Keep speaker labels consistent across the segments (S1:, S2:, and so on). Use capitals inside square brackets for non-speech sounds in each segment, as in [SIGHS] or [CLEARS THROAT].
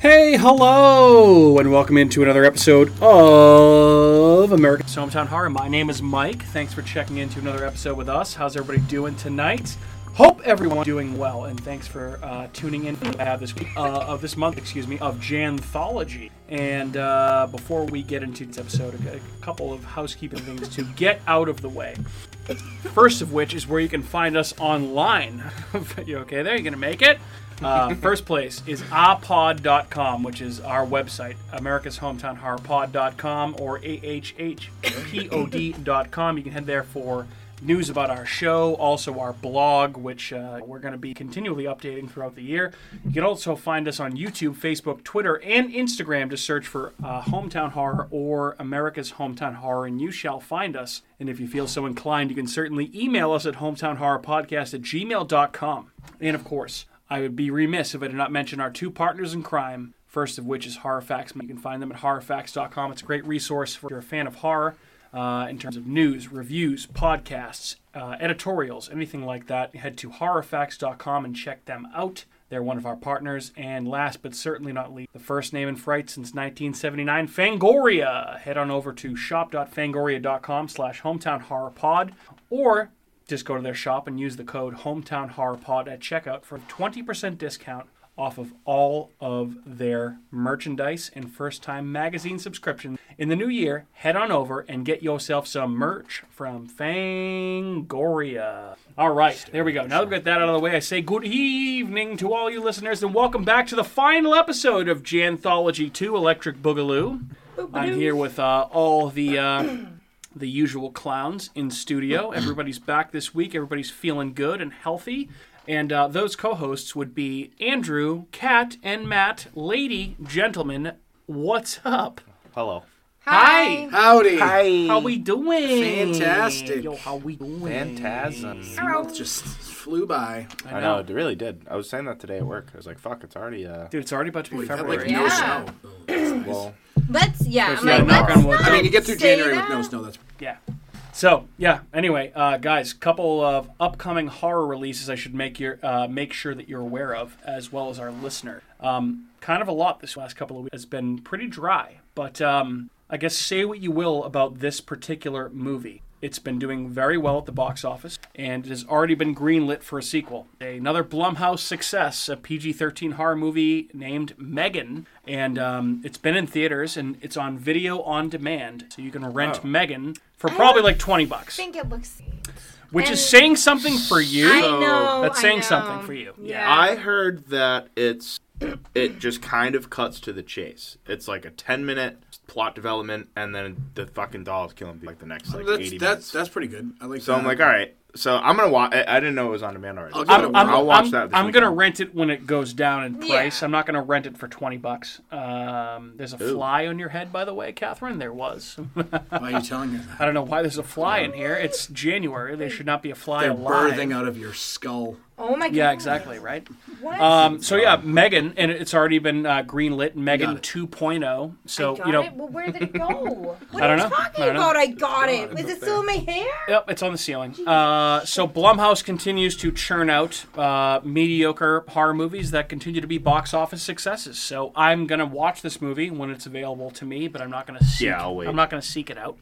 S1: Hey, hello, and welcome into another episode of America's Hometown Horror. My name is Mike. Thanks for checking into another episode with us. How's everybody doing tonight? Hope everyone doing well, and thanks for uh, tuning in uh, this week uh, of this month, excuse me, of Janthology. And uh, before we get into this episode, a a couple of housekeeping things to get out of the way. First of which is where you can find us online. [LAUGHS] you okay there? You gonna make it? Uh, first place is apod.com, which is our website, America's Hometown Harpod.com or ahhpod.com. You can head there for news about our show, also our blog, which uh, we're going to be continually updating throughout the year. You can also find us on YouTube, Facebook, Twitter, and Instagram to search for uh, Hometown Horror or America's Hometown Horror, and you shall find us. And if you feel so inclined, you can certainly email us at hometownhorrorpodcast at gmail.com. And of course, I would be remiss if I did not mention our two partners in crime, first of which is Horrorfax. You can find them at horrorfax.com. It's a great resource for if you're a fan of horror uh, in terms of news, reviews, podcasts, uh, editorials, anything like that. Head to horrorfax.com and check them out. They're one of our partners. And last but certainly not least, the first name in fright since 1979, Fangoria. Head on over to shop.fangoria.com slash hometown horror pod or just go to their shop and use the code hometown horror pod at checkout for a 20% discount off of all of their merchandise and first time magazine subscriptions. In the new year, head on over and get yourself some merch from Fangoria. All right, there we go. Now that we've got that out of the way, I say good evening to all you listeners and welcome back to the final episode of Janthology 2 Electric Boogaloo. I'm here with uh, all the. Uh, the usual clowns in studio. Everybody's back this week. Everybody's feeling good and healthy. And uh, those co-hosts would be Andrew, Kat, and Matt. Lady, gentlemen, what's up?
S2: Hello.
S1: Hi.
S3: Howdy.
S1: How we doing?
S3: Fantastic.
S1: Yo, how we doing?
S2: Phantasm.
S3: It just flew by.
S2: I know, it really did. I was saying that today at work. I was like, fuck, it's already, uh,
S1: Dude, it's already about to be
S3: We've had
S1: February.
S3: like
S4: Yeah.
S3: no snow.
S2: [CLEARS THROAT] well,
S4: Let's yeah.
S1: If
S4: I'm
S1: you
S4: like,
S1: knock
S4: let's
S1: on wood.
S4: not
S1: I
S3: I mean, you get through
S4: say
S3: January
S4: that.
S3: with no snow. That's
S1: Yeah. So yeah. Anyway, uh, guys, couple of upcoming horror releases I should make your uh, make sure that you're aware of, as well as our listener. Um, kind of a lot this last couple of weeks has been pretty dry, but um, I guess say what you will about this particular movie. It's been doing very well at the box office, and it has already been greenlit for a sequel. Another Blumhouse success, a PG 13 horror movie named Megan. And um, it's been in theaters, and it's on video on demand. So you can rent
S2: Oh.
S1: Megan for probably like 20 bucks,
S4: I think it looks.
S1: which is
S4: and-
S1: saying something for you.
S4: I know.
S1: That's
S4: I
S1: saying
S4: know.
S1: something for you.
S4: Yeah.
S2: I heard that it's, it just kind of cuts to the chase. It's like a 10 minute plot development, and then the fucking dolls kill him like the next, like,
S3: that's
S2: 80
S3: that's
S2: minutes.
S3: that's pretty good. I like.
S2: so I'm
S3: that.
S2: like, all right. So I'm gonna watch. I, I didn't know it was on demand already.
S3: I'll
S2: so
S3: give it a
S1: I'm, I'm,
S3: I'll
S2: watch
S1: I'm-
S2: that. This
S1: I'm
S2: weekend.
S1: gonna rent it when it goes down in price.
S4: Yeah.
S1: I'm not gonna rent it for twenty bucks. Um, there's a
S2: Ooh.
S1: fly on your head, by the way, Catherine. There was.
S3: Why are you telling me that?
S1: I don't know why there's a fly in here. It's January. There should not be a fly
S3: Um, They're
S1: alive.
S3: birthing out of your skull.
S4: Oh my god.
S1: Yeah, exactly. Right.
S4: What?
S1: Um, so yeah, Megan, and it's already been uh, greenlit.
S3: Got
S1: Megan
S3: it.
S1: 2.0. So
S4: I got
S1: you know,
S4: it. Well, where did it go? What
S1: I
S4: are
S1: don't
S4: you
S1: know.
S4: talking
S1: I don't know.
S4: about? I got it.
S3: It's
S4: Is
S3: up
S4: it still in my hair?
S1: Yep, it's on the ceiling. Uh, so Blumhouse continues to churn out uh, mediocre horror movies that continue to be box office successes. So I'm gonna watch this movie when it's available to me, but I'm not gonna seek.
S2: Yeah, I'll wait.
S1: I'm not gonna seek it out.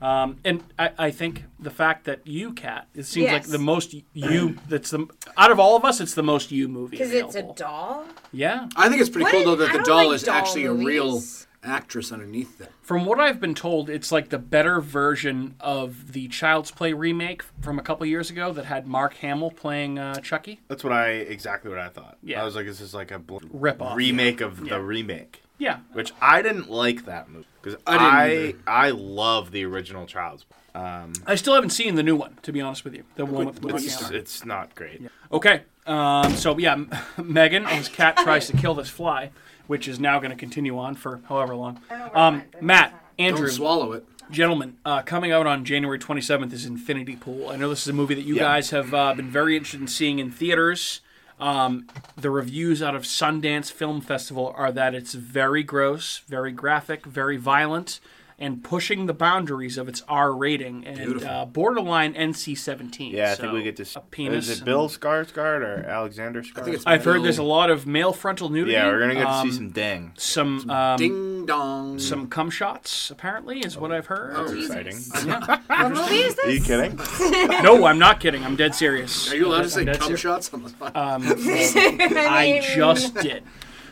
S1: Um, and I, I think the fact that you, Cat, it seems like
S4: Yes.
S1: the most you. That's the out of all of us, it's the most you movie.
S4: Because it's a
S1: available.
S4: doll.
S1: Yeah.
S3: I think it's pretty
S4: What
S3: cool
S4: is-
S3: though that
S4: I
S3: the
S4: don't
S3: doll
S4: like
S3: is
S4: doll
S3: actually a real
S4: movies.
S3: actress underneath that.
S1: From what I've been told, it's like the better version of the Child's Play remake from a couple years ago that had Mark Hamill playing uh, Chucky.
S2: That's what I exactly what I thought.
S1: Yeah.
S2: I was like, this is like a bl-
S1: Rip-off.
S2: remake of the remake.
S1: Yeah,
S2: which I didn't like that movie because
S3: I
S2: I
S3: didn't
S2: I, love the original Child's Play. Um,
S1: I still haven't seen the new one, to be honest with you. The one with Mark
S3: what's
S1: Hamill.
S2: it's, it's not great.
S1: Okay. Um, so yeah, [LAUGHS] Megan, his cat tries to kill this fly, which is now going to continue on for however long. Um, Matt,
S3: Don't
S1: Andrew,
S3: swallow it.
S1: gentlemen, uh, coming out on January 27th is Infinity Pool. I know this is a movie that you
S2: Yeah.
S1: guys have uh, been very interested in seeing in theaters. Um, the reviews out of Sundance Film Festival are that it's very gross, very graphic, very violent, and pushing the boundaries of its R rating and
S3: Beautiful.
S1: uh, borderline NC-17.
S2: Yeah, I
S1: So,
S2: think we get to. s-
S1: a penis.
S2: Is it
S1: and-
S2: Bill Skarsgård or Alexander Skarsgård?
S3: think it's-
S1: I've heard
S3: Bill-
S1: there's a lot of male frontal nudity.
S2: yeah, we're gonna get
S1: um,
S2: to see some dang.
S1: some um,
S3: Ding dong.
S1: some cum shots. Apparently, is
S2: Oh.
S1: what I've heard.
S3: Jesus.
S2: Exciting.
S4: What movie is
S2: Are
S4: this?
S2: you
S1: [LAUGHS]
S2: kidding?
S1: no, I'm not kidding. I'm dead serious.
S3: Are you allowed to say
S1: I'm dead
S3: cum
S1: serious.
S3: shots on the phone?
S1: Uh, I
S4: mean-
S1: just did.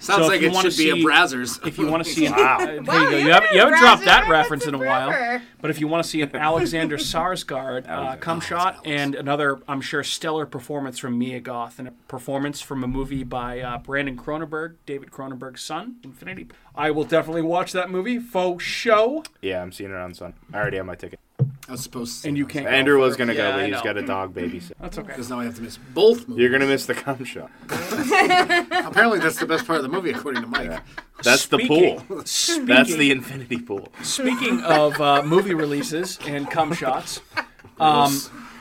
S3: Sounds
S1: so if
S3: like
S1: you
S3: it
S1: wanna
S3: should be a
S1: see-
S3: Brazzers.
S1: If you want
S3: [LAUGHS]
S1: to see an, uh, there you
S4: Wow,
S1: go.
S4: you
S1: You haven't, you
S4: haven't
S1: haven't dropped that reference
S4: referenced it
S1: in a while.
S4: forever.
S1: But if you want to see an Alexander Sarsgaard uh, cum shot and another, I'm sure, stellar performance from Mia Goth and a performance from a movie by uh, Brandon Cronenberg, David Cronenberg's son, Infinity. I will definitely watch that movie, faux show.
S2: Yeah, I'm seeing it on Sun. I already have my ticket.
S3: I was supposed to.
S1: And you can't.
S2: Andrew
S1: go
S2: was
S1: for-
S2: gonna
S1: Yeah, I
S2: go, but he's
S1: know.
S2: got a dog babysit.
S1: That's okay.
S3: Because now I have to miss both movies.
S2: You're gonna miss the cum
S1: [LAUGHS]
S2: shot.
S3: Apparently, that's the best part of the movie, according to Mike.
S2: That's the
S1: Speaking-
S2: pool.
S1: Speaking,
S2: That's the infinity pool.
S1: speaking of uh, movie releases and cum shots. Um,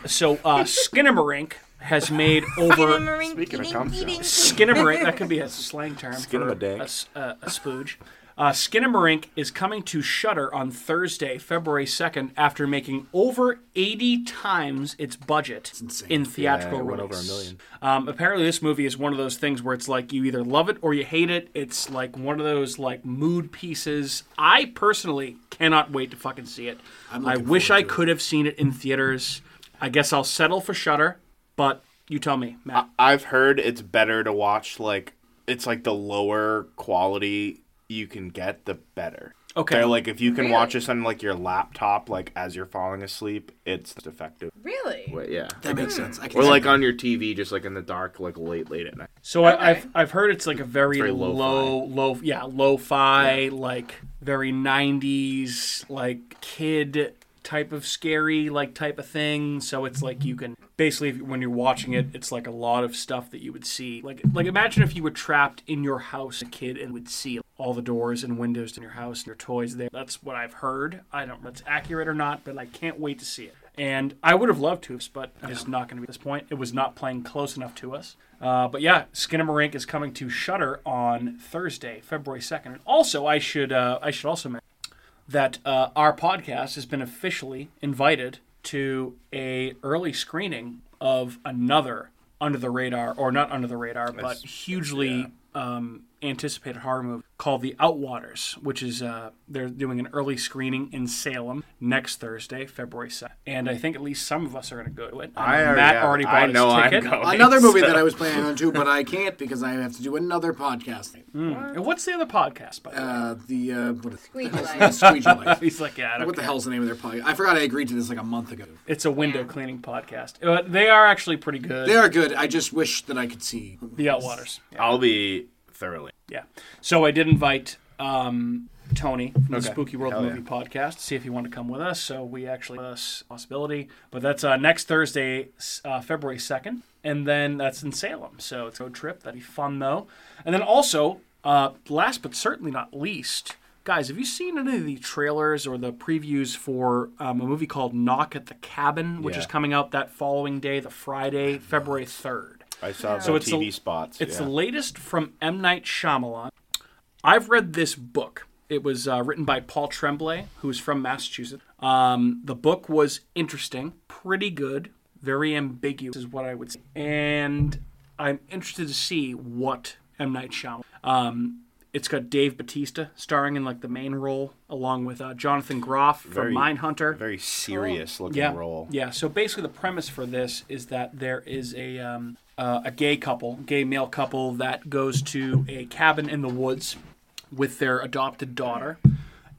S1: so uh, Skinnamarink has made over
S2: Speaking of cum shots.
S1: Skinnamarink. That could be a slang term for a,
S2: Skinamadink.
S1: s- a- a spooge. Uh, Skinnamarink is coming to Shudder on Thursday, February 2nd, after making over 80 times its budget
S3: insane.
S1: in
S2: Yeah,
S1: theatrical
S2: it went
S1: release.
S2: over a million.
S1: Um, apparently, this movie is one of those things where it's like you either love it or you hate it. It's like one of those like mood pieces. I personally cannot wait to fucking see it. I
S3: looking
S1: wish
S3: forward
S1: I could have seen it in theaters. I guess I'll settle for Shudder, but you tell me, Matt.
S2: I've heard it's better to watch like it's like the lower quality you can get, the better.
S1: Okay.
S2: They're like if you can watch this on like your laptop, like as you're falling asleep, it's effective.
S4: Really?
S2: But yeah.
S3: That makes sense. I can
S2: Or like on your TV, just like in the dark, like late, late at night.
S1: So I, I've I've heard it's like a very,
S2: very lo-fi.
S1: low, low, yeah, lo-fi, like very '90s, like kid type of scary, like type of thing. So it's like you can basically if- when you're watching it, it's like a lot of stuff that you would see. Like like imagine if you were trapped in your house, a kid, and would see all the doors and windows in your house and your toys there. That's what I've heard. I don't know if it's accurate or not, but I can't wait to see it. And I would have loved to, but it's not going to be at this point. It was not playing close enough to us. Uh, but yeah, Skinnamarink is coming to Shudder on Thursday, February second. And also, I should uh, I should also mention that uh, our podcast has been officially invited to a early screening of another under the radar, or not under the radar, but hugely um, anticipated horror movie called The Outwaters, which is uh, they're doing an early screening in Salem next Thursday, February second. And I think at least some of us are going to go to it.
S2: I already
S1: Matt
S2: have-
S1: already
S2: I
S1: bought his
S2: know I'm
S1: ticket.
S2: going.
S3: Another movie
S2: So-
S3: that I was planning on too, but I can't because I have to do another podcast.
S1: [LAUGHS] And what's the other podcast? By the way,
S3: Uh, the uh, what is
S4: Squeegee
S3: the
S4: Life.
S3: Squeegee Life.
S1: [LAUGHS] he's like, yeah, I don't
S3: What the
S1: care.
S3: hell's the name of their podcast? I forgot I agreed to this like a month ago.
S1: It's a window cleaning podcast. Uh, they are actually pretty good.
S3: They are good. I just wish that I could see.
S1: the Outwaters. Yeah.
S2: I'll be thoroughly.
S1: yeah. So I did invite um, Tony from the
S2: Okay.
S1: Spooky World
S2: Hell yeah.
S1: Movie Podcast to see if he wanted to come with us. So we actually us possibility, but that's uh, next Thursday, s- uh, February second, and then that's in Salem. So it's a road trip. That'd be fun though. And then also, uh, last but certainly not least. Guys, have you seen any of the trailers or the previews for um, a movie called Knock at the Cabin, which
S2: Yeah.
S1: is coming out that following day, the Friday, February 3rd?
S2: I saw
S1: So
S2: the
S1: it's the-
S2: TV spots.
S1: It's
S2: yeah.
S1: the latest from M. Night Shyamalan. I've read this book. It was uh, written by Paul Tremblay, who's from Massachusetts. Um, the book was interesting, pretty good, very ambiguous, is what I would say. And I'm interested to see what M. Night Shyamalan. Um, it's got Dave Batista starring in like the main role, along with uh, Jonathan Groff from
S2: Very-
S1: Mindhunter
S2: very
S3: Oh,
S2: serious looking
S1: yeah.
S2: role.
S1: Yeah. So basically, the premise for this is that there is a um, uh, a gay couple, gay male couple, that goes to a cabin in the woods with their adopted daughter,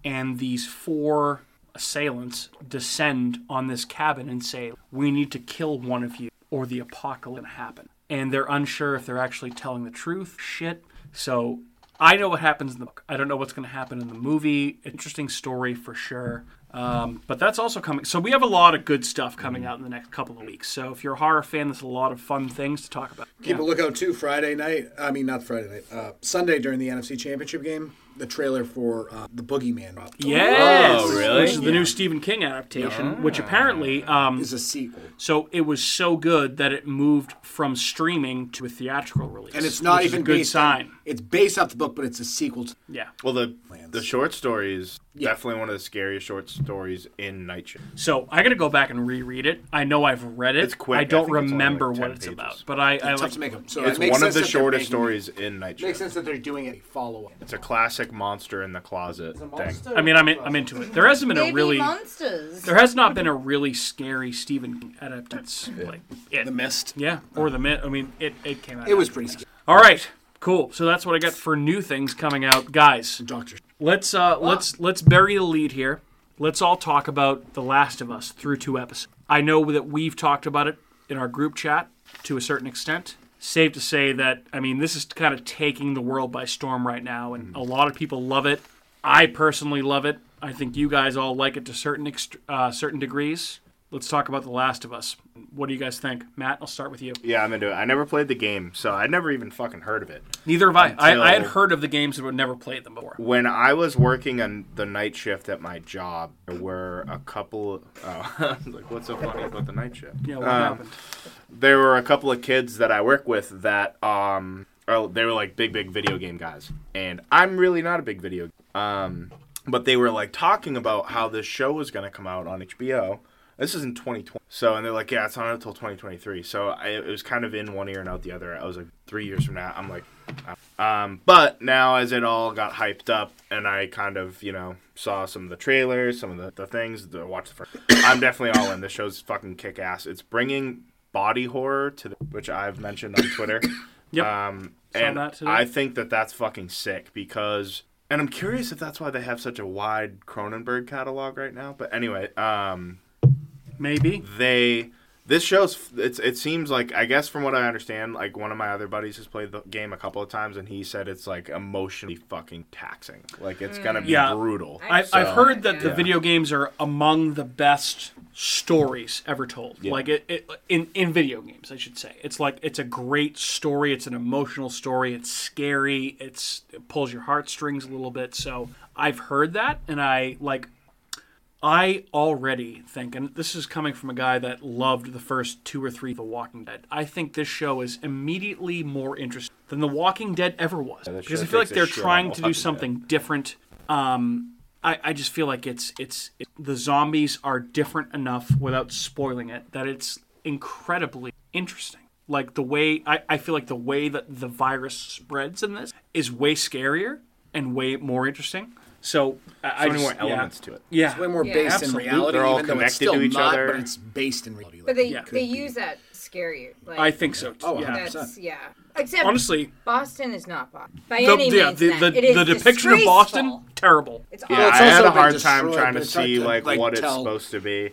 S1: and these four assailants descend on this cabin and say, "We need to kill one of you, or the apocalypse will happen." And they're unsure if they're actually telling the truth. Shit. So. I know what happens in the book. I don't know what's going to happen in the movie. Interesting story for sure. Um, but that's also coming. So we have a lot of good stuff
S2: Mm-hmm.
S1: coming out in the next couple of weeks. So if you're a horror fan, there's a lot of fun things to talk about.
S3: Keep a lookout too. Friday night. I mean, not Friday night. Uh, Sunday during the NFC Championship game. The trailer for uh, the Boogeyman dropped.
S1: Yes.
S2: Oh, really?
S1: Which is the new Stephen King adaptation, which apparently, um,
S3: Is a sequel,
S1: so it was so good that it moved from streaming to a theatrical release.
S3: and it's not
S1: which is
S3: even
S1: a good
S3: based
S1: sign.
S3: On, it's based off the book, but it's a sequel. to
S1: yeah.
S2: Well, the the short stories Definitely one of the scariest short stories in Night Shift.
S1: So I gotta go back and reread it. I know I've read it.
S2: It's quick.
S1: I
S2: I
S1: don't
S2: think it's only
S1: remember
S2: like
S1: what
S2: 10
S1: it's
S2: pages.
S1: about, but I, I
S3: tough
S1: like.
S3: to make them. So
S2: It's
S3: it makes
S2: one of
S3: sense
S2: the
S3: that they're
S2: shortest
S3: making-
S2: stories in Night
S3: Makes
S2: Shift.
S3: sense that they're doing a follow up.
S2: It's a classic monster in the closet thing.
S1: I mean, I'm in, I'm into it. There hasn't been
S4: Baby
S1: a really
S4: monsters.
S1: there has not been a really scary Stephen King adapt- that's like it.
S3: The mist.
S1: yeah, or the myth. I mean, it, it came out.
S3: It was
S1: after
S3: pretty
S1: that.
S3: scary.
S1: All right, cool. So that's what I got for new things coming out, guys.
S3: Doctor.
S1: Let's uh let's let's bury the lead here. Let's all talk about The Last of Us through two episodes. I know that we've talked about it in our group chat to a certain extent. Safe to say that I mean this is kind of taking the world by storm right now
S2: Mm.
S1: and a lot of people love it. I personally love it. I think you guys all like it to certain ext- uh, certain degrees. Let's talk about The Last of Us. What do you guys think? Matt, I'll start with you.
S2: Yeah, I'm into it. I never played the game, so I never even fucking heard of it.
S1: Neither have I. I, I had
S2: Until-
S1: heard of the games but never played them before.
S2: When I was working on the night shift at my job, there were a couple. [LAUGHS] Oh, I was like, what's so funny about the night shift?
S1: Yeah, what
S2: Um,
S1: happened?
S2: there were a couple of kids that I work with that um are, they were like big big video game guys and I'm really not a big video um but they were like talking about how this show was going to come out on HBO this is in 2020 so and they're like yeah it's not until 2023 so I, it was kind of in one ear and out the other I was like 3 years from now I'm like um, but now, as it all got hyped up, and I kind of, you know, saw some of the trailers, some of the, the things, the, watch the first. I'm definitely all in. This show's fucking kick ass. It's bringing body horror to the, which I've mentioned on Twitter.
S1: [COUGHS] Yep.
S2: Um,
S1: Saw
S2: and
S1: that today.
S2: I think that that's fucking sick because, and I'm curious if that's why they have such a wide Cronenberg catalog right now. But anyway, um,
S1: Maybe.
S2: they this shows it's it seems like I guess from what I understand, like one of my other buddies has played the game a couple of times, and he said it's like emotionally fucking taxing. Like it's gonna be
S1: Mm. Yeah.
S2: brutal.
S1: I,
S4: So-
S1: I've heard that the
S2: Yeah.
S1: video games are among the best stories ever told.
S2: Yeah.
S1: Like it, it in in video games, I should say. It's like it's a great story. It's an emotional story. It's scary. It's it pulls your heartstrings a little bit. So I've heard that, and I like. I already think, and this is coming from a guy that loved the first two or three of The Walking Dead. I think this show is immediately more interesting than The Walking Dead ever was,
S2: that
S1: because
S2: show
S1: I feel like
S2: takes a
S1: they're
S2: shit on
S1: trying to do
S2: Walking Dead.
S1: something different Um, I, I just feel like it's it's it, the zombies are different enough without spoiling it that it's incredibly interesting. Like the way I, I feel like the way that the virus spreads in this is way scarier and way more interesting. So I, I
S2: so many more
S1: just, yeah.
S2: elements to it.
S1: Yeah,
S3: Way more
S4: Yeah.
S3: based
S1: Absolutely.
S3: in reality.
S2: They're all
S3: even though it's
S2: connected
S3: still
S2: to each
S3: not,
S2: other.
S3: But it's based in reality.
S4: But they
S1: Yeah.
S4: they use that scary. Like,
S1: I think so. Too.
S3: Oh,
S1: yeah.
S3: 100%.
S4: that's yeah. Except
S1: Honestly,
S4: Boston is not Boston by
S1: the,
S4: any
S1: yeah,
S4: means.
S1: the,
S4: that.
S1: the,
S4: It is
S1: the depiction of
S4: disgraceful.
S1: Boston terrible.
S4: It's
S2: Yeah,
S4: awful.
S3: it's
S2: I had a
S3: also been
S2: hard time
S3: destroyed,
S2: trying
S3: but
S2: to
S3: it's hard
S2: see
S3: to,
S2: like,
S3: like,
S2: what it's
S3: tell.
S2: supposed to be.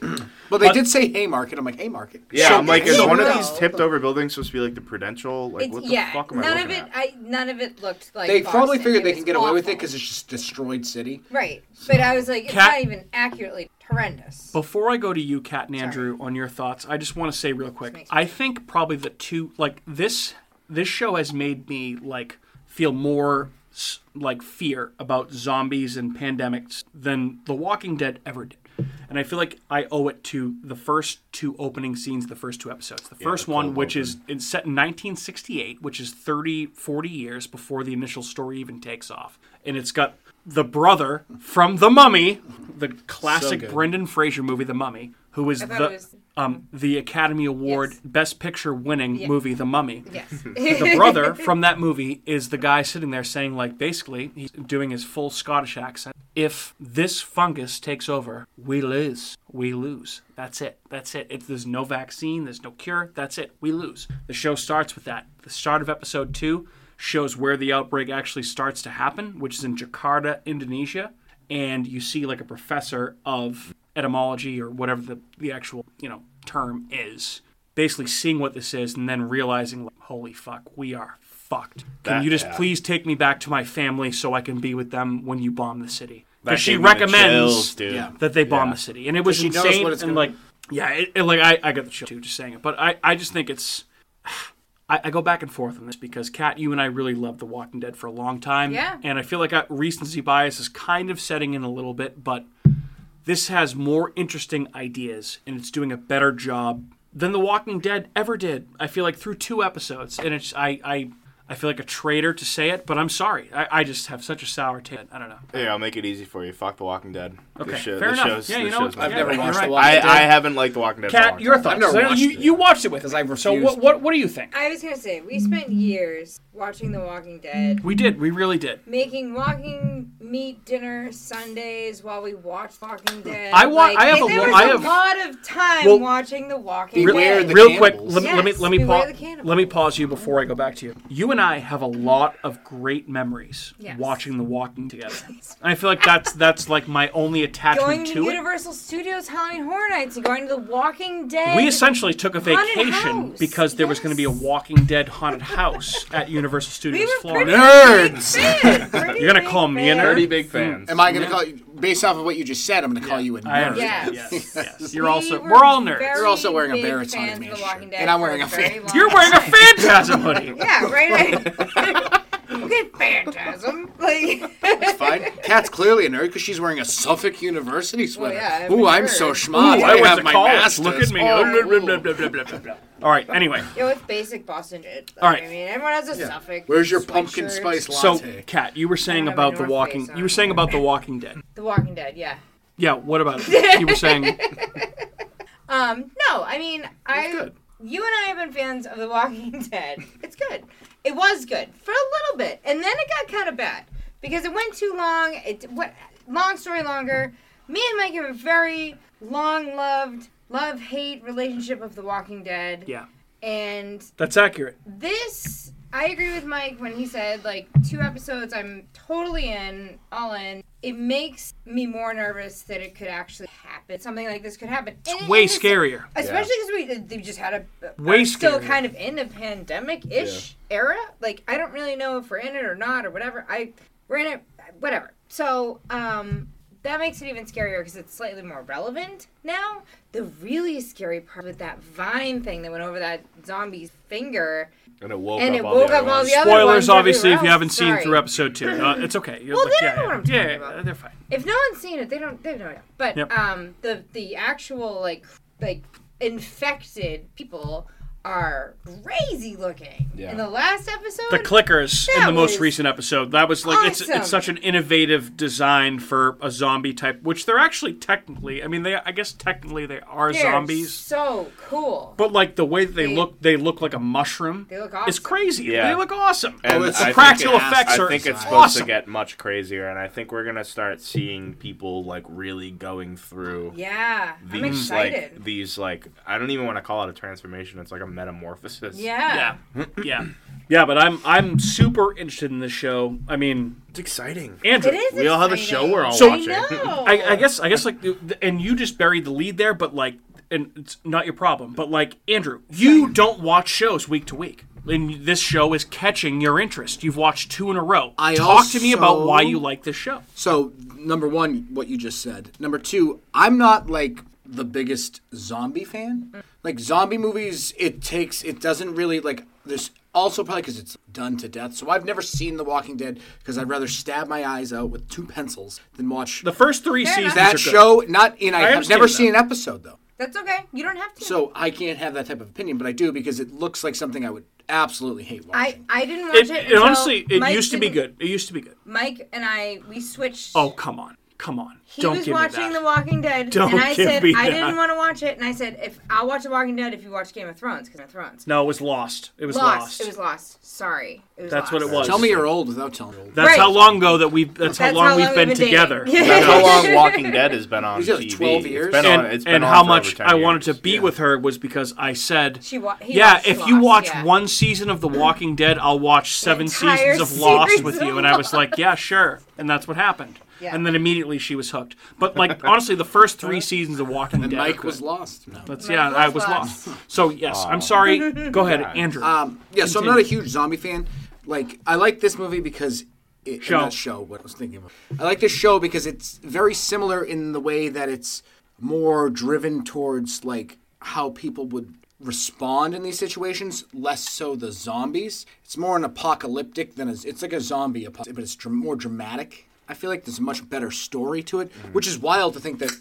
S3: Well, they did say Haymarket. I'm like Haymarket.
S2: Yeah,
S1: So-
S2: I'm like, is
S1: so-
S2: one of
S4: no.
S2: these tipped over buildings supposed to be like the Prudential? Like,
S4: It's-
S2: what the
S4: yeah,
S2: fuck am I
S4: none
S2: looking
S4: of it.
S2: at?
S4: I none of it looked like.
S3: They probably
S4: Boston.
S3: figured they
S4: was
S3: can get away with it
S4: awful.
S3: because it's just destroyed city.
S4: right. But I was like, it's
S1: Cat-
S4: not even accurately horrendous.
S1: Before I go to you, Kat and Andrew, on your thoughts, I just want to say real quick.
S4: makes me
S1: I think probably the two like this this show has made me like feel more s- like fear about zombies and pandemics than The Walking Dead ever did. And I feel like I owe it to the first two opening snes, the first two episodes. The first
S2: the
S1: one,
S2: cold
S1: which
S2: open.
S1: is it's set in 1968, which is 30, 40 years before the initial story even takes off. And it's got the brother from The Mummy, the classic
S3: good.
S1: Brendan Fraser movie, The Mummy, who was
S4: thought
S1: the
S4: it was-
S1: um, the Academy Award
S4: Yes.
S1: Best Picture winning movie, The Mummy. [LAUGHS]
S4: yes. [LAUGHS]
S1: The brother from that movie is the guy sitting there saying, like, basically, he's doing his full Scottish accent. If this fungus takes over, we lose. We lose. That's it. That's it. If there's no vaccine, there's no cure. That's it. We lose. The show starts with that. The start of episode two shows where the outbreak actually starts to happen, which is in Jakarta, Indonesia. And you see, like, a professor of etymology or whatever the, the actual, you know, term is basically seeing what this is and then realizing, like, holy fuck, we are fucked. Can
S2: That-
S1: you just
S2: yeah.
S1: please take me back to my family so I can be with them when you bomb the city?
S2: That
S1: Because she
S2: gave me the
S1: recommends
S2: chills, dude.
S3: Yeah.
S1: that they bomb the city, and it was
S3: she knows
S1: insane.
S3: what it's
S1: and
S3: gonna-
S1: like, yeah, it, it- like I, I got the chill too just saying it, but I, I just think it's. [SIGHS] I, I go back and forth on this because Kat, you and I really loved The Walking Dead for a long time,
S4: Yeah.
S1: and I feel like I, recency bias is kind of setting in a little bit, but this has more interesting ideas and it's doing a better job than The Walking Dead ever did. I feel like through two episodes, and it's I I I feel like a traitor to say it, but I'm sorry. I, I just have such a sour taste. I don't know.
S2: Here, I'll make it easy for you. Fuck The Walking Dead.
S1: Okay,
S2: this show,
S1: fair
S2: this
S1: enough.
S2: Show's,
S1: Yeah, you
S2: this
S1: know
S2: show's
S1: what?
S2: not
S3: I've
S1: Yeah,
S2: for
S3: never
S2: me.
S1: you're
S3: watched
S1: right.
S3: The Walking
S2: I,
S3: Dead.
S2: I haven't liked The Walking Dead. for a
S1: Kat,
S2: long
S1: your
S2: time.
S1: thoughts.
S3: never
S1: I know
S3: watched
S1: you,
S3: it.
S1: you watched it with us.
S3: 'Cause I've
S1: So what,
S3: refused.
S1: what, what do you think?
S4: I was gonna say we spent years watching The Walking Dead,
S1: We did. We really did.
S4: making walking meat dinner Sundays while we watched Walking Dead.
S1: Hmm. I wa- I have
S4: and
S1: a
S4: there
S1: lo-
S4: was
S1: I have-
S4: a lot of time
S1: Well,
S4: watching The Walking
S3: Beware
S4: Dead.
S3: the
S1: Real quick,
S3: cannibals.
S1: let, me let me
S4: Yes,
S1: let me
S4: beware
S1: pause.
S4: the cannibals.
S1: Let me pause you before I go back to you. You and I have a lot of great memories
S4: Yes.
S1: watching The Walking together. I feel like that's that's like my only attachment
S4: going to,
S1: to it.
S4: Universal Studios Halloween Horror Nights and going to The Walking Dead.
S1: We essentially took a
S4: Haunted
S1: vacation
S4: house,
S1: because there was going to be a
S4: yes.
S1: Walking Dead haunted
S4: [LAUGHS]
S1: house at Universal
S4: We
S1: Studios
S4: were
S1: Florida.
S4: pretty
S2: Nerds!
S4: Big
S1: [LAUGHS]
S4: fans,
S1: You're gonna call me a nerd?
S2: Pretty big fans.
S3: Am I going to call you, based off of what you just said, I'm going to call you a
S1: I
S3: nerd.
S1: understand.
S4: Yes.
S1: Yes.
S4: [LAUGHS]
S1: yes.
S4: We
S1: You're also
S4: were
S1: we're all nerds.
S4: very
S3: You're also wearing a
S4: big
S3: Barrett's
S4: fans
S3: Haunted
S4: of The
S3: Man
S4: Walking
S3: shirt.
S4: Dead
S3: And I'm
S4: for
S3: wearing a
S4: very
S3: fan-
S4: long
S1: You're wearing a
S4: time.
S1: phantasm hoodie.
S4: [LAUGHS] Yeah, right. [LAUGHS] right. Good phantasm. [LAUGHS] Like,
S3: It's fine. Kat's clearly a nerd because she's wearing a Suffolk University sweater.
S4: yeah, I'm
S3: Ooh,
S4: a
S3: I'm
S4: nerd.
S3: so
S4: Ooh,
S3: schmott.
S1: I went
S3: have
S1: to
S3: my
S1: college.
S3: master's.
S1: Look at me.
S3: Oh,
S1: Blah, blah, blah, blah, blah, blah, blah, blah. All right. Anyway,
S4: yo, it's basic Boston shit. Like,
S1: All right.
S4: I mean, everyone has a Suffolk.
S3: Where's your pumpkin
S4: sweatshirt.
S3: spice
S1: so
S3: latte?
S1: Kat, you were saying
S4: have a
S1: about the
S4: North
S1: Walking.
S4: Face
S1: You
S4: on.
S1: were saying about the Walking Dead.
S4: The Walking Dead, yeah.
S1: Yeah. What about
S4: [LAUGHS]
S1: it? You were saying.
S4: Um, no, I mean, I.
S2: good.
S4: You and I have been fans of The Walking [LAUGHS] Dead. It's good. It was good for a little bit, and then it got kind of bad because it went too long. It what? Long story longer. Me and Mike have a very long loved love hate relationship of The Walking Dead.
S1: Yeah.
S4: And
S1: That's accurate.
S4: this i agree with mike when he said like two episodes i'm totally in all in it makes me more nervous that it could actually happen something like this could happen it's
S1: Way scarier.
S4: especially because we uh, they just had a
S1: Way
S4: are still
S1: scarier.
S4: kind of in a pandemic-ish era like i don't really know if we're in it or not or whatever i we're in it whatever so um that makes it even scarier because it's slightly more relevant now. The really scary part with that vine thing that went over that zombie's finger
S2: And it woke
S4: and
S2: up
S4: it
S2: all
S4: woke
S2: the
S4: up
S2: other
S4: all
S2: ones.
S4: the other
S1: Spoilers,
S4: ones
S1: obviously, if
S4: everywhere
S1: you
S4: else.
S1: haven't seen
S4: Sorry.
S1: through episode two. Uh, it's okay. You're
S4: Well,
S1: like,
S4: they
S1: yeah,
S4: don't know what I'm
S1: yeah,
S4: talking
S1: yeah,
S4: about.
S1: they're fine.
S4: If no one's seen it, they don't. They don't know. But
S1: Yep.
S4: um, the the actual like like infected people are crazy looking.
S2: Yeah.
S4: In the last episode,
S1: The clickers in
S4: That
S1: the most
S4: was
S1: recent episode. That was like it's
S4: awesome.
S1: it's such an innovative design for a zombie type, which they're actually technically. I mean, they I guess technically they are
S4: they're
S1: zombies.
S4: So cool.
S1: But like the way that they
S4: They-
S1: look, they look like a mushroom.
S4: They look
S1: It's
S4: awesome.
S1: crazy.
S2: Yeah.
S1: They look awesome.
S2: And
S3: it's-
S1: the
S3: I think
S1: practical
S3: it has-
S1: effects are
S2: I think it's supposed
S1: awesome.
S2: to get much crazier, and I think we're gonna start seeing people like really going through
S4: yeah, I'm
S2: these
S4: excited.
S2: like these like I don't even want to call it a transformation. It's like a metamorphosis.
S4: yeah.
S1: yeah, yeah, yeah. But I'm I'm super interested in this show. I mean,
S2: it's exciting.
S1: Andrew,
S4: It is.
S2: We all have a
S4: exciting.
S2: show we're all
S1: So-
S2: watching. [LAUGHS]
S1: [LAUGHS]
S4: I know.
S1: I, I guess I guess like the- the- and you just buried the lead there, but like and it's not your problem. But like Andrew, you don't watch shows week to week. And this show is catching your interest. You've watched two in a row.
S3: I
S1: Talk to me about
S3: also-
S1: why you like this show.
S3: So, number one, what you just said. Number two, I'm not like the biggest zombie fan. Like zombie movies, it takes, it doesn't really like. There's also probably because it's done to death. So I've never seen The Walking Dead because I'd rather stab my eyes out with two pencils than watch
S1: The first three seasons.
S4: enough.
S1: are
S3: that
S1: good.
S3: show. Not in. I, have
S1: understand
S3: never
S1: that.
S3: seen an episode though,
S4: That's okay. You don't have to.
S3: so I can't have that type of opinion. But I do because it looks like something I would absolutely hate
S4: I
S3: watching.
S4: I didn't watch
S1: It,
S4: it.
S1: it
S4: until
S1: honestly, it
S4: Mike
S1: used to be
S4: didn't-
S1: good. It used to be good.
S4: Mike and I we switched.
S1: Oh come on, come on!
S4: He
S1: Don't
S4: was
S1: give me
S4: watching The
S1: that.
S4: Walking Dead,
S1: Don't
S4: and I
S1: give
S4: said
S1: me
S4: I
S1: that.
S4: didn't want to watch it, and I said if I'll watch The Walking Dead if you watch Game of Thrones, because Game of Thrones.
S1: no, it was lost. It was
S4: lost.
S1: lost.
S4: It was lost. Sorry. It was
S1: That's what
S4: lost.
S1: it was.
S3: Tell me you're old without telling me you're old.
S1: That's
S4: Right.
S1: how long ago that we've. That's, how
S4: That's
S1: long
S4: how
S1: we've
S4: long
S1: been
S4: we've been [LAUGHS]
S1: together.
S4: dating.
S2: That's how long Walking Dead has been on
S3: It's like
S2: TV.
S3: 12 years.
S2: It's been
S1: and,
S2: on. It's been
S1: and
S2: on
S1: how
S2: for
S1: much
S2: over 10
S1: I wanted to
S2: years.
S1: be with her was because I said,
S4: She wa- he
S1: "Yeah,
S4: watched
S1: if you
S4: Lost,
S1: watch
S4: yeah.
S1: one season of The Walking Dead, I'll watch seven
S4: entire
S1: seasons
S4: [LAUGHS]
S1: of Lost
S4: series
S1: with
S4: of
S1: you." And I was like, "Yeah, sure." And that's what happened.
S4: Yeah.
S1: And then immediately she was hooked. But
S3: [LAUGHS]
S1: like honestly, the first three seasons of Walking Dead.
S3: Mike
S1: are
S3: was
S1: good.
S3: lost. No.
S1: That's- yeah,
S4: Mike
S1: I
S4: was
S1: was
S4: lost.
S1: lost. So yes, I'm
S4: [LAUGHS]
S1: sorry. Go ahead, Andrew.
S3: Um, yeah, so I'm not a huge zombie fan. Like, I like this movie because it,
S1: Show.
S3: show. Not show what I was thinking of. I like this show because it's very similar in the way that it's more driven towards like how people would respond in these situations, less so the zombies. It's more an apocalyptic than a, it's like a zombie apocalypse,
S2: Mm-hmm.
S3: but it's dr- more dramatic. I feel like there's a much better story to it, which is wild to think that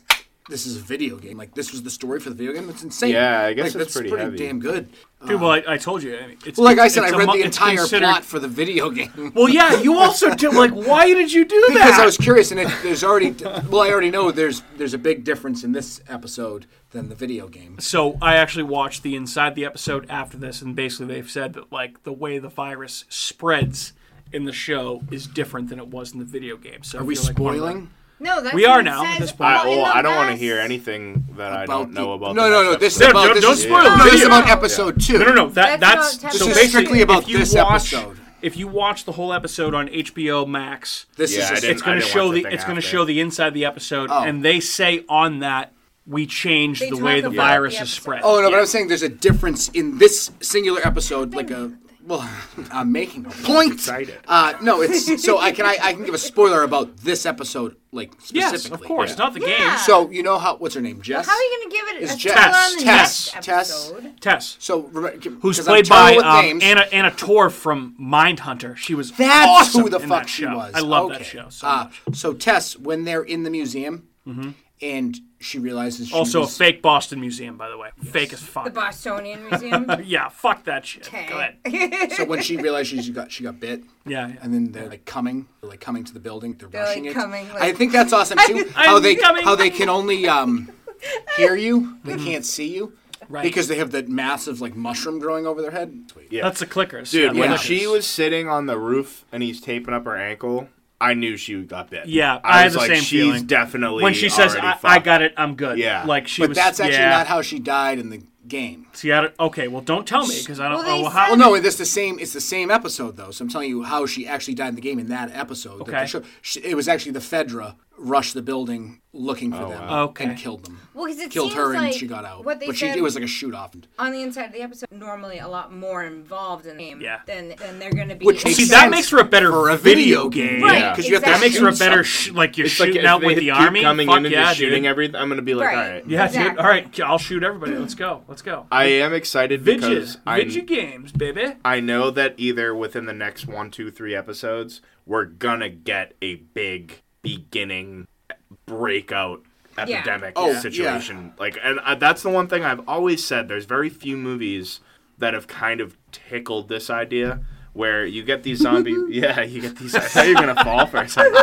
S3: this is a video game. Like this was the story for the video game. That's insane.
S2: Yeah, I guess
S3: like,
S2: it's
S3: that's
S2: pretty heavy.
S3: damn good.
S1: Dude, well, I, I told you. I mean, it's,
S3: Well, like I
S1: it's-
S3: said, I
S1: it's a
S3: read
S1: mo-
S3: the
S1: it's
S3: entire
S1: considered-
S3: plot for the video [LAUGHS] game.
S1: Well, yeah, you also did. Like, why did you do that?
S3: because I was curious, and it, there's already well, I already know there's there's a big difference in this episode than the video game.
S1: So I actually watched the inside the episode after this, and basically they've said that like the way the virus spreads in the show is different than it was in the video game. So
S3: Are we spoiling?
S4: No, that's
S1: We
S4: what
S1: are
S4: it
S1: now, at this
S4: says all
S1: point.
S2: I,
S4: in
S2: well,
S4: the
S2: oh, I don't want to
S4: last-
S2: hear anything that I
S3: About
S2: don't know
S3: the-
S2: about.
S3: No,
S2: the
S3: no,
S2: next
S3: no, this is
S2: episode.
S1: Yeah,
S3: about-
S1: don't,
S3: this
S1: don't
S3: is-
S1: spoil.
S2: yeah.
S1: the
S3: No, this is
S1: video.
S3: about episode
S1: No,
S3: two.
S1: no, no. That
S4: That's
S1: that's,
S4: about
S1: so
S4: ten
S3: This
S1: basically
S3: is strictly about
S1: if you
S3: this
S1: watch,
S3: episode.
S1: If you watch the whole episode on HBO Max,
S3: This
S2: Yeah, I
S3: is Oh.
S2: didn't-
S1: it's going to
S2: watch
S1: show
S2: the
S1: the
S2: thing
S1: it's going to
S2: after.
S1: show the inside the episode, and they say on that we changed
S4: They
S1: the way
S4: talk
S1: the
S4: about
S1: virus
S4: the
S1: is
S4: episode.
S1: spread.
S3: Oh no, but I'm saying there's a difference in this singular episode, like a well, [LAUGHS] I'm making a point.
S2: Excited.
S3: Uh, no, it's so I can I, I can give a spoiler about this episode, like specifically.
S1: yes, of course,
S2: Yeah.
S1: not the
S4: Yeah.
S1: game.
S3: So you know how what's her name, Jess?
S4: How are you going to give it
S3: It's
S4: a
S3: Jess.
S4: spoiler on the
S3: Tess.
S4: next
S3: Tess.
S4: episode?
S1: Tess.
S3: So remember,
S1: who's
S3: 'cause I'm
S1: played by
S3: terrible with
S1: um,
S3: names.
S1: Anna Anna Torv from Mindhunter. She was
S3: That's
S1: awesome
S3: who the
S1: in
S3: fuck
S1: that
S3: she
S1: show.
S3: was.
S1: I love
S3: Okay.
S1: that show so
S3: Uh,
S1: much. Mm-hmm.
S3: So Tess, when they're in the museum, and she realizes she
S1: Also, a
S3: was-
S1: fake Boston museum, by the way. Fake as fuck.
S4: The Bostonian [LAUGHS] Museum.
S1: yeah, fuck that shit.
S4: Okay.
S1: Go ahead.
S3: so when she realizes she got she got bit,
S1: [LAUGHS] Yeah, yeah.
S3: and then they're like coming, they're like coming to the building, they're,
S4: They're,
S3: rushing
S4: like,
S3: it.
S4: coming, like-
S3: I think that's awesome too.
S1: I'm
S3: how they
S1: coming.
S3: how they can only um, hear you, they can't see you,
S1: Mm-hmm. Right.
S3: Because they have that massive like mushroom growing over their head. Sweet.
S2: Yeah.
S1: That's the clickers.
S2: Dude,
S1: yeah,
S2: when
S1: the
S2: she
S1: clickers.
S2: was sitting on the roof and he's taping up her ankle, I knew she got bit.
S1: Yeah, I
S2: I,
S1: had
S2: was
S1: the
S2: like,
S1: same
S2: she's
S1: feeling.
S2: definitely
S1: when she says,
S2: already
S1: I,
S2: fucked."
S1: "I got it, I'm good."
S2: Yeah.
S1: like she
S3: But
S1: was.
S3: that's actually
S1: yeah.
S3: not how she died in the game.
S1: See, I don't, okay, well, don't tell me because I don't
S4: Well, they
S1: know how.
S3: Well, no, it's the same. It's the same episode though. So I'm telling you how she actually died in the game in that episode. that they
S1: Okay.
S3: show- she, it was actually the Fedra rushed the building looking
S2: Oh,
S3: for them
S1: Okay.
S3: and killed them.
S4: Well, 'cause it
S3: killed
S4: seems
S3: her and
S4: like
S3: she got out.
S4: what they
S3: but
S4: said-
S3: she it was like a shoot off.
S4: on the inside of the episode, normally a lot more involved in the game
S1: Yeah.
S4: than, than they're going to be.
S3: Which
S1: See,
S3: makes
S1: that
S3: sense
S1: makes for a better
S3: for a video game.
S4: Right,
S2: Yeah.
S3: Because you have to
S1: That makes for a
S3: shoot
S1: better
S3: something.
S1: sh- like you're
S2: It's like
S1: shooting
S2: if
S1: out
S2: they
S1: with the
S2: keep
S1: army.
S2: coming
S1: Fuck
S2: in and
S1: yeah,
S2: just shooting
S1: dude.
S2: everything. I'm gonna be like,
S4: Right.
S2: all right.
S1: Yeah, dude.
S4: Exactly.
S1: All right, I'll shoot everybody. Let's go. Let's go.
S2: I am excited because
S1: Vidges,
S2: I,
S1: Vidge games, baby.
S2: I know that either within the next one, two, three episodes, we're gonna get a big beginning breakout
S4: Yeah.
S2: epidemic
S3: Oh, yeah.
S2: situation. Like, and uh, that's the one thing I've always said. There's very few movies that have kind of tickled this idea. Where you get these
S3: [LAUGHS]
S2: zombie, yeah, you get these. I thought you were gonna fall for a second.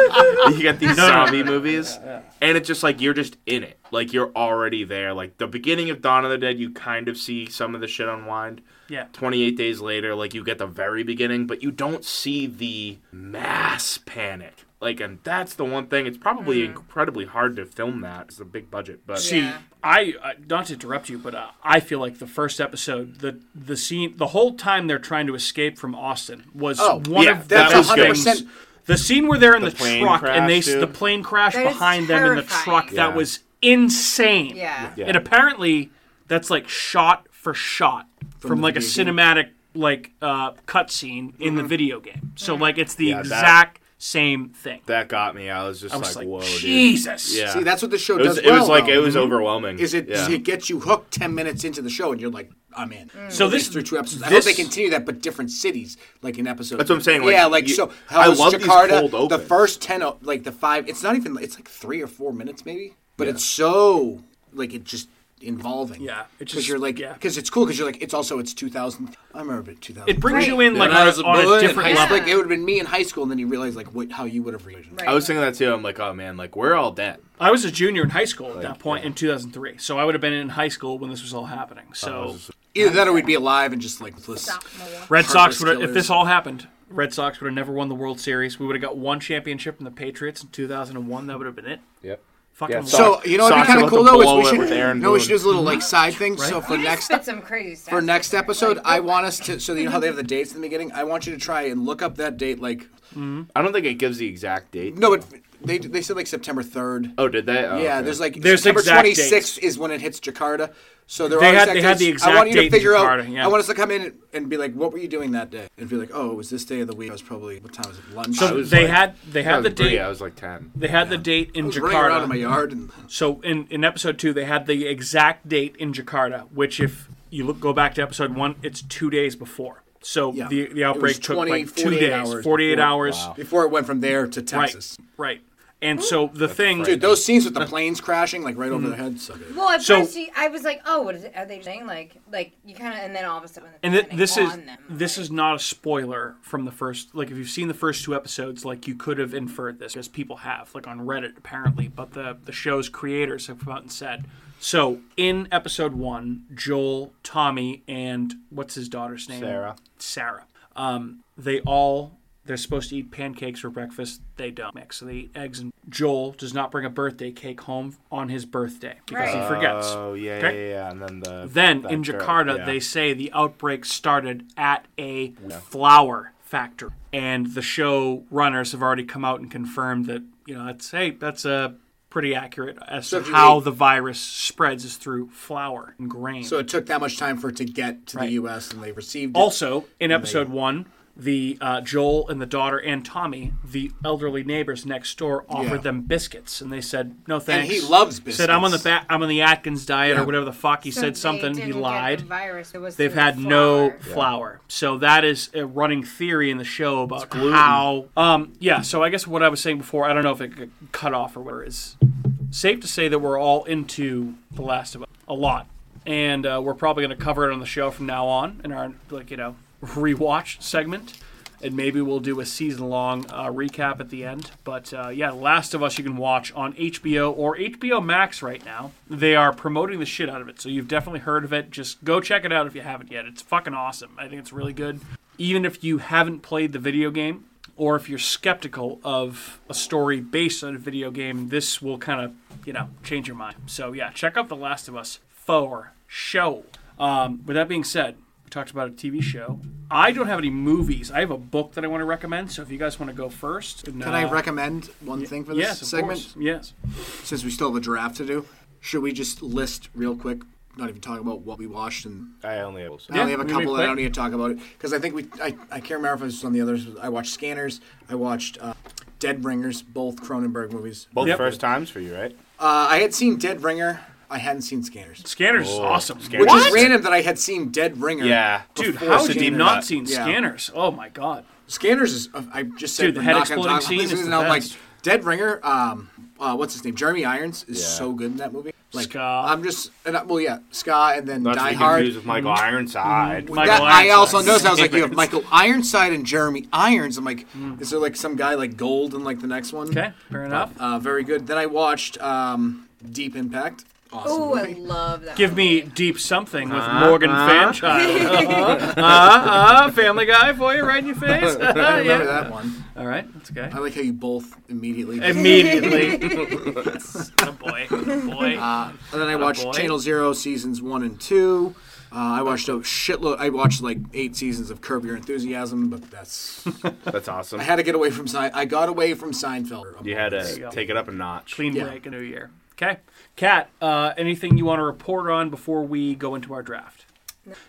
S2: You get these
S1: No, no, no,
S2: zombie movies, and it's just like you're just in it, like you're already there. Like the beginning of Dawn of the Dead, you kind of see some of the shit unwind.
S1: Yeah.
S2: 28 days later, like you get the very beginning, but you don't see the mass panic. Like, and that's the one thing. It's probably
S3: Hmm.
S2: incredibly hard to film that. It's a big budget, but
S1: See,
S4: Yeah.
S1: I uh, not to interrupt you, but uh, I feel like the first episode, the the scene, the whole time they're trying to escape from Austin was
S3: Oh,
S1: one
S2: yeah,
S1: of
S2: that
S1: the
S2: was
S1: best
S2: good.
S1: things. The scene where they're in the,
S2: plane
S1: truck and they
S2: crash,
S1: s the
S2: dude.
S1: plane crash
S4: That is
S1: behind them in the truck
S4: terrifying.
S1: that
S2: Yeah.
S1: was insane.
S4: Yeah.
S2: Yeah.
S1: and apparently that's like shot for shot from,
S3: the
S1: like a
S3: video game.
S1: cinematic like uh, cutscene in
S4: Mm-hmm.
S1: the video game. So like it's the
S2: Yeah, that-
S1: exact same thing.
S2: that got me. I was just
S1: I was
S2: like,
S1: like,
S2: whoa, dude.
S1: Jesus.
S2: Yeah.
S3: See, that's what the show
S2: It was,
S3: does.
S2: it was
S3: well,
S2: like,
S3: though.
S2: it was overwhelming.
S3: Hmm. Is it?
S2: Yeah.
S3: It gets you hooked ten minutes into the show, and you're like, I'm in.
S4: Mm.
S1: So
S3: At
S1: this-
S3: least through two episodes. I hope
S1: this-
S3: they continue that, but different cities, like in episode.
S2: That's what I'm saying, like,
S3: yeah, like
S2: you-
S3: so. How
S2: I
S3: is
S2: love these
S3: Jakarta?
S2: cold
S3: the
S2: opens.
S3: first ten, o- like the five. It's not even. It's like three or four minutes, maybe. But it's so like it just involving.
S1: Yeah, it
S3: because
S1: just-
S3: you're like,
S1: yeah.
S3: because it's cool. Because you're like, it's also it's 2000. I remember it 2000.
S1: It brings
S4: Right.
S1: you in
S3: When
S1: like
S3: I
S1: on,
S3: was
S1: a, on a
S3: boy in
S1: different
S3: high
S1: level.
S3: school, Like it would have been me in high school, and then you realize like what how you would have reacted.
S4: Right.
S2: I was thinking that too. I'm like, oh man, like we're all dead.
S1: I was a junior in high school at that point in 2003, so I would have been in high school when this was all happening.
S2: Oh,
S1: So
S3: Either that, or we'd be alive and just like let's-
S4: Stop, Malone.
S1: Red Sox
S3: Heartless
S1: would have, if
S3: killers.
S1: this all happened, Red Sox would have never won the World Series. We would have got one championship from the Patriots in 2001. That would have been it.
S2: Yep.
S1: Fucking
S2: Yeah,
S1: wild.
S2: Sox-
S3: So you know what'd
S2: Sox
S3: be kind
S2: about
S3: of
S2: to
S3: cool though
S2: blow
S3: is we
S2: it
S3: should
S2: with Aaron
S3: no we should
S2: Boone.
S3: do this little like side thing. So for
S4: You just
S3: next
S4: spit some crazy stuff.
S3: for next episode,
S4: Like,
S3: I want us to. So you know how they have the dates in the beginning. I want you to try and look up that date. Like
S2: I don't think it gives the exact date.
S3: no, but they they said like September third.
S2: Oh, did they? Oh,
S3: yeah,
S2: okay.
S3: there's like
S1: There's
S3: September
S1: exact
S3: twenty
S1: dates.
S3: sixth is when it hits Jakarta. So there
S1: They
S3: are
S1: had-
S3: exact
S1: they had the
S3: dates.
S1: exact
S3: I want you
S1: date
S3: to
S1: in
S3: figure out.
S1: Jakarta, yeah.
S3: I want us to come in and, and be like, what were you doing that day? And be like, oh, it was this day of the week. It was probably what time was it? Lunch.
S1: So
S3: I was,
S1: they
S2: like-
S1: had they
S2: I
S1: had
S2: was
S1: the
S2: three,
S1: date.
S2: I was like ten.
S1: They had the date in
S3: running around in my
S1: Jakarta.
S3: yard and
S1: So in, in episode two, they had the exact date in Jakarta, which if you look go back to episode one, it's two days before. So
S3: Yeah.
S1: the the
S3: It
S1: outbreak
S3: was
S1: took
S3: 20,
S1: like two
S3: 48
S1: days,
S3: hours
S1: forty eight
S3: before.
S1: hours.
S3: before it went from there to Texas.
S1: Right. Right. And so the thing,
S3: Dude, those scenes with the planes crashing like right
S1: Mm-hmm.
S3: over their heads. So good.
S4: Well, at
S1: So-
S4: first you, I was like, "Oh, what is it? are they saying?" Like, like you kind of, and then all of a sudden,
S1: and th- this is
S4: on them.
S1: this is not a spoiler from the first. Like if you've seen the first two episodes, like you could have inferred this because people have, like on Reddit apparently. But the the show's creators have come out and said. So in episode one, Joel, Tommy, and what's his daughter's name?
S2: Sarah.
S1: Sarah. Um, they all they're supposed to eat pancakes for breakfast. They don't mix. So they eat eggs. And Joel does not bring a birthday cake home on his birthday because he
S4: Right.
S1: forgets.
S2: Oh yeah,
S1: Okay.
S2: yeah, yeah. And then the
S1: Then
S2: that
S1: in
S2: girl,
S1: Jakarta,
S2: yeah.
S1: they say the outbreak started at a flour factory, and the show runners have already come out and confirmed that you know that's hey that's a pretty accurate as
S3: So
S1: to
S3: if you
S1: how
S3: eat-
S1: the virus spreads is through flour and grain.
S3: So it took that much time for it to get to
S1: Right.
S3: the U.S. and they received it.
S1: also in episode one. The uh, Joel and the daughter and Tommy, the elderly neighbors next door, offered
S3: Yeah.
S1: them biscuits, and they said no thanks.
S3: he loves
S1: Said I'm on the
S3: biscuits."
S1: ba- I'm on the Atkins diet or
S3: Yeah.
S1: whatever the fuck. He
S4: So
S1: said
S4: they
S1: something.
S4: didn't
S1: He
S4: get the
S1: lied.
S4: virus. It was
S1: They've
S4: through
S1: had
S4: flour.
S1: no flour. So that is a running theory in the show about how. Um, yeah, so I guess what I was saying before, I don't know if it got cut off or whatever, is safe to say that we're all into The Last of Us a lot. And uh, we're probably going to cover it on the show from now on in our, like, you know, rewatch segment. And maybe we'll do a season long uh, recap at the end. But uh, yeah, Last of Us you can watch on HBO or HBO Max right now. They are promoting the shit out of it. So you've definitely heard of it. Just go check it out if you haven't yet. It's fucking awesome. I think it's really good. Even if you haven't played the video game or if you're skeptical of a story based on a video game, this will kind of, you know, change your mind. So yeah, check out The Last of Us for show. Um, with that being said, we talked about a TV show. I don't have any movies. I have a book that I want to recommend. So if you guys want to go first, and,
S3: Can I
S1: uh,
S3: recommend one thing for this
S1: yes, of
S3: segment?
S1: course. Yes.
S3: Since we still have a draft to do, should we just list real quick? Not even talking about what we watched, and
S2: I only have.
S3: I only have a
S1: we can be
S3: couple that I don't
S1: quick.
S3: need to talk about it because I think we. I, I can't remember if it was on the others. I watched Scanners. I watched uh, Dead Ringers, both Cronenberg movies.
S2: Both
S1: Yep.
S2: first times for you, right?
S3: Uh, I had seen Dead Ringer. I hadn't seen Scanners,
S1: Scanners is
S2: Oh,
S1: awesome.
S2: Scanners.
S3: which
S1: What?
S3: is random that I had seen Dead Ringer.
S2: Yeah.
S1: Dude,
S3: before
S1: how did you
S3: Scanners.
S1: not seen
S3: Yeah.
S1: Scanners? Oh my god.
S3: Scanners is. uh, I just said
S1: Dude, the
S3: we're
S1: head
S3: not gonna
S1: exploding
S3: talk about
S1: scene
S3: this,
S1: is the
S3: and I'm like
S1: best.
S3: Dead Ringer. Um, uh, what's his name? Jeremy Irons is
S2: Yeah.
S3: so good in that movie. Like,
S1: Ska.
S3: I'm just and I, well, yeah, Ska, and then
S2: Not to
S3: Die
S2: be
S3: Hard.
S2: confused with Michael
S1: Mm-hmm.
S2: Ironside.
S1: Michael
S3: that, I also
S1: Ironside.
S3: noticed. I was like,
S1: [LAUGHS]
S3: you have Michael Ironside and Jeremy Irons. I'm like, is there like some guy like Gold in like the next one?
S1: Hmm. Okay, fair enough.
S3: Uh, very good. Then I watched um, Deep Impact. Awesome
S4: Ooh, I
S3: movie.
S4: love that.
S1: Give me deep something with Morgan Fairchild. [LAUGHS] Uh-huh, uh-huh, Family Guy for you, right in your [LAUGHS] face.
S3: I remember
S1: Yeah.
S3: that one.
S1: All right, that's okay.
S3: I like how you both
S1: [LAUGHS]
S3: immediately.
S1: Immediately. oh boy, oh boy.
S3: Uh, And then I watched
S1: boy.
S3: Channel Zero seasons one and two. Uh, I watched a shitload. I watched like eight seasons of Curb Your Enthusiasm, but that's
S2: That's awesome.
S3: I had to get away from Sein. I got away from Seinfeld.
S2: You had
S1: you
S2: to
S1: go.
S2: take it up a notch.
S1: Clean
S3: yeah.
S1: break, a new year. Okay, Kat. Uh, anything you want to report on before we go into our draft?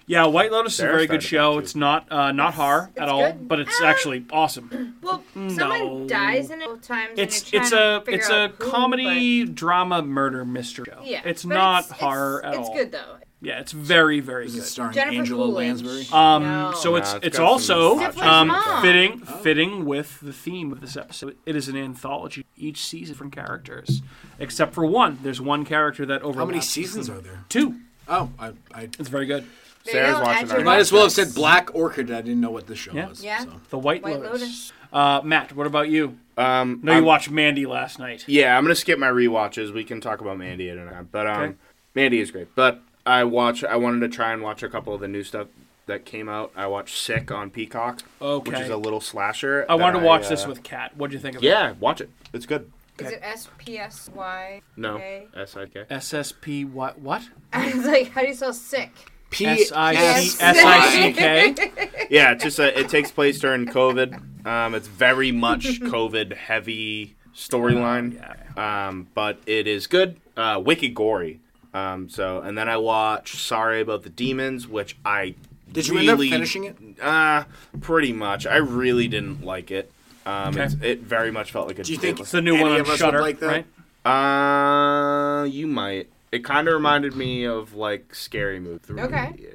S1: Yeah, White Lotus is a
S2: Sarah
S1: very good
S2: started that
S1: show.
S2: too.
S1: It's not uh, not horror at
S4: it's
S1: all,
S4: good.
S1: but it's
S4: Ah.
S1: actually awesome.
S4: Well,
S1: Mm, No.
S4: someone dies in it both times. and
S1: It's
S4: you're
S1: it's
S4: trying
S1: a
S4: to figure
S1: it's a
S4: out who,
S1: comedy drama murder mystery show.
S4: but- yeah,
S1: it's
S4: but
S1: not
S4: it's-
S1: horror
S4: it's,
S1: at
S4: it's
S1: all.
S4: good though.
S1: Yeah, it's very very
S3: Is
S1: good.
S3: it starring
S4: Jennifer
S3: Angela
S4: Coolidge.
S3: Lansbury?
S1: Um,
S4: No.
S1: So it's
S2: Nah,
S1: it's,
S2: it's got
S1: also
S2: some hot
S4: Different
S1: um,
S4: mom.
S1: fitting fitting with the theme of this episode. It is an anthology. Each season, different characters, except for one. There's one character that overlaps.
S3: How many seasons are
S1: [LAUGHS]
S3: there?
S1: Two.
S3: Oh, I, I
S1: It's very good.
S4: There
S2: Sarah's
S4: you go,
S2: watching
S4: add
S2: that.
S4: your
S3: might as well have
S4: voice.
S3: said Black Orchid. I didn't know what this show
S1: Yeah.
S3: was.
S4: Yeah.
S3: so.
S1: The White,
S4: White
S1: Lotus.
S4: Lotus.
S1: Uh, Matt, what about you?
S2: Um,
S1: No, you
S2: I'm-
S1: watched Mandy last night.
S2: Yeah, I'm gonna skip my rewatches. We can talk about Mandy at another time. But um,
S1: Okay.
S2: Mandy is great. But I watch. I wanted to try and watch a couple of the new stuff that came out. I watched Sick on Peacock, which
S1: Okay.
S2: is a little slasher.
S1: I wanted
S2: that
S1: to watch
S2: uh,
S1: this with Kat. What'd you think of it?
S2: Yeah, watch it. It's good.
S4: Is it S P S Y? [LAUGHS]
S2: No,
S4: Okay.
S2: S I K.
S1: SSP what what?
S4: I was like, how do you spell sick?
S3: P
S1: S I C
S3: S
S1: S I C
S3: Y.
S1: K.
S4: [LAUGHS]
S2: Yeah, it's just a, it takes place during COVID. Um, it's very much COVID heavy storyline. Um, but it is good. Uh, wicked gory. Um, so and then I watched Sorry About the Demons, which I
S3: Did you
S2: really,
S3: end up finishing it?
S2: Uh, pretty much. I really didn't like it. Um, it's, it very much felt like a.
S3: Do you think
S1: It's the new
S3: Any
S1: one on
S3: of us would
S1: Shutter,
S3: like that?
S1: right?
S2: Uh, you might. It kind of reminded me of like scary movie three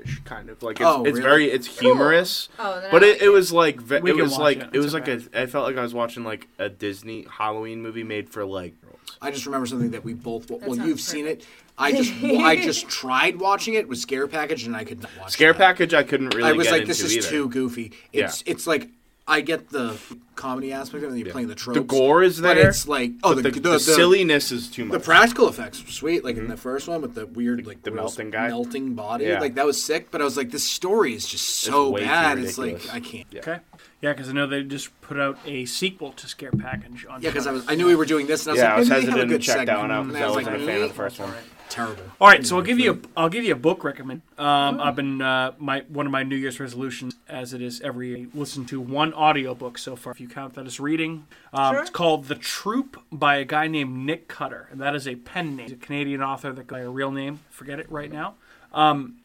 S2: ish kind of like it's,
S3: Oh,
S2: it's
S3: really?
S2: very it's humorous,
S4: Oh, then
S2: but
S4: I
S2: it,
S4: like
S2: it was like ve-
S1: We
S2: it
S1: can
S2: was
S1: watch
S2: like
S1: it.
S2: it
S1: It's
S2: was like
S1: okay.
S2: a I felt like I was watching like a Disney Halloween movie made for like
S3: [LAUGHS] I just remember something that we both. Well,
S4: sounds
S3: you've seen it. I just, I just tried watching it with Scare Package, and I could not watch.
S2: scare
S3: that.
S2: package. I couldn't really.
S3: I was
S2: get
S3: like,
S2: into
S3: this is
S2: either.
S3: too goofy. It's, it's like I get the comedy aspect of it. and You're playing the tropes.
S2: The gore is
S3: but
S2: there.
S3: it's like oh,
S2: the,
S3: the,
S2: the silliness is too much.
S3: The practical effects were sweet, like in the first one with the weird, like
S2: the
S3: gross
S2: melting guy?
S3: melting body,
S2: Yeah.
S3: like that was sick. But I was like, this story is just so
S2: way too
S3: bad. It's like
S2: ridiculous.
S3: I can't. Yeah,
S1: Okay. Yeah, because I know they just put out a sequel to Scare Package on.
S3: because I
S1: Shudder.
S3: was, I knew we were doing this, and I was
S2: yeah, I
S3: like,
S2: was
S3: maybe they have a
S2: hesitant to
S3: good
S2: check that
S3: segment.
S2: one out
S3: And
S2: because
S3: I was
S2: wasn't
S3: like,
S2: a fan of the
S3: "Meh,
S2: first one.
S3: terrible.
S1: All right, so I'll give you a I'll give you a book recommend.
S3: Oh.
S1: Um, I've been uh, my one of my New Year's resolutions, as it is every year, listen to one audiobook so far. If you count that as reading, um,
S4: Sure.
S1: it's called "The Troop" by a guy named Nick Cutter, and that is a pen name. He's a Canadian author that got a real name. Forget it right now. Um,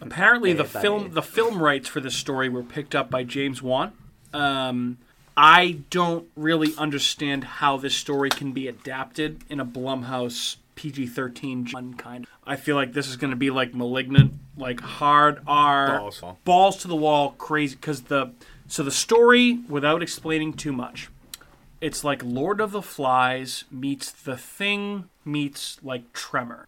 S1: apparently, the film the film rights for this story were picked up by James Wan. Um, I don't really understand how this story can be adapted in a Blumhouse PG thirteen kind. I feel like this is going to be like Malignant, like hard R,
S2: Balls.
S1: balls to the wall, crazy. Because the so the story, without explaining too much, it's like Lord of the Flies meets The Thing meets like Tremor.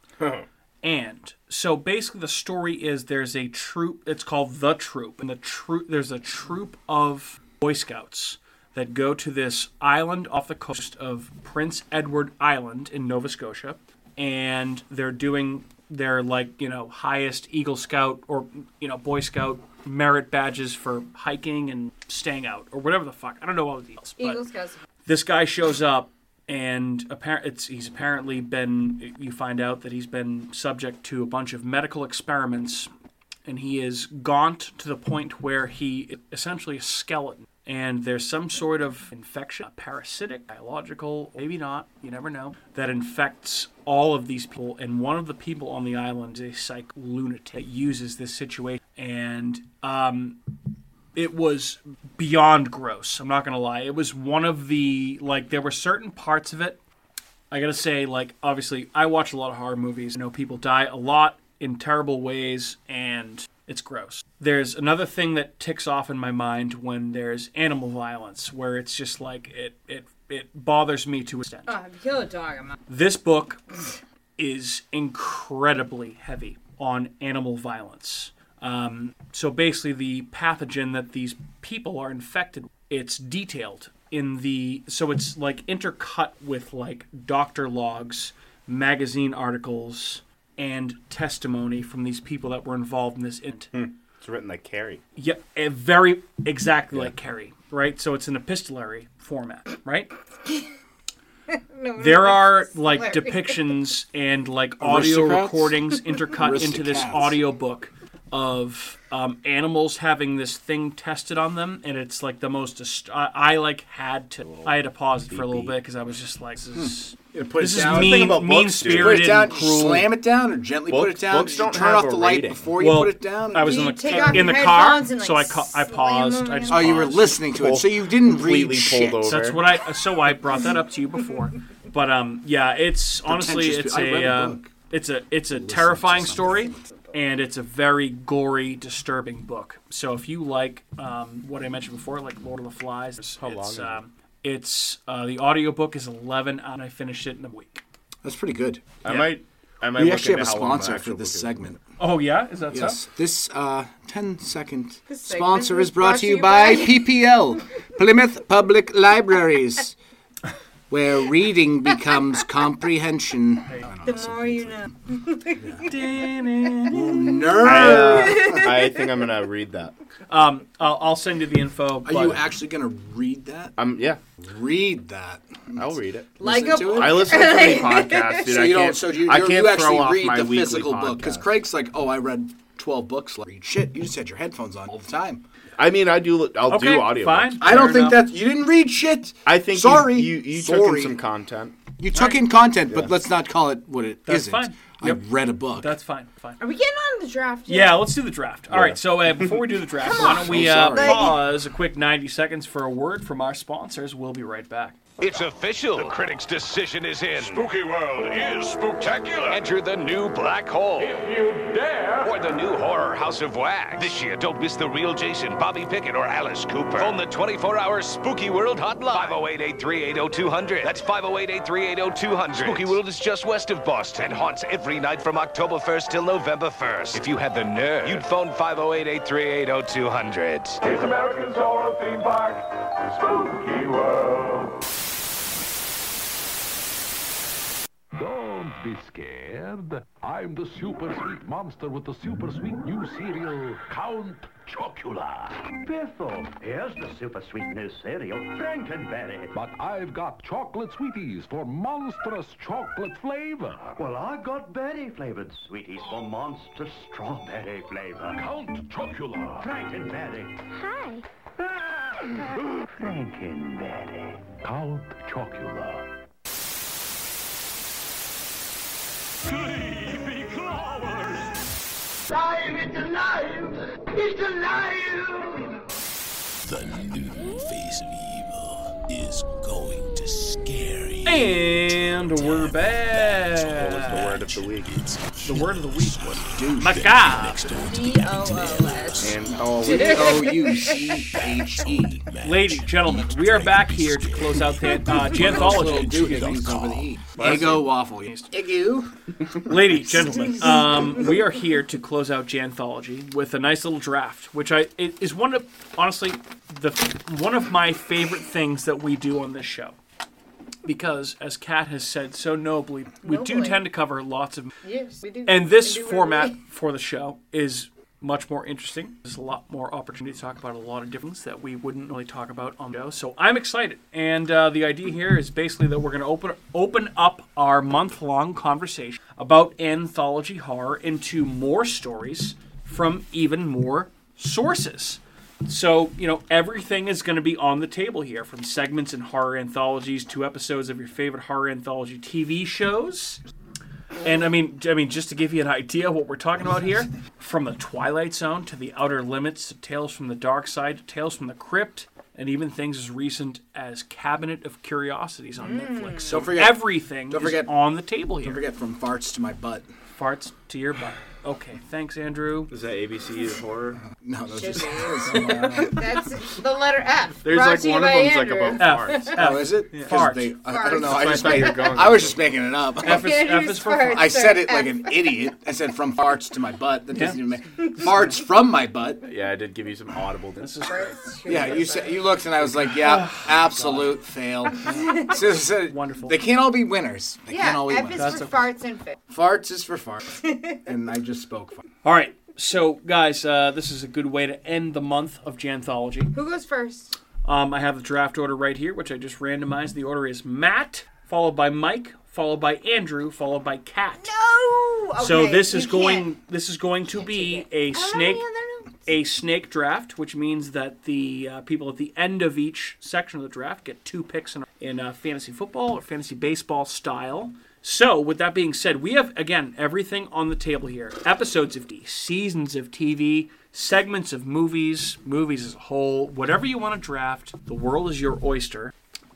S1: And so basically, the story is there's a troop. It's called the troop, and the troop there's a troop of Boy Scouts that go to this island off the coast of Prince Edward Island in Nova Scotia, and they're doing their like you know highest Eagle Scout or you know Boy Scout merit badges for hiking and staying out or whatever the fuck. I don't know all the details. but-
S4: Eagle Scouts.
S1: this guy shows up and appar- it's, he's apparently been you find out that he's been subject to a bunch of medical experiments and he is gaunt to the point where he is essentially a skeleton and there's some sort of infection parasitic biological maybe not you never know that infects all of these people and one of the people on the island is a psych lunatic that uses this situation and um, it was beyond gross. I'm not gonna lie. It was one of the like there were certain parts of it. I gotta say, like obviously, I watch a lot of horror movies. I know people die a lot in terrible ways, and it's gross. There's another thing that ticks off in my mind when there's animal violence, where it's just like it it it bothers me to an extent.
S4: Oh, if you kill a dog, I'm out.
S1: This book is incredibly heavy on animal violence. Um, so basically, the pathogen that these people are infected, it's detailed in the so it's like intercut with like doctor logs, magazine articles, and testimony from these people that were involved in this int.
S2: It's written like Carrie.
S1: Yeah, eh, very exactly like Carrie, right? So it's an epistolary format, right?
S4: No,
S1: There are like
S4: Larry. [LAUGHS]
S1: depictions and like audio
S3: Aristocrats?
S1: recordings intercut into this
S3: Aristocats.
S1: audio book of um, animals having this thing tested on them, and it's like the most. Dist- I, I like had to. I had to pause it for a little bit because I was just like, this is,
S3: Yeah, Hmm. put
S1: this
S3: it
S1: is
S3: down.
S2: thing
S1: mean,
S2: about
S1: mean
S2: books, dude.
S1: spirited
S3: Put it down,
S1: and cruel.
S3: slam it down, or gently put
S2: Book-
S3: it down.
S2: books
S3: You
S2: don't
S3: turn
S2: have
S3: off
S2: a
S3: the light
S2: rating.
S3: before
S1: well,
S3: you put it down.
S1: I was
S4: Do
S1: in
S4: you take
S1: the
S4: off
S1: in the
S4: your
S1: car,
S4: headphones and,
S1: so I
S4: like,
S1: ca- I
S4: slam
S1: paused.
S4: them
S1: I just
S4: in?
S3: oh, you were
S1: paused.
S3: listening to it, so you didn't read
S2: Completely
S3: shit.
S2: pulled over.
S1: That's what I. So I brought that up to you before, but um, yeah, it's honestly
S3: Pretentious
S1: it's
S3: pe- I read
S1: a
S3: the
S1: uh,
S3: book.
S1: it's a it's a terrifying story, and it's a very gory, disturbing book. So if you like um, what I mentioned before, like Lord of the Flies, it's,
S2: long is it?
S1: um, it's uh, the audiobook is eleven, and I finished it in a week.
S3: That's pretty good.
S2: I
S1: Yeah.
S2: might. I might.
S3: We
S2: look
S3: actually have
S2: into
S3: a
S2: how long the
S3: sponsor for
S2: actual
S3: this
S2: book is.
S3: segment.
S1: Oh yeah, is that [LAUGHS]
S3: Yes. This uh, 10 second
S4: This segment
S3: sponsor
S4: is
S3: is brought to you by
S4: [LAUGHS]
S3: PPL, Plymouth Public Libraries, where reading becomes comprehension.
S4: The more you know. [LAUGHS]
S1: so?
S2: I,
S3: Oh, Nerd! [LAUGHS]
S2: uh, I think I'm gonna read that.
S1: um, I'll, I'll send you the info.
S3: Are
S1: But
S3: you actually going to read that?
S2: Um, yeah,
S3: Read that.
S2: I'll read it.
S4: Like
S3: Listen to
S4: a
S3: it.
S2: I listen to many podcasts, dude.
S3: So
S2: I
S3: you don't.
S2: can't,
S3: So you,
S2: I
S3: you're-
S2: can't
S3: you actually
S2: throw off
S3: read
S2: my
S3: the
S2: weekly
S3: physical book because
S2: podcast.
S3: Craig's like, "Oh, I read twelve books." Like, read shit, you just had your headphones on all the time.
S2: I mean, I do. I'll
S1: okay,
S2: do audio.
S1: fine.
S3: I don't
S1: fair
S3: think
S1: enough.
S3: that you didn't read shit.
S2: I think. you-
S3: Sorry,
S2: You, you, took in
S3: Sorry.
S2: some content.
S3: You took in content, but let's not call it what it
S1: That's
S3: not
S1: fine.
S3: I
S1: Yep.
S3: read a book.
S1: that's fine. Fine.
S4: Are we getting on the draft? yet?
S1: Yeah, let's do the draft. All right, so uh, before we do the draft, why don't we
S3: I'm
S1: uh,
S3: sorry.
S1: pause a quick 90 seconds for a word from our sponsors? We'll be right back.
S5: It's official. The critic's decision is in.
S6: Spooky World is spooktacular.
S5: Enter the new black hole.
S6: if you dare,
S5: Or the new horror House of Wax. This year, don't miss the real Jason, Bobby Pickett, or Alice Cooper. oh Phone the 24 hour Spooky World hotline 508 838 0200. That's 508 838 0200. Spooky World is just west of Boston and haunts every night from October 1st till November 1st. If you had the nerve, you'd phone 508 838 0200.
S6: it's American Horror Theme Park. Spooky World.
S7: Don't be scared. I'm the super sweet monster with the super sweet new cereal, Count Chocula.
S8: Biffle. Here's the super sweet new cereal, Frankenberry.
S7: But I've got chocolate sweeties for monstrous chocolate flavor.
S8: Well, I got berry flavored sweeties for monster strawberry flavor.
S7: Count Chocula.
S8: Frankenberry. Ah!
S9: Hi.
S8: Frankenberry.
S7: Count Chocula.
S6: Creepy Clovers.
S10: The new face of evil is going to scare you.
S1: And we're
S2: The
S1: back.
S2: word of the week.
S1: The word of the week.
S3: Dude.
S1: Macabre.
S4: D-O-O-S.
S2: And oh, we-
S3: [LAUGHS] O U C H E.
S1: Ladies, gentlemen, we are back here to close out the uh,
S3: Little
S1: Janthology.
S3: doohickeys over the E. Ego waffle. Ego.
S1: Ladies, gentlemen, um, we are here to close out Janthology with a nice little draft, which I it is one of honestly the one of my favorite things that we do on this show. Because, as Kat has said so nobly, we do
S4: Nobly.
S1: tend to cover lots of
S4: Yes, we do.
S1: And this
S4: We do [LAUGHS]
S1: format
S4: really-
S1: for the show is much more interesting. There's a lot more opportunity to talk about a lot of different things that we wouldn't really talk about on the show. So I'm excited. And uh, the idea here is basically that we're going to open open up our month long conversation about anthology horror into more stories from even more sources. So, you know, everything is going to be on the table here from segments in horror anthologies to episodes of your favorite horror anthology TV shows. And I mean, I mean, just to give you an idea of what we're talking about here, from the Twilight Zone to the Outer Limits, to Tales from the Dark Side, to Tales from the Crypt, and even things as recent as Cabinet of Curiosities on Netflix. So
S3: Don't forget-
S1: everything
S3: don't
S1: is
S3: forget-
S1: on the table here.
S3: Forget from farts to my butt.
S1: Farts to your butt. Okay, thanks, Andrew.
S2: is that ABC horror?
S3: No, those
S4: Should
S3: just.
S4: be.
S3: oh,
S4: That's the letter F.
S2: There's
S4: Brought
S2: like
S4: to you
S2: one of
S4: by
S2: them's
S4: Andrew.
S2: like
S1: F.
S2: about farts.
S1: F.
S3: is it? 'Cause
S1: Farts.
S3: they- I, I don't know. I
S2: That's
S3: just
S2: why I thought you
S3: made,
S2: were going
S3: I was
S2: with
S3: just making it up.
S1: F is, F is for
S4: Andrew's
S1: farts.
S3: I said it like
S4: F.
S3: an idiot. I said from farts to my butt. That doesn't
S1: Yeah.
S3: even make farts from my butt.
S2: Yeah, I did give you some audible. This is
S3: Yeah, you said, you looked and I was like, yeah, absolute fail. So- so-
S1: Wonderful.
S3: They can't all be winners. They can't
S4: Yeah,
S3: all be
S4: F
S3: winners.
S4: is for farts and fit.
S3: Farts is for farts. and I just spoke. Fart.
S1: All right, so guys, uh, this is a good way to end the month of Janthology.
S4: Who goes first?
S1: Um, I have the draft order right here, which I just randomized. The order is Matt, followed by Mike, followed by Andrew, followed by Kat.
S4: Oh, okay.
S1: So this is
S4: you
S1: going
S4: can't.
S1: this is going to be
S4: take
S1: a
S4: I don't have
S1: snake
S4: any other notes.
S1: a snake draft, which means that the uh, people at the end of each section of the draft get two picks in, in uh, fantasy football or fantasy baseball style. So, with that being said, we have again everything on the table here: episodes of D, seasons of TV, segments of movies, movies as a whole, whatever you want to draft. The world is your oyster.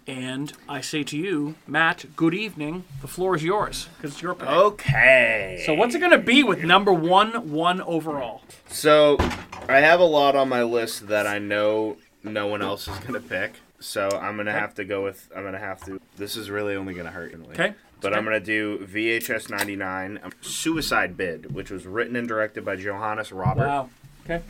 S1: And I say to you, Matt, good evening. The floor is yours because it's your pick.
S2: okay.
S1: So what's it gonna be with number one, one overall?
S2: So, I have a lot on my list that I know no one else is gonna pick. So I'm gonna have to go with. I'm gonna have to. This is really only gonna hurt.
S1: Okay.
S2: But I'm gonna do VHS '99 um, Suicide Bid, which was written and directed by Johannes Robert.
S1: Wow. Okay.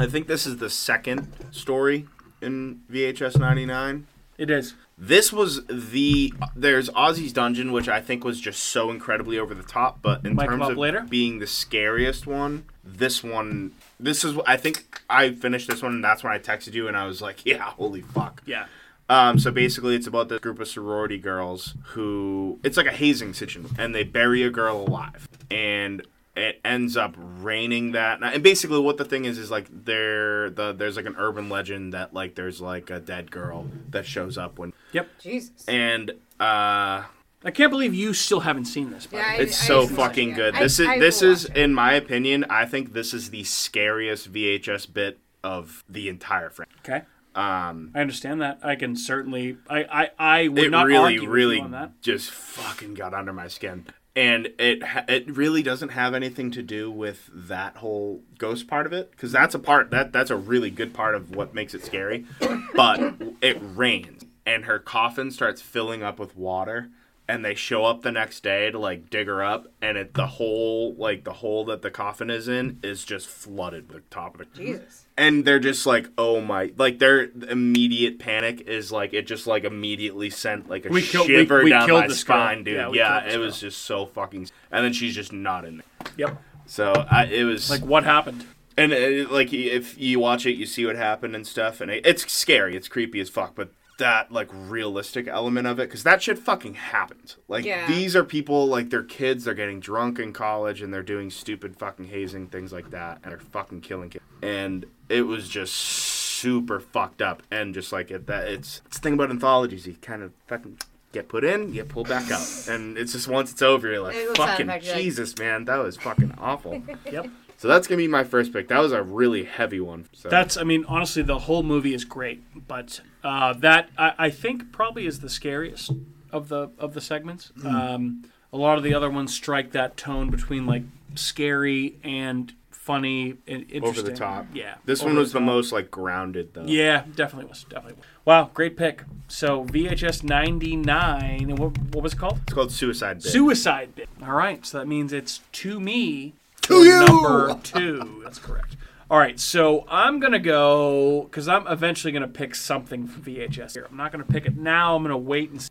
S2: I think this is the second story in VHS '99.
S1: It is.
S2: This was the there's Ozzy's Dungeon, which I think was just so incredibly over the top. But in
S1: Might come
S2: terms
S1: up
S2: of
S1: later?
S2: being the scariest one, this one, this is I think I finished this one, and that's when I texted you, and I was like, [LAUGHS] yeah, holy fuck.
S1: Yeah.
S2: Um, so basically, it's about this group of sorority girls who it's like a hazing situation, and they bury a girl alive, and it ends up raining that. night. And basically, what the thing is is like there the there's like an urban legend that like there's like a dead girl that shows up when
S1: Yep.
S4: Jesus.
S2: and uh,
S1: I can't believe you still haven't seen this. By the way.
S4: I-
S2: it's
S4: I
S2: so
S4: just-
S2: fucking
S4: yeah.
S2: good.
S4: I-
S2: This
S4: I
S2: is this
S4: will
S2: is,
S4: watch it.
S2: in my opinion, I think this is the scariest VHS bit of the entire franchise.
S1: Okay.
S2: Um,
S1: I understand that. I can certainly. I I, I would
S2: it
S1: not
S2: really,
S1: argue with you
S2: really
S1: on that.
S2: just fucking got under my skin, and it ha- it really doesn't have anything to do with that whole ghost part of it because that's a part that that's a really good part of what makes it scary, [COUGHS] but it rains and her coffin starts filling up with water. And they show up the next day to like dig her up, and it the hole like the hole that the coffin is in is just flooded with the top of it
S4: Jesus.
S2: and they're just like oh my like their immediate panic is like it just like immediately sent like a
S1: We killed- we-
S2: shiver
S1: we
S2: down
S1: killed
S2: my
S1: this girl.
S2: spine dude
S1: Yeah,
S2: yeah,
S1: we killed this
S2: it was just so fucking and then she's just not in there
S1: Yep.
S2: so I, it was
S1: Like what happened?
S2: and uh, like if you watch it you see what happened and stuff and it, it's scary it's creepy as fuck but that like realistic element of it because that shit fucking happened like
S4: Yeah.
S2: these are people like they're kids they're getting drunk in college and they're doing stupid fucking hazing things like that and they're fucking killing kids and it was just super fucked up and just like it that it's it's the thing about anthologies you kind of fucking get put in get pulled back out and it's just once it's over you're like
S4: It looks out of
S2: fucking
S4: fact, you're like-
S2: jesus man that was fucking
S4: [LAUGHS]
S2: awful
S1: Yep.
S2: so that's gonna be my first pick. That was a really heavy one. So.
S1: That's, I mean, honestly, the whole movie is great, but uh, that I, I think probably is the scariest of the of the segments.
S2: Hmm.
S1: Um, a lot of the other ones strike that tone between like scary and funny and interesting.
S2: over the top.
S1: Yeah.
S2: This
S1: Over
S2: one was the
S1: top.
S2: most like grounded though.
S1: Yeah, definitely was. Definitely was. Wow, great pick. So VHS 99, and what, what was it called?
S2: It's called Suicide Bid.
S1: Suicide Bit. All right, so that means it's to me.
S3: To
S1: for
S3: you!
S1: Number two. That's correct. All right, so I'm gonna go because I'm eventually gonna pick something from VHS here. I'm not gonna pick it now. I'm gonna wait and. See.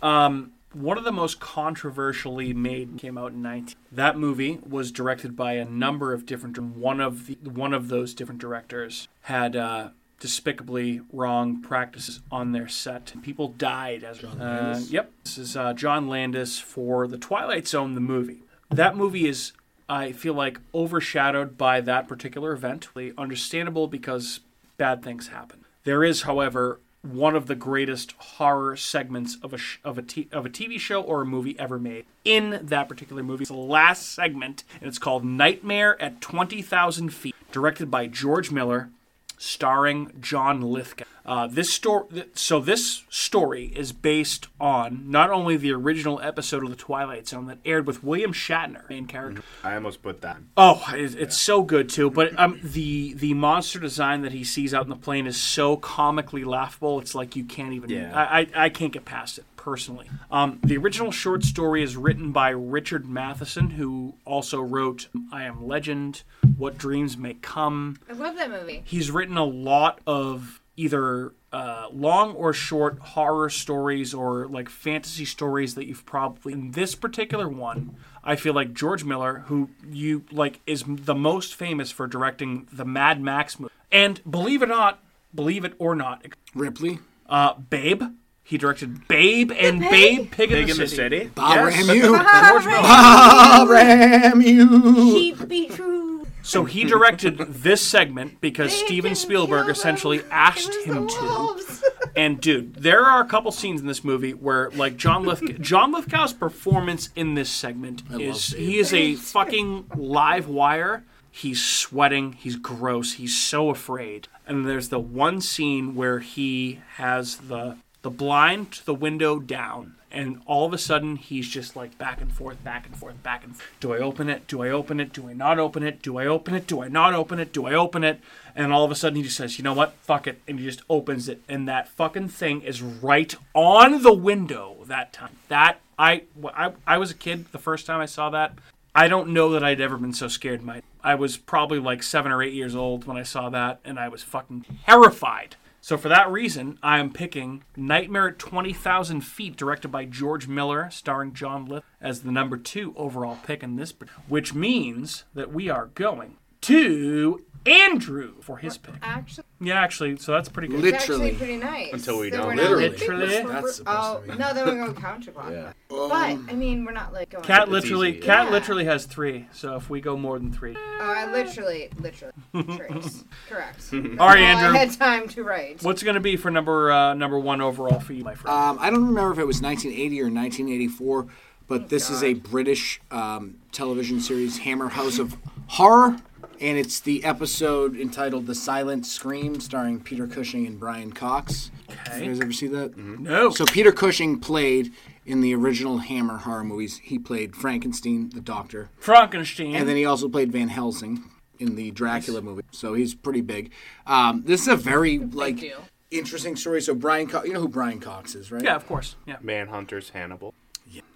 S1: Um, one of the most controversially made came out in 19. That movie was directed by a number of different. One of the one of those different directors had. Uh, Despicably wrong practices on their set. People died as uh, yep. This is uh, John Landis for the Twilight Zone, the movie. That movie is I feel like overshadowed by that particular event. Understandable because bad things happen. There is, however, one of the greatest horror segments of a sh- of a t- of a TV show or a movie ever made. In that particular movie, it's the last segment, and it's called "Nightmare at Twenty Thousand Feet," directed by George Miller, starring John Lithgow. Uh, this story, so this story is based on not only the original episode of The Twilight Zone that aired with William Shatner, main character,
S2: I almost put that.
S1: Oh, it's, it's so good too. But um, the the monster design that he sees out in the plane is so comically laughable. It's like you can't even.
S2: Yeah.
S1: I, I I can't get past it personally. Um, the original short story is written by Richard Matheson, who also wrote "I Am Legend," "What Dreams May Come."
S4: I love that movie.
S1: He's written a lot of either uh, long or short horror stories or like fantasy stories that you've probably in this particular one. I feel like George Miller, who you like, is the most famous for directing the Mad Max movie, and believe it or not, believe it or not,
S3: Ripley.
S1: uh, Babe. He directed Babe and Babe, Pig, in,
S2: Big
S1: the
S2: in the
S1: City.
S2: city.
S3: I'll ram
S1: [LAUGHS]
S4: [LAUGHS]
S3: you.
S4: George
S3: I'll ram you.
S4: Keep be [LAUGHS] true.
S1: So he directed this segment because
S4: They
S1: Steven
S4: can kill
S1: Spielberg
S4: them.
S1: essentially
S4: It
S1: asked
S4: was the
S1: him to.
S4: wolves.
S1: And dude, there are a couple scenes in this movie where like John Lithgow, John Lithgow's performance in this segment is he is a fucking live wire. He's sweating, he's gross, he's so afraid. And there's the one scene where he has the the blind to the window down and all of a sudden he's just like back and forth, back and forth, back and forth. Do I open it? Do I open it? Do I not open it? Do I open it? Do I not open it? Do I open it? And all of a sudden he just says, you know what? Fuck it. And he just opens it. And that fucking thing is right on the window that time. That, I, wh- I, I was a kid the first time I saw that. I don't know that I'd ever been so scared. in My, I was probably like seven or eight years old when I saw that, and I was fucking terrified. So for that reason, I am picking Nightmare at 20,000 Feet, directed by George Miller, starring John Lith, as the number two overall pick in this, which means that we are going to Andrew for his pick.
S4: Actually,
S1: Yeah, actually, so that's pretty good.
S3: Lit-
S4: it's
S3: Literally.
S4: actually pretty nice.
S2: Until we
S4: Then
S2: don't.
S4: we're not,
S3: Literally.
S4: like,
S1: Literally?
S3: That's supposed
S4: Oh
S3: to be-
S4: no, then we're going counterclockwise.
S2: Yeah.
S4: But I mean, we're not like going.
S1: Cat literally,
S2: easy, yeah.
S1: Cat
S4: Yeah.
S1: literally has three. So if we go more than three,
S4: Oh, I literally, literally, trace. Correct. That's
S1: all right,
S4: I
S1: Andrew,
S4: had time to write.
S1: what's going to be for number uh, number one overall for you, my friend?
S3: Um, I don't remember if it was 1980 or 1984, but this is a British um, television series, Hammer House of Horror. and it's the episode entitled "The Silent Scream," starring Peter Cushing and Brian Cox. You guys ever see that?
S1: No.
S3: So Peter Cushing played in the original Hammer horror movies. He played Frankenstein, the Doctor,
S1: Frankenstein.
S3: and then he also played Van Helsing in the Dracula movie. So he's pretty big. Um, this is a very like
S4: deal.
S3: interesting story. So Brian, Co- you know who Brian Cox is, right?
S1: yeah, of course. Yeah.
S2: Manhunters, Hannibal.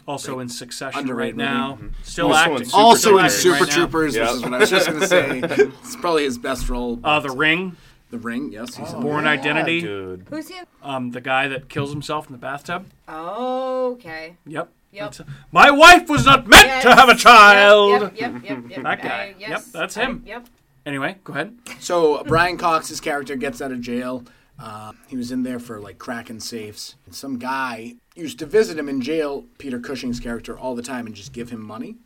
S1: Also in Succession right
S3: Underrated Mm-hmm.
S1: now. Still
S2: Also in
S1: acting.
S2: Super
S3: Also
S1: Still
S3: in
S2: Troopers.
S1: acting
S3: Super
S1: right now.
S3: Troopers,
S2: Yeah.
S3: this is what I was
S1: [LAUGHS]
S3: just gonna say. it's probably his best role.
S1: Uh, the Ring,
S3: the Ring, yes. He's
S1: Born Identity.
S2: Dude.
S4: Who's he?
S1: Um, the guy that kills himself in the bathtub.
S4: Oh, okay.
S1: Yep.
S4: Yep.
S1: That's- My wife was not meant
S4: Yes.
S1: to have a child.
S4: Yep, yep, yep, yep.
S1: That guy.
S4: I-
S1: Yep,
S4: yes,
S1: that's
S4: I-
S1: him.
S4: yep.
S1: Anyway, go ahead.
S3: So Brian Cox's character gets out of jail. Uh, he was in there for like cracking safes. And some guy used to visit him in jail, Peter Cushing's character, all the time and just give him money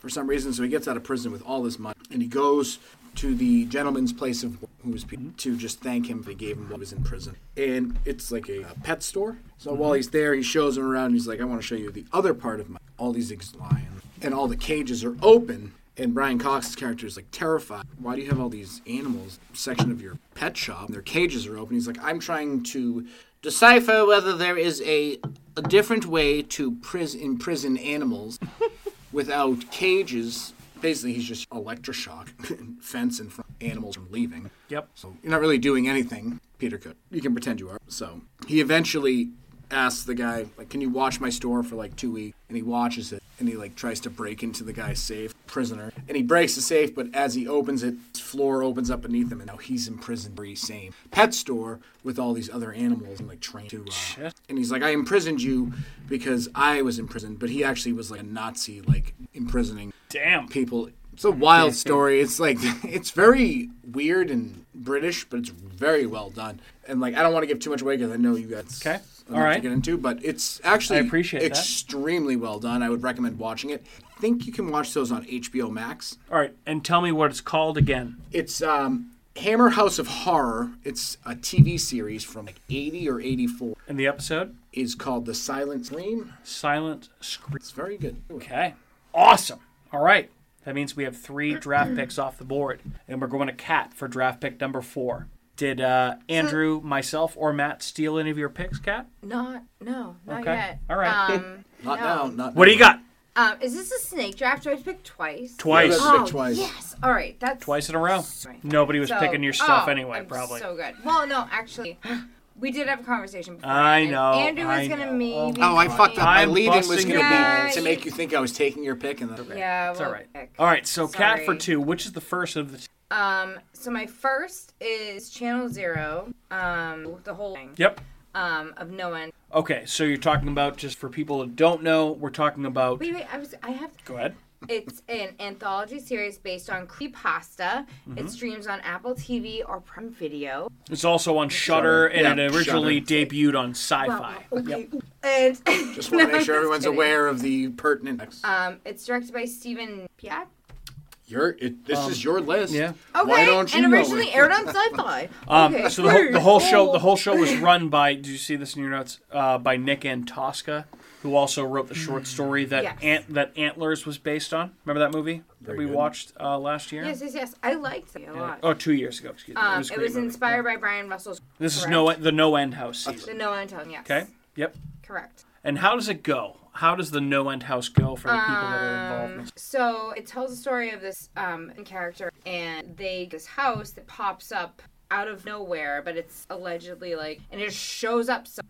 S3: for some reason. So he gets out of prison with all this money and he goes to the gentleman's place of who was Pe- to just thank him. They gave him what was in prison, and it's like a uh, pet store. So while he's there, he shows him around. And he's like, "I want to show you the other part of my all these ex- lions, and all the cages are open." And Brian Cox's character is like terrified. Why do you have all these animals section of your pet shop? And their cages are open. He's like, I'm trying to decipher whether there is a, a different way to pris- imprison animals [LAUGHS] without cages. Basically, he's just electroshock [LAUGHS] and fence in front of animals from leaving.
S1: Yep.
S3: So you're not really doing anything, Peter could. You can pretend you are. So he eventually asks the guy, like, can you watch my store for like two weeks? And he watches it and he like tries to break into the guy's safe, prisoner. And he breaks the safe, but as he opens it, his floor opens up beneath him and now he's imprisoned for the same pet store with all these other animals and like trained to uh, and he's like, I imprisoned you because I was imprisoned, but he actually was like a Nazi, like imprisoning
S1: Damn.
S3: people. It's a wild story. It's like [LAUGHS] it's very weird and British, but it's very well done. And like I don't want to give too much away because I know you guys
S1: Okay.
S3: enough
S1: All right.
S3: to get into, but it's actually
S1: I appreciate that.
S3: extremely well done. I would recommend watching it. I think you can watch those on HBO Max.
S1: All right, and tell me what it's called again.
S3: It's um, Hammer House of Horror. It's a TV series from like eighty or eighty four.
S1: In the episode,
S3: Is called The Silent Scream.
S1: silent scream.
S3: It's very good.
S1: Okay. Awesome. All right. That means we have three draft picks off the board, and we're going to Cat for draft pick number four. Did uh, Andrew, myself, or Matt steal any of your picks, Cat?
S4: Not, no, not
S1: Okay.
S4: yet.
S1: All right.
S4: Um, [LAUGHS]
S3: Not now. Not
S1: What do you got?
S4: um, is this a snake draft? Do I pick twice?
S1: Twice.
S3: Yeah,
S4: Oh,
S3: Pick twice.
S4: yes. All right, that's
S1: Twice in a row.
S4: Right.
S1: Nobody was
S4: So-
S1: picking your stuff
S4: oh,
S1: anyway,
S4: I'm
S1: probably.
S4: So good. Well, no, actually, [GASPS] we did have a conversation before.
S1: I
S4: and
S1: know,
S4: Andrew was
S1: I
S4: gonna
S1: know.
S4: maybe.
S3: Oh, I fucked up. My
S1: I'm
S3: lead-in was
S1: busting
S3: going to be
S1: your
S4: balls.
S3: to make you think I was taking your pick, and then
S4: Yeah,
S1: it's
S4: well,
S1: all right.
S4: pick.
S1: All right, so Cat for
S4: Sorry.
S1: two. Which is the first of the two?
S4: Um, so my first is Channel Zero. Um, the whole thing.
S1: Yep.
S4: Um, of no end.
S1: Okay, so you're talking about, just for people that don't know, we're talking about.
S4: Wait, wait. I was. I have.
S1: Go ahead.
S4: It's an anthology series based on creepypasta.
S1: Mm-hmm.
S4: It streams on Apple TV or Prime Video.
S1: It's also on Shutter, and
S3: Yeah,
S1: it originally debuted on Sci-Fi.
S4: Okay. [LAUGHS] And
S3: [LAUGHS] just want
S4: No,
S3: to make sure
S4: I'm
S3: everyone's
S4: kidding.
S3: aware of the pertinent.
S4: Um, it's directed by Steven Piat.
S3: your it, this is your list.
S1: yeah.
S4: Okay.
S3: Why don't you
S4: and
S3: know
S4: originally
S3: it?
S4: aired on Sci-Fi.
S1: [LAUGHS] Um,
S4: okay.
S1: so the whole, the whole show, the
S4: cool.
S1: whole show
S4: [LAUGHS]
S1: was run by. Did you see this in your notes? Uh, by Nick Antosca, who also wrote the short story that
S4: Mm. Yes.
S1: Ant, that Antlers was based on. Remember that movie that we watched uh, last year?
S4: Yes, yes, yes. I liked it a lot.
S1: Oh, two years ago. Excuse me.
S4: Um, it was,
S1: a great movie.
S4: inspired by Brian Russell's.
S1: This is
S4: correct?
S1: no the No End House season.
S4: The No End House. Yes.
S1: Okay. Yep.
S4: Correct.
S1: And how does it go? How does the No End House go for the people that are
S4: Um,
S1: involved? in this?
S4: So it tells the story of this um, character, and they this house that pops up out of nowhere, but it's allegedly like, and it just shows up. So,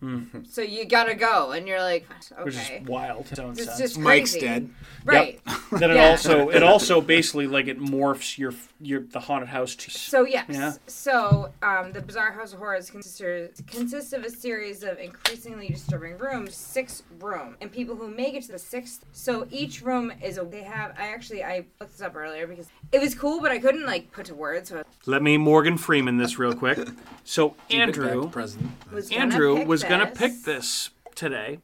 S4: so you gotta go, and you're like,
S1: Mm-hmm. Which
S4: okay,
S1: is wild. in its own
S4: it's
S1: sense.
S4: just crazy.
S3: Mike's dead.
S4: right?
S1: [LAUGHS] Then it
S4: [LAUGHS] Yeah.
S1: also it also basically like it morphs your your the haunted house to
S4: So yes.
S1: Yeah.
S4: So um, the Bizarre House of Horrors consists consists of a series of increasingly disturbing rooms, six room, and people who make it to the sixth. So each room is a. They have. I actually I looked this up earlier because it was cool, but I couldn't like put to words. So
S1: Let me Morgan Freeman this real quick.
S4: [LAUGHS]
S1: So
S3: Back to
S1: Andrew
S3: president.
S4: I was gonna
S1: Andrew
S4: pick
S1: was going to
S4: this.
S1: pick this today,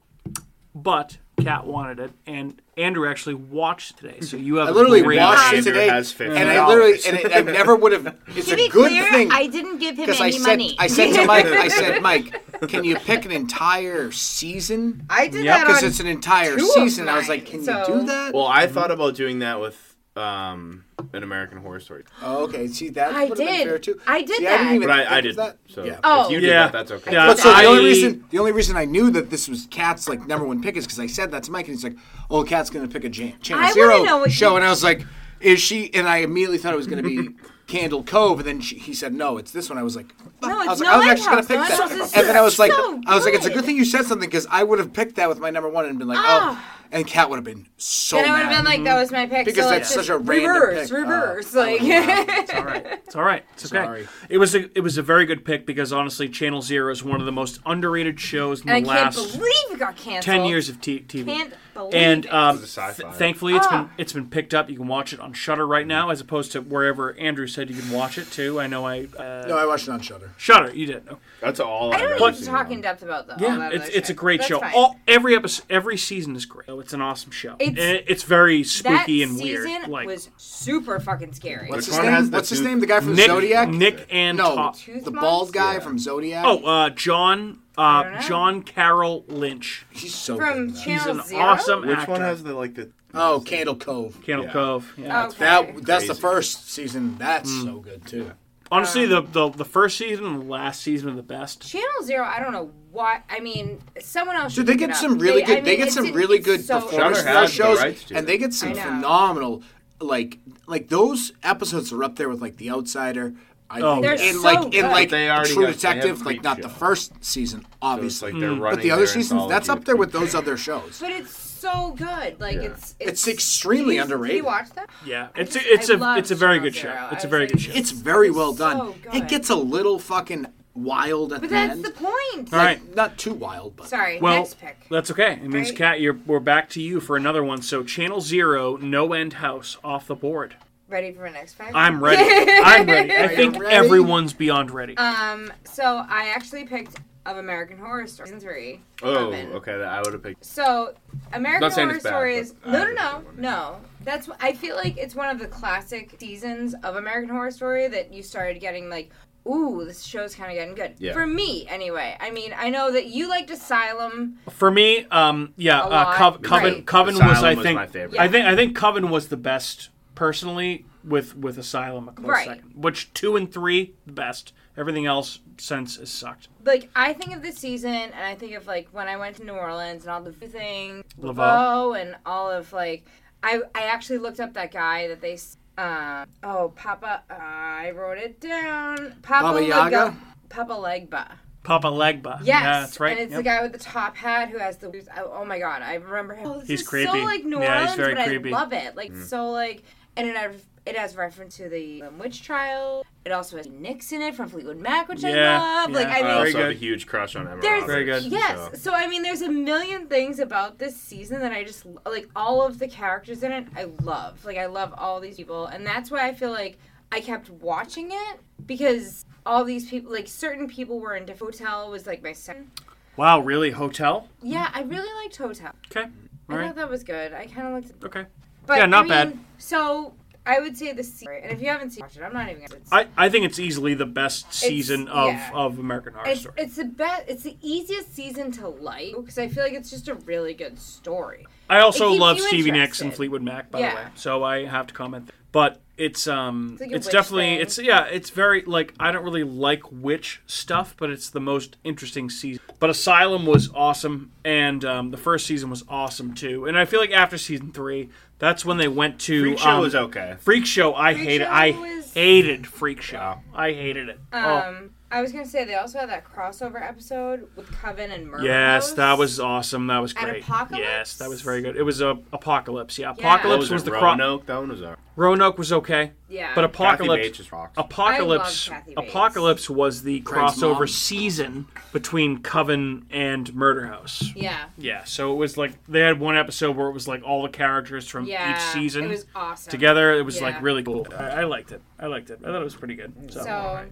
S1: but Kat wanted it, and Andrew actually watched today. So you have
S3: I literally
S1: a great
S3: watched it
S2: Andrew
S3: today,
S2: has $50.
S3: and I literally and it, I never
S4: [LAUGHS]
S3: would have. It's
S4: To
S3: a
S4: be
S3: good
S4: clear,
S3: thing
S4: I didn't give him
S3: because
S4: any
S3: I said
S4: money.
S3: I said to Mike,
S4: [LAUGHS]
S3: I said Mike, can you pick an entire season?
S4: I did
S1: Yep.
S4: that
S3: Because
S4: on
S3: it's an entire
S4: two of
S3: season. I was
S4: mine,
S3: like, can
S4: so-
S1: Mm-hmm.
S3: you do that?
S2: Well, I thought about doing that with um, an American Horror Story.
S3: Oh, okay. See, that
S4: I
S3: would have been
S4: did.
S3: fair too.
S4: I did
S3: See, I didn't
S4: that.
S3: even
S2: But I,
S3: think
S2: I
S3: of
S2: did.
S3: that.
S2: So
S3: yeah.
S4: Oh.
S2: if you did
S1: Yeah.
S2: that, that's okay.
S1: Yeah.
S3: But so the
S1: Uh, I-
S3: only reason the only reason I knew that this was Cat's like number one pick is because I said that to Mike and he's like, "Oh, Cat's gonna pick a Jan- Channel
S4: I wanna
S3: Zero
S4: know what
S3: show,"
S4: you-
S3: and I was like, "Is she?" And I immediately thought it was
S4: [LAUGHS]
S3: gonna be Candle Cove, and then she, he said, "No, it's this one." I was like, "Fuck."
S4: No,
S3: I
S4: it's
S3: was like, I was
S4: No
S3: actually gonna pick
S4: Lighthouse.
S3: that,
S4: No, this
S3: and then I was
S4: is
S3: like,
S4: so
S3: "I was like, it's a good
S4: good. Ah.
S3: thing you said something because I would have picked that with my number one and been like, oh,", and Cat would have been so.
S4: And I would
S3: mad.
S4: have been like, [LAUGHS] that was my pick.
S3: Because
S4: so
S3: that's
S4: let's
S3: such
S4: just
S3: a random
S4: reverse,
S3: pick. Oh,
S4: reverse. [LAUGHS]
S3: I [LAUGHS]
S4: like,
S3: would've
S1: It's all right. It's all right. It's okay.
S3: Sorry.
S1: It was a it was a very good pick because honestly, Channel Zero is one of the most underrated shows in
S4: and I
S1: the
S4: can't
S1: last
S4: believe it got canceled.
S1: ten years of t- TV.
S4: Can't believe
S1: and
S4: it. Ah.
S1: um,
S2: It was a sci-fi.
S1: th- thankfully, it's been it's been picked up. You can watch it on Shutter right now, as opposed to wherever Andrew said you can watch it too. I know I uh,
S3: "No, I watched it on Shutter."
S1: Shutter. You did. Okay.
S2: That's all.
S4: I don't
S2: I've
S4: need
S2: ever
S4: to
S2: seen
S4: talk
S2: on.
S4: in depth about that. all
S1: Yeah,
S4: that
S1: it's
S4: other
S1: it's a
S4: shit.
S1: great
S4: That's
S1: show.
S4: fine.
S1: All every episode, every season is great. So it's an awesome show.
S4: It's-
S1: and it- it's very
S4: that
S1: spooky and weird.
S4: season
S1: Like
S4: was super fucking scary.
S3: What's
S2: Which
S3: his
S2: one has
S3: name?
S2: the
S3: What's his
S2: tooth-
S3: name? The guy from
S1: Nick,
S3: Zodiac.
S1: Nick and
S3: No,
S1: Todd.
S4: Tooth
S3: the
S4: Monster?
S3: bald guy from Zodiac.
S1: Oh, uh, John
S4: don't
S1: uh,
S4: know.
S1: John Carroll Lynch.
S3: he's so good in
S4: From
S3: that.
S1: He's
S4: Channel
S1: an
S4: Zero.
S1: awesome
S2: Which
S1: actor.
S2: one has the like the?
S3: Oh, Candle Cove.
S1: Candle
S2: Yeah.
S1: Cove? Yeah,
S4: Oh,
S1: that's-
S4: okay.
S3: That that's the
S2: Crazy. Hmm.
S3: first season. That's so good too.
S1: Honestly,
S4: um,
S1: the, the the first season and the last season are the best.
S4: Channel Zero, I don't know what. I mean, someone else.
S3: Dude,
S4: should
S3: they
S4: look it
S3: get
S4: up.
S3: some really
S4: I
S3: good.
S4: mean,
S3: They get
S4: it's
S3: some
S4: an-
S3: really
S4: it's
S3: good
S4: so
S3: performances
S2: Shutter
S3: in those
S2: has the
S3: shows,
S2: rights to
S3: and
S2: it.
S3: they get some
S4: I know.
S3: phenomenal. Like like those episodes are up there with like The Outsider. I
S1: Oh,
S3: think,
S1: They're
S3: and
S4: so
S3: like
S4: good.
S3: in like
S2: They already
S3: True
S2: got- they have
S3: Detective, like not the
S2: Creepshow.
S3: first season,
S2: It's
S3: obviously,
S2: like they're running.
S3: Hmm. but the
S2: their
S3: other seasons. That's
S2: anthology
S3: up there with
S2: creatures.
S3: those other shows.
S4: But it's so good. Like
S2: Yeah.
S4: it's,
S3: It's
S4: it's
S3: extremely
S4: did you- Did
S3: underrated.
S4: you watch that?
S1: Yeah, it's
S4: just-
S1: a, it's
S4: I
S1: a
S4: love
S1: it's a very
S4: Channel
S1: good
S4: Zero.
S1: show.
S4: I
S1: It's a
S4: was
S1: very
S4: like,
S1: good show.
S3: It's very well
S4: so
S3: done.
S4: good.
S3: It gets a little fucking wild at
S4: But
S3: the
S4: that's
S3: end.
S4: the point.
S1: All right.
S3: Not too wild, but
S4: Sorry.
S1: Well,
S4: next pick.
S1: that's okay. It means
S4: Right?
S1: Kat, you're we're back to you for another one. So Channel Zero, No End House, off the board.
S4: Ready for my next pick?
S1: I'm
S4: [LAUGHS]
S1: ready. I'm ready. I think
S3: ready?
S1: everyone's beyond ready.
S4: Um, so I actually picked of American Horror Story season three.
S2: Oh,
S4: Eleven.
S2: okay. That I would have picked.
S4: So American
S2: Not saying
S4: Horror
S2: it's bad,
S4: Story is
S2: but I
S4: no, no,
S2: just
S4: no,
S2: don't
S4: no. That's wh- I feel like it's one of the classic seasons of American Horror Story that you started getting like, ooh, this show's kind of getting good.
S2: Yeah.
S4: For me, anyway. I mean, I know that you liked Asylum.
S1: For me, um, yeah,
S4: A
S1: uh,
S4: lot.
S1: Cov- Coven
S4: Right.
S1: Coven was
S2: Asylum
S1: I
S2: was
S1: think
S2: my favorite.
S1: I think I think Coven was the best personally with with Asylum a close
S4: Right.
S1: second. Which two and three best. Everything else since has sucked.
S4: Like I think of this season, and I think of like when I went to New Orleans and all the things,
S1: Laveau.
S4: Laveau, and all of like, I I actually looked up that guy that they. s- Um, oh, Papa, I wrote it down. Papa,
S3: Baba Yaga?
S4: Lega- Papa Legba.
S1: Papa Legba.
S4: Yes,
S1: yeah, that's right.
S4: And it's
S1: Yep.
S4: the guy with the top hat who has the. Oh, oh my god, I remember him. Oh, this
S1: He's
S4: is
S1: creepy.
S4: So like New
S1: Yeah,
S4: Orleans,
S1: he's very
S4: but
S1: creepy. Mm.
S4: I love it. Like so, like and it has, it has reference to the um, witch trial. It also has Nix in it from Fleetwood Mac, which
S1: Yeah,
S4: I love. Like
S1: yeah.
S4: I
S2: I
S4: mean,
S1: Very
S2: also have a
S1: good.
S2: huge crush on Emma.
S4: There's-
S1: Very
S2: Roberts,
S1: good.
S4: Yes.
S2: Oh, so-
S4: So. I mean, there's a million things about this season that I just like all of the characters in it. I love. Like I love all these people, and that's why I feel like I kept watching it because all these people, like certain people, were in different hotel was like my second.
S1: Wow, really? Hotel?
S4: Yeah, I really liked Hotel.
S1: Okay. All
S4: I
S1: right.
S4: thought that was good. I kind of looked. At,
S1: Okay.
S4: but
S1: Yeah, not
S4: I
S1: bad.
S4: mean, So I would say the secret. And if you haven't seen watch it, I'm not even. gonna
S1: I, I think it's easily the best season of,
S4: yeah.
S1: of American Horror
S4: it's,
S1: Story.
S4: it's the best. It's the easiest season to like because I feel like it's just a really good story.
S1: I also
S4: it keeps
S1: love
S4: you
S1: Stevie Nicks
S4: interested.
S1: and Fleetwood Mac, by
S4: Yeah.
S1: the way. So I have to comment. But it's um it's,
S4: like a witch
S1: definitely
S4: thing.
S1: it's yeah, it's very like I don't really like witch stuff, but it's the most interesting season. But Asylum was awesome and um, the first season was awesome too. And I feel like after season 3, that's when they went to
S2: Freak Show
S1: um,
S2: was okay.
S1: Freak Show I hated
S4: Show
S1: I
S4: was-
S1: hated Freak Show. I hated it. oh.
S4: Um, I was gonna say they also had that crossover episode with Coven and Murder.
S1: Yes,
S4: House.
S1: that was awesome. That was
S4: And
S1: great.
S4: Apocalypse?
S1: Yes, that was very good. It was a apocalypse. Yeah,
S4: Yeah.
S2: What
S1: apocalypse
S2: was,
S1: was,
S2: it,
S1: the cro-
S2: Roanoke? That one was our.
S1: Roanoke was okay.
S4: Yeah.
S1: But
S2: Kathy
S1: apocalypse,
S2: Bates is rocks.
S1: apocalypse,
S4: I love Kathy Bates.
S1: apocalypse was the
S3: Craig's
S1: crossover
S3: mom.
S1: season between Coven and Murder House.
S4: Yeah.
S1: Yeah, so it was like they had one episode where it was like all the characters from
S4: Yeah.
S1: each season
S4: It was awesome.
S1: together. It was like
S4: Yeah.
S1: really cool. I, I liked it. I liked it. I thought it was pretty good. So.
S4: So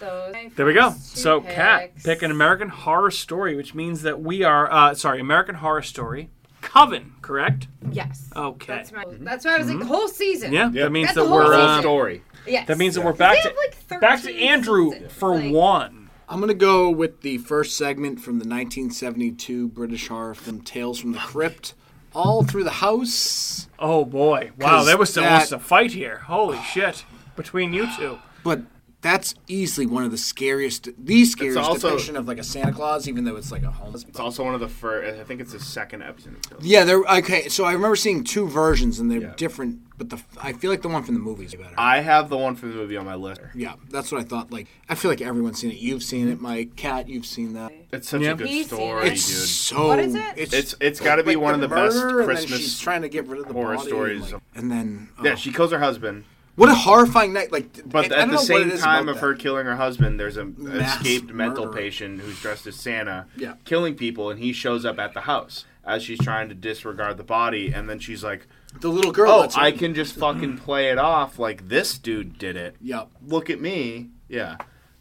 S4: those.
S1: There we go.
S4: first two
S1: So, Kat,
S4: picks.
S1: pick an American Horror Story, which means that we are, uh, sorry, American Horror Story, Coven, correct?
S4: Yes.
S1: Oh, Okay. Mm-hmm.
S4: That's my. That's why I was like the whole season.
S1: yeah,
S2: Yeah.
S1: that means
S4: That's
S1: that
S4: the whole
S1: we're,
S4: season.
S2: Whole
S1: uh,
S2: story.
S4: Yes.
S1: that means that we're
S4: They
S1: back
S4: have,
S1: to,
S4: like,
S1: back to
S4: 13
S1: Andrew
S4: seasons.
S1: for
S4: Like-
S1: one.
S3: I'm gonna go with the first segment from the 1972 British horror film Tales from the Crypt. all through the house.
S1: Oh boy! Wow,
S3: 'Cause
S1: there was some
S3: that-
S1: was a fight here. Holy shit! Between you two.
S3: But that's easily one of the scariest, the scariest
S2: also-
S3: depiction of like a Santa Claus, even though it's like a homeless.
S2: It's also one of the first. I think it's the second episode.
S3: Yeah, there. Okay, so I remember seeing two versions, and they're different. But the I feel like the one from the movie is better.
S2: I have the one from the movie on my list.
S3: yeah, that's what I thought. Like, I feel like everyone's seen it. You've seen it, Mike. Cat, you've seen that.
S2: It's such
S1: Yeah.
S2: a good
S4: He's seen
S2: story,
S4: it.
S3: It's
S2: dude.
S3: so.
S4: What is it?
S3: It's,
S2: It's it's got to be
S3: like
S2: one of the best
S3: murder, and then
S2: Christmas.
S3: she's trying to get rid of the
S2: horror
S3: body,
S2: stories.
S3: like- and then oh,
S2: yeah, she kills her husband,
S3: what a horrifying night! Like,
S2: but
S3: and I
S2: at
S3: don't
S2: the
S3: know what
S2: same
S3: it is
S2: time
S3: about
S2: of her
S3: that.
S2: killing her husband, there's a
S3: Mass
S2: escaped mental
S3: murderer.
S2: patient who's dressed as Santa,
S3: Yeah.
S2: killing people, and he shows up at the house as she's trying to disregard the body, and then she's like,
S3: the little girl.
S2: "Oh,
S3: that's
S2: I
S3: her-
S2: can just
S3: [CLEARS THROAT]
S2: fucking play it off like this dude did it.
S3: Yeah,
S2: Look at me, yeah."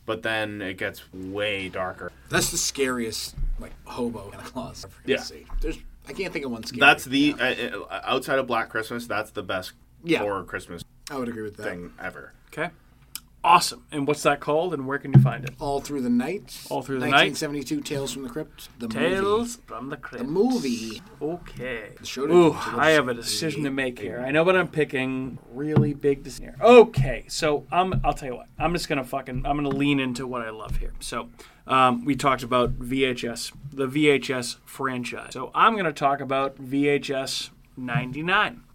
S2: But then it gets way darker.
S3: that's the scariest like hobo Santa Claus I've ever
S2: Yeah.
S3: seen. There's I can't think of one scary.
S2: That's the uh, uh, outside of Black Christmas. That's the best
S3: Yeah.
S2: horror Christmas
S3: I would agree with that.
S2: thing ever.
S1: Okay. Awesome. And what's that called? And where can you find it?
S3: All Through the Night.
S1: All Through the Night.
S3: 1972 Tales from the Crypt. The
S1: Tales from the Crypt.
S3: Movie. The movie.
S1: Okay.
S3: show to-
S1: Ooh,
S3: to watch.
S1: I have a decision to make here. I know what I'm picking. Really big decision. Here. Okay, so I'm. I'll tell you what. I'm just gonna fucking. I'm gonna lean into what I love here. So, um, we talked about VHS, the VHS franchise. So I'm gonna talk about VHS '99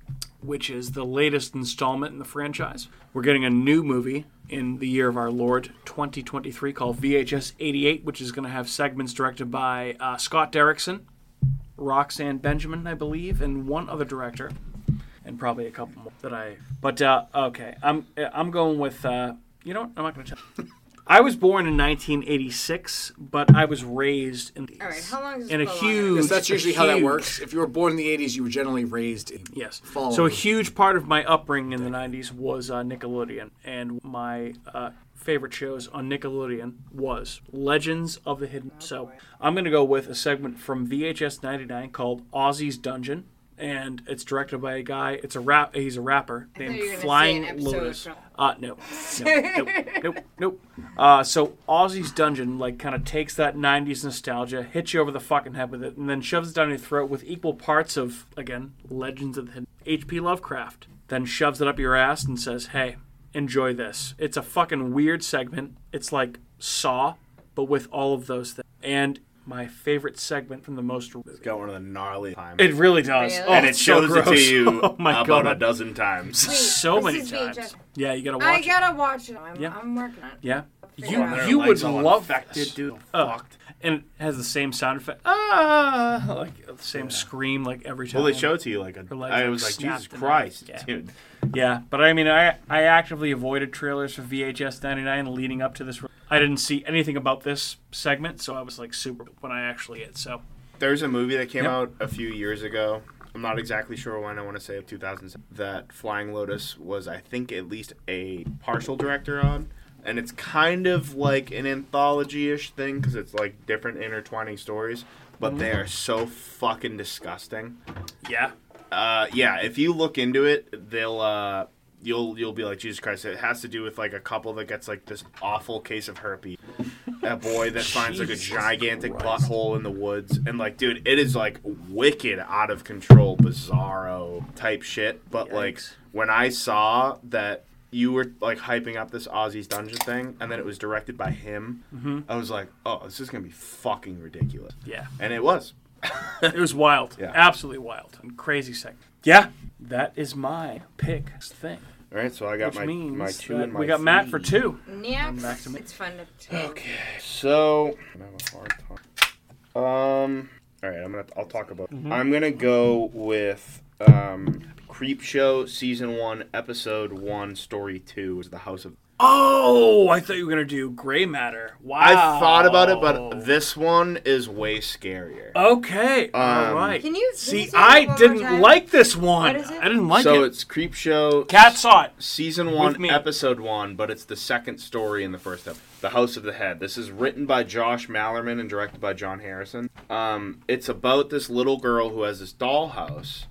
S1: which is the latest installment in the franchise. We're getting a new movie in the year of our Lord 2023 called VHS 88, which is going to have segments directed by uh, Scott Derrickson, Roxanne Benjamin, I believe, and one other director, and probably a couple more that I. But uh, okay, I'm I'm going with. Uh, you know what? I'm not going to tell. I was born in 1986, but I was raised in the.
S4: All right, how long does
S1: in a
S4: this go on?
S1: huge.
S3: Because that's
S1: a
S3: usually how that
S1: huge-
S3: works. If you were born in the 80s, you were generally raised. In,
S1: Yes.
S3: Follow
S1: so a
S3: me.
S1: huge part of my upbringing in the 90s was uh, Nickelodeon, and my uh, favorite shows on Nickelodeon was Legends of the Hidden. so I'm going to go with a segment from VHS 99 called Ozzy's Dungeon. And it's directed by a guy. It's a rap. He's a rapper
S4: you were
S1: named
S4: gonna say an
S1: Flying
S4: episode
S1: Lotus.
S4: from-
S1: Uh, no, no, nope, nope, nope. Uh, so Ozzy's Dungeon like kind of takes that '90s nostalgia, hits you over the fucking head with it, and then shoves it down your throat with equal parts of again Legends of the Hidden- H.P. Lovecraft. Then shoves it up your ass and says, "Hey, enjoy this." It's a fucking weird segment. It's like Saw, but with all of those things. And my favorite segment from the most.
S2: Got one of the gnarly times.
S1: It really does,
S4: Really?
S1: Oh,
S4: And
S2: and it
S1: it's so
S2: shows it to
S1: gross.
S2: you
S1: [LAUGHS] Oh my
S2: about
S1: god,
S2: a
S1: [LAUGHS]
S2: dozen times.
S1: so
S4: This
S1: many
S4: is
S1: times.
S4: VHS.
S1: Yeah, you gotta watch.
S4: I
S1: it.
S4: gotta watch it. I'm,
S1: Yeah.
S4: I'm working on it.
S1: Yeah. You
S4: Yeah. Their
S1: you would
S2: legs all
S1: love
S2: infected,
S1: this.
S2: dude.
S1: Uh, and it has the same sound effect. Ah, like the same scream like every time.
S2: Well, they show it to you like a.
S1: legs,
S2: I
S1: like,
S2: was like,
S1: snapped
S2: Jesus
S1: in
S2: Christ,
S1: half. Yeah.
S2: dude.
S1: Yeah, but I mean, I I actively avoided trailers for VHS 99 leading up to this. I didn't see anything about this segment, so I was like super when I actually it. So
S2: There's a movie that came
S1: Yep.
S2: out a few years ago. I'm not exactly sure when. I want to say of 2000. That Flying Lotus was, I think, at least a partial director on, and it's kind of like an anthology-ish thing because it's like different intertwining stories, but they are so fucking disgusting.
S1: yeah,
S2: Uh, yeah, if you look into it, they'll uh, you'll you'll be like Jesus Christ. It has to do with like a couple that gets like this awful case of herpes. A boy that finds like a gigantic butthole in the woods, and like, dude, it is like wicked, out of control, bizarro type shit. But like,
S1: Yikes.
S2: when I saw that you were like hyping up this Ozzy's Dungeon thing, and then it was directed by him, I was like, oh, this is gonna be fucking ridiculous.
S1: Mm-hmm. yeah,
S2: And it was.
S1: it was wild,
S2: [LAUGHS] Yeah.
S1: absolutely wild and crazy segment. Yeah, that is my pick thing,
S2: All right, so I got
S1: which
S2: my
S1: means
S2: my two
S1: that
S2: and my
S1: we got Matt for
S2: three.
S1: two.
S4: Next,
S1: back to me.
S4: it's fun to.
S2: Okay, so I have a hard time. Um, all right, I'm gonna I'll talk about.
S1: Mm-hmm.
S2: I'm gonna go with um, Creep Show season one episode one story two is the House of.
S1: Oh, I thought you were gonna do Gray Matter. Wow,
S2: I thought about it,
S1: Oh.
S2: but this one is way scarier.
S1: Okay. All
S2: Um,
S1: right.
S4: Can you- can you
S1: see?
S4: say that one
S1: I
S4: more
S1: didn't
S4: time?
S1: like this one.
S4: What is it?
S1: I didn't like
S2: so
S1: it.
S2: it's Creep Show.
S1: Cat saw it.
S2: season one,
S1: me.
S2: episode one, but it's the second story in the first episode. The House of the Head. This is written by Josh Mallerman and directed by John Harrison. Um, it's about this little girl who has this dollhouse,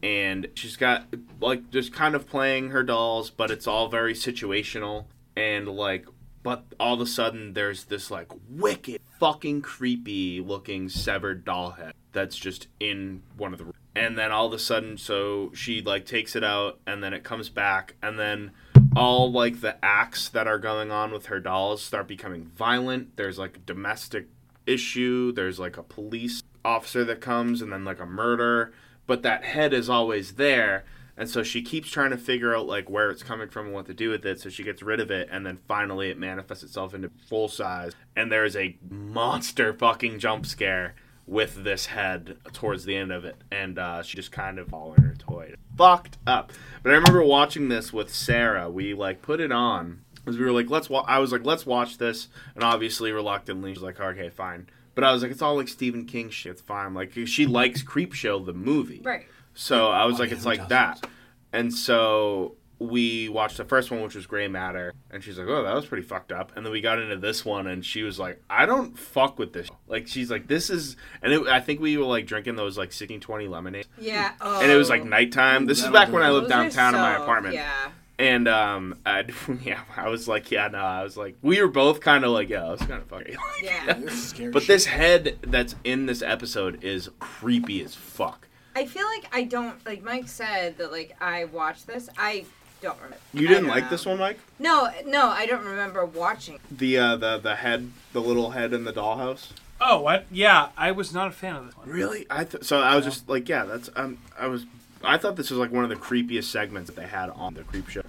S2: and she's got like just kind of playing her dolls, but it's all very situational and like. But all of a sudden, there's this like wicked, fucking creepy looking severed doll head that's just in one of the and then all of a sudden so she like takes it out and then it comes back and then all like the acts that are going on with her dolls start becoming violent there's like a domestic issue there's like a police officer that comes and then like a murder but that head is always there and so she keeps trying to figure out like where it's coming from and what to do with it so she gets rid of it and then finally it manifests itself into full size and there is a monster fucking jump scare with this head towards the end of it, and uh, she just kind of all in her toy. Fucked up. But I remember watching this with Sarah. We like put it on because we were like, let's. Wa-. I was like, let's watch this, and obviously reluctantly she was like, okay, fine. But I was like, it's all like Stephen King shit. It's fine. Like she likes Creepshow the movie,
S4: Right.
S2: so I was like,
S3: yeah,
S2: it's
S3: who
S2: like that. And so we watched the first one, which was Grey Matter, and she's like, oh, that was pretty fucked up. And then we got into this one, and she was like, I don't fuck with this. Like, she's like, this is. And it, I think we were like drinking those like 16 20 lemonade.
S4: Yeah. Oh.
S2: And it was like nighttime. This is
S3: that'll
S2: back
S3: do
S2: when
S3: it.
S2: I
S4: Those
S2: lived
S4: are
S2: downtown in my
S4: so-
S2: apartment.
S4: Yeah.
S2: And um, I [LAUGHS] yeah, I was like, yeah, no, I was like, we were both kind of like, yeah, it was kind of fucking. [LAUGHS]
S4: Yeah.
S3: [LAUGHS] This is scary.
S2: but
S3: shit.
S2: this head that's in this episode is creepy as fuck.
S4: I feel like I don't like Mike said that like I watched this. I don't remember.
S2: You
S4: I
S2: didn't
S4: don't
S2: like
S4: know.
S2: this one, Mike?
S4: No, no, I don't remember watching.
S2: the uh, the the head, the little head in the dollhouse.
S1: Oh, what? Yeah, I was not a fan of this one.
S2: Really? I th- so I was just like, yeah, that's um, I was I thought this was like one of the creepiest segments that they had on the creep show,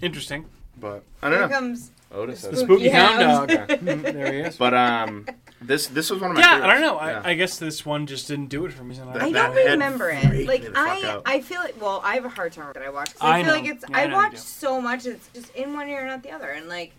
S1: Interesting.
S2: but I
S4: Here
S2: don't know.
S4: comes
S2: Otis,
S1: The spooky
S4: Yeah.
S1: [LAUGHS]
S2: uh,
S1: hound dog. there he is.
S2: but um, this this was one of my
S1: yeah,
S2: favorites.
S1: I don't know.
S2: Yeah.
S1: I, I guess this one just didn't do it for me. so
S2: That-
S4: I
S1: don't
S4: don't
S1: know.
S2: head
S4: remember
S2: freaked
S4: it. Like
S2: me the fuck
S4: I,
S2: out.
S4: I feel like well, I have a hard time that I watch. 'cause I,
S1: I
S4: feel like
S1: know.
S4: it's
S1: Yeah, I
S4: I,
S1: know you
S4: watch
S1: do.
S4: so much. It's just in one ear and out the other. And like,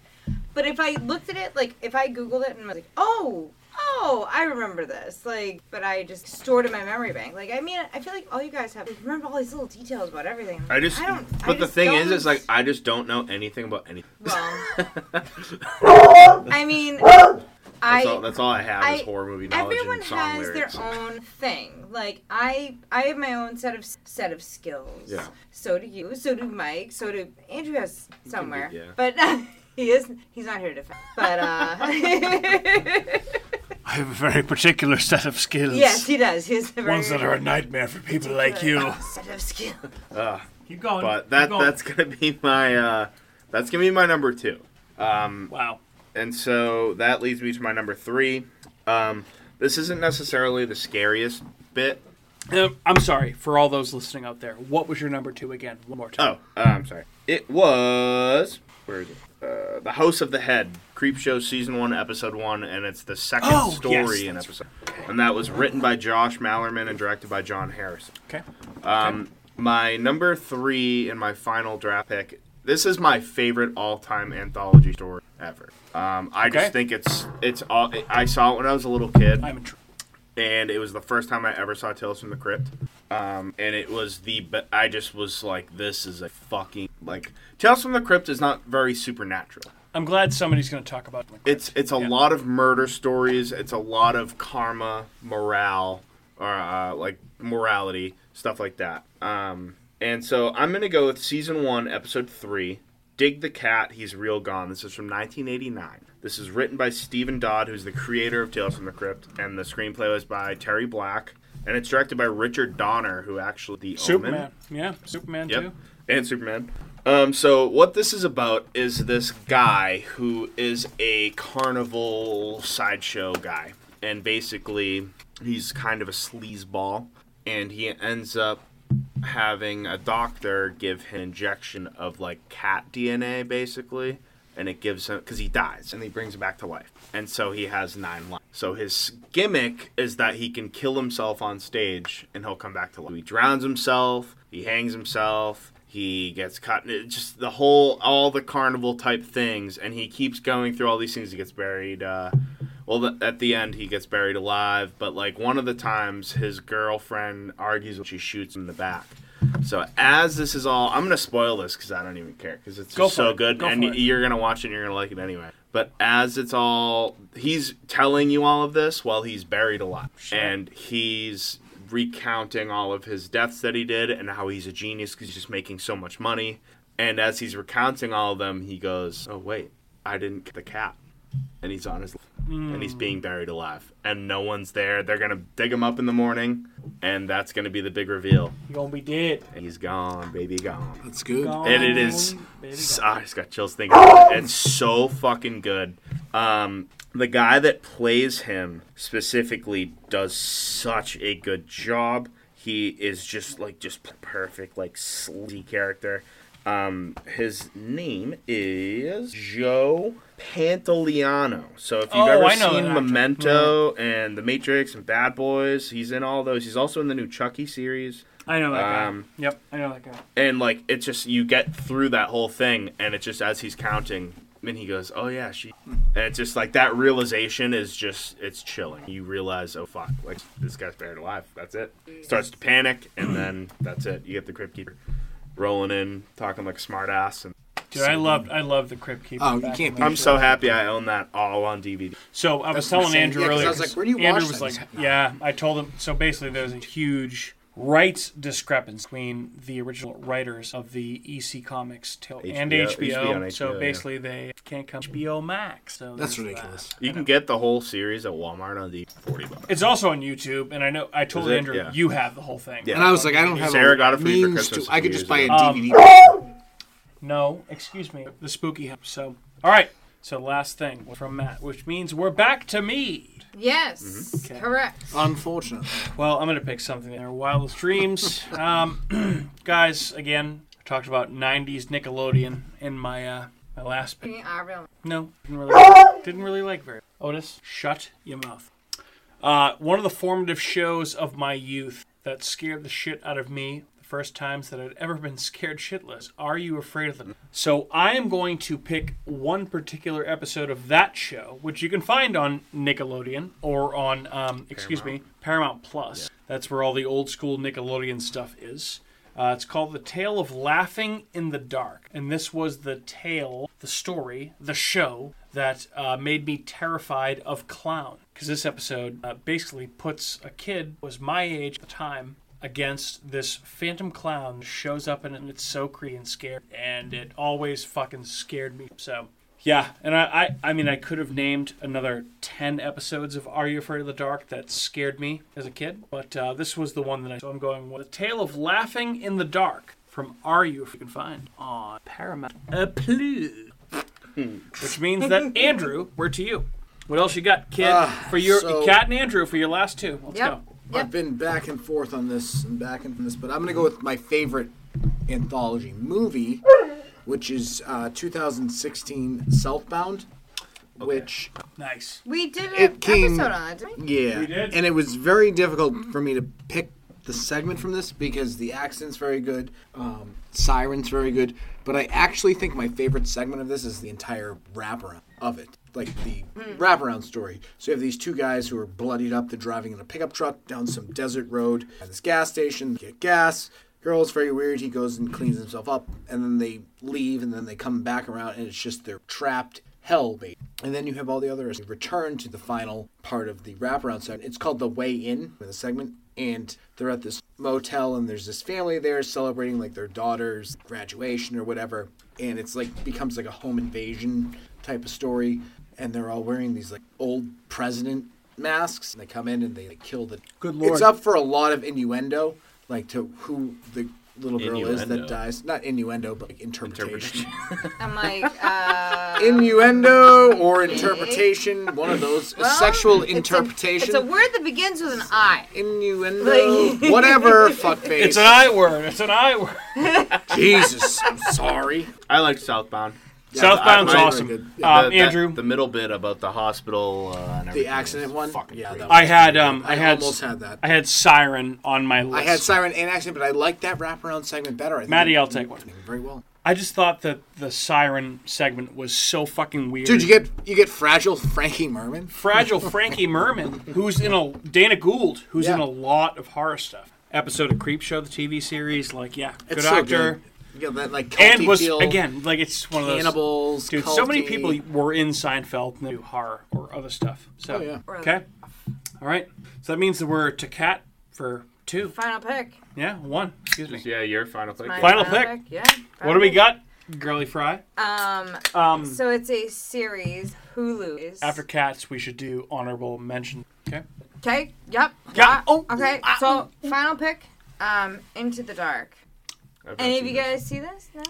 S4: but if I looked at it, like if I googled it and was like, oh, oh, I remember this. Like, but I just stored in my memory bank. Like, I mean, I feel like all you guys have like, remember all these little details about everything.
S2: I just,
S4: I don't. I
S2: but the
S4: just
S2: thing is,
S4: don't-
S2: is like I just don't know anything about anything. [LAUGHS]
S4: Well, I mean,
S2: That's,
S4: I
S2: all, that's all I have
S4: I-
S2: is horror movie knowledge
S4: everyone
S2: and song
S4: has
S2: lyrics.
S4: their own thing like i i have my own set of set of skills
S2: Yeah.
S4: so do you so do mike so do andrew has somewhere
S2: yeah.
S4: but [LAUGHS] he is he's not here to defend
S2: [LAUGHS]
S4: but uh
S9: I have a very particular set of skills.
S4: [LAUGHS] yes he does he has a very
S9: Ones that are a nightmare for people like
S4: [LAUGHS]
S9: you.
S4: set of skills
S2: [LAUGHS]
S1: Keep going.
S2: But
S1: keep
S2: that
S1: going.
S2: that's gonna be my uh, that's gonna be my number two.
S1: wow.
S2: and so that leads me to my number three. Um, this isn't necessarily the scariest bit.
S1: Uh, I'm sorry for all those listening out there. What was your number two again? One more time.
S2: Oh, uh, I'm sorry. It was where is it? Uh, the House of the Head, Creep Show Season One, Episode One, and it's the second
S1: Oh,
S2: story
S1: yes,
S2: in
S1: that's
S2: episode. And that was written by Josh Mallerman and directed by John Harrison.
S1: Okay.
S2: Um, my number three and my final draft pick. This is my favorite all-time anthology story ever. Um, I
S1: Okay.
S2: just think it's it's all. I saw it when I was a little kid.
S1: I'm intrigued.
S2: and it was the first time I ever saw Tales from the Crypt. Um, and it was the be- I just was like, this is a fucking like Tales from the Crypt is not very supernatural.
S1: I'm glad somebody's going to talk about it.
S2: It's it's a lot of murder stories. It's a lot of karma, morale, or uh, like morality stuff like that. Um, and so I'm gonna go with season one, episode three. Dig the cat, he's real gone. This is from 1989. This is written by Stephen Dodd, who's the creator of Tales from the Crypt, and the screenplay was by Terry Black, and it's directed by Richard Donner, who actually the
S1: Superman.
S2: Omen.
S1: Yeah, Superman
S2: Yep.
S1: too.
S2: And Superman. Um, so what this is about is this guy who is a carnival sideshow guy, and basically he's kind of a sleazeball, and he ends up having a doctor give him an injection of like cat DNA, basically, and it gives him because he dies, and he brings him back to life, and so he has nine lives. So his gimmick is that he can kill himself on stage, and he'll come back to life. He drowns himself, he hangs himself, he gets caught in it- just the whole all the carnival type things, and he keeps going through all these things. He gets buried. Uh, well, th at the end, he gets buried alive, but like one of the times, his girlfriend argues when she shoots him in the back. So as this is all, I'm gonna spoil this because I don't even care because it's
S1: Go
S2: just
S1: for
S2: so
S1: it.
S2: good,
S1: Go
S2: and
S1: for
S2: y-
S1: it.
S2: you're gonna watch it, and you're gonna like it anyway. But as it's all, he's telling you all of this while he's buried alive, and he's recounting all of his deaths that he did and how he's a genius because he's just making so much money. And as he's recounting all of them, he goes, "Oh wait, I didn't get the cat." and he's on his and he's being buried alive, and no one's there. They're gonna dig him up in the morning, and that's gonna be the big reveal.
S1: You're gonna be dead.
S2: And he's gone, baby, gone.
S3: That's good.
S2: and it is.
S1: Baby
S2: so- I just got chills thinking. About it. It's so fucking good. Um, the guy that plays him specifically does such a good job. He is just like just p- perfect, like sleazy character. Um, his name is Joe Pantoliano. So if you've
S1: Oh,
S2: ever
S1: I know that
S2: seen
S1: actor.
S2: Memento and The Matrix and Bad Boys, he's in all those. He's also in the new Chucky series
S1: I know that guy.
S2: Um,
S1: yep, I know that guy.
S2: and like it's just you get through that whole thing and it's just as he's counting then he goes oh yeah she and it's just like that realization is just it's chilling you realize oh fuck like this guy's buried alive that's it starts to panic and then that's it you get the crypt keeper rolling in talking like a smart ass and
S1: Dude, I loved I loved the Crypt Keeper.
S3: Oh, you
S1: back
S3: can't
S1: in the
S2: i'm
S1: day.
S2: so happy i own that all on dvd
S1: So I was
S3: what I'm
S1: telling
S3: saying.
S1: Andrew
S3: Yeah, 'cause
S1: earlier.
S3: I was like, where do you
S1: Andrew
S3: watch
S1: was
S3: these?
S1: like, yeah. I told him. So basically, there's a huge rights discrepancy between the original writers of the EC Comics till and
S2: HBO,
S1: HBO.
S2: and
S1: so
S2: HBO, yeah.
S1: basically, they can't come HBO Max. So
S3: That's
S1: there's
S3: ridiculous.
S1: that.
S2: you can get the whole series at walmart on the 40 bucks
S1: It's also on YouTube, and I know I told
S2: Is it?
S1: Andrew
S2: Yeah.
S1: you have the whole thing.
S3: And I was like, I don't have
S2: Sarah
S3: a
S2: got it for me for
S3: means
S2: Christmas
S3: to. I could
S2: years
S3: just buy a
S2: ago.
S3: DVD.
S1: No, excuse me. The spooky house. So all right. So last thing from Matt, which means we're back to me.
S4: Yes,
S2: Mm-hmm.
S4: correct.
S3: [LAUGHS] Unfortunately,
S1: Well, I'm going to pick something there. Wildest Dreams. Um, [CLEARS THROAT] guys, again, I talked about 90s Nickelodeon in my uh, my last pick.
S4: I really
S1: No, didn't really, didn't really like very Otis, shut your mouth. Uh, one of the formative shows of my youth that scared the shit out of me the first times that I'd ever been scared shitless. Are you afraid of them? So I am going to pick one particular episode of that show, which you can find on Nickelodeon or on, um, excuse me, Paramount Plus. That's where all the old school Nickelodeon stuff is. Uh, it's called The Tale of Laughing in the Dark. And this was the tale, the story, the show that uh, made me terrified of clown. Because this episode uh, basically puts a kid, who was my age at the time, against this phantom clown that shows up in it, and it's so creepy and scary. And it always fucking scared me. So yeah, and I, I, I mean, I could have named another 10 episodes of Are You Afraid of the Dark that scared me as a kid, but uh, this was the one that I, so I'm going with. The Tale of Laughing in the Dark from Are You, if you can find, on Paramount. A plus. Which means that, Andrew, we're to you. What else you got, kid? for your
S3: Ah, so-
S1: Cat and Andrew for your last two. Let's
S4: Yep.
S1: go.
S3: I've been back and forth on this and back and this, but I'm gonna go with my favorite anthology movie, which is uh, 2016 Southbound, which
S1: Nice.
S4: We did an
S3: It came-
S4: episode on it, didn't we?
S3: Yeah.
S1: did.
S3: And it was very difficult for me to pick the segment from this because the accent's very good, um, siren's very good, but I actually think my favorite segment of this is the entire wraparound of it. Like the wraparound story. So you have these two guys who are bloodied up. They're driving in a pickup truck down some desert road at this gas station, get gas. Girl's very weird. He goes and cleans himself up, and then they leave, and then they come back around, and it's just they're trapped hell bait. And then you have all the others return to the final part of the wraparound segment. It's called the Way In, the segment. And they're at this motel, and there's this family there celebrating like their daughter's graduation or whatever. And it's like becomes like a home invasion type of story. And they're all wearing these like old president masks. And they come in and they like, kill the.
S1: Good lord.
S3: It's up for a lot of innuendo, like to who the little girl is
S2: Innuendo.
S3: that dies. Not innuendo, but like interpretation.
S2: [LAUGHS]
S4: I'm like, uh,
S3: innuendo or interpretation, one of those a sexual
S4: it's a-
S3: interpretation.
S4: It's a word that begins with an I.
S3: innuendo, whatever, fuckface.
S1: It's an I word. It's an I word.
S3: Jesus, I'm sorry.
S2: i like southbound
S1: Southbound's
S2: I- I-
S1: awesome.
S3: very good.
S1: Um,
S2: The- that-
S1: Andrew,
S2: the middle bit about the hospital uh, and
S3: The
S2: everything
S3: accident
S2: is
S3: one.
S2: fucking
S3: Yeah,
S2: great.
S3: that
S1: I had um, I
S3: I
S1: had
S3: almost had that.
S1: I had Siren on my list.
S3: I had siren and accident, but I liked that wraparound segment better. I think
S1: Maddie,
S3: it-
S1: I'll take one.
S3: very well.
S1: I just thought that the siren segment was so fucking weird.
S3: Dude, you get you get fragile Frankie Merman.
S1: fragile Frankie Merman, who's in a Dana Gould, who's in
S3: Yeah.
S1: a lot of horror stuff. Episode of Creepshow, the TV series, like yeah, good
S3: It's so
S1: actor,
S3: good. You got that like
S1: and
S3: culty
S1: was
S3: feel,
S1: again like it's one of those
S3: cannibals.
S1: Dude, so many
S3: culty.
S1: people were in Seinfeld and they do horror or other stuff. So
S3: Oh, yeah.
S1: okay, all right. So that means that we're to cat for two.
S4: Final pick.
S1: Yeah, one. Excuse me.
S2: Yeah, your final pick.
S4: My
S1: Final pick.
S4: Yeah.
S1: What do we got? Girly Fry.
S4: Um,
S1: Um,
S4: so it's a series. Hulu is
S1: After Cats, we should do honorable mention. Okay.
S4: okay. Yep.
S1: Yeah. Oh,
S4: Okay. So final pick. Um, Into the Dark. Any of you guys see this? No?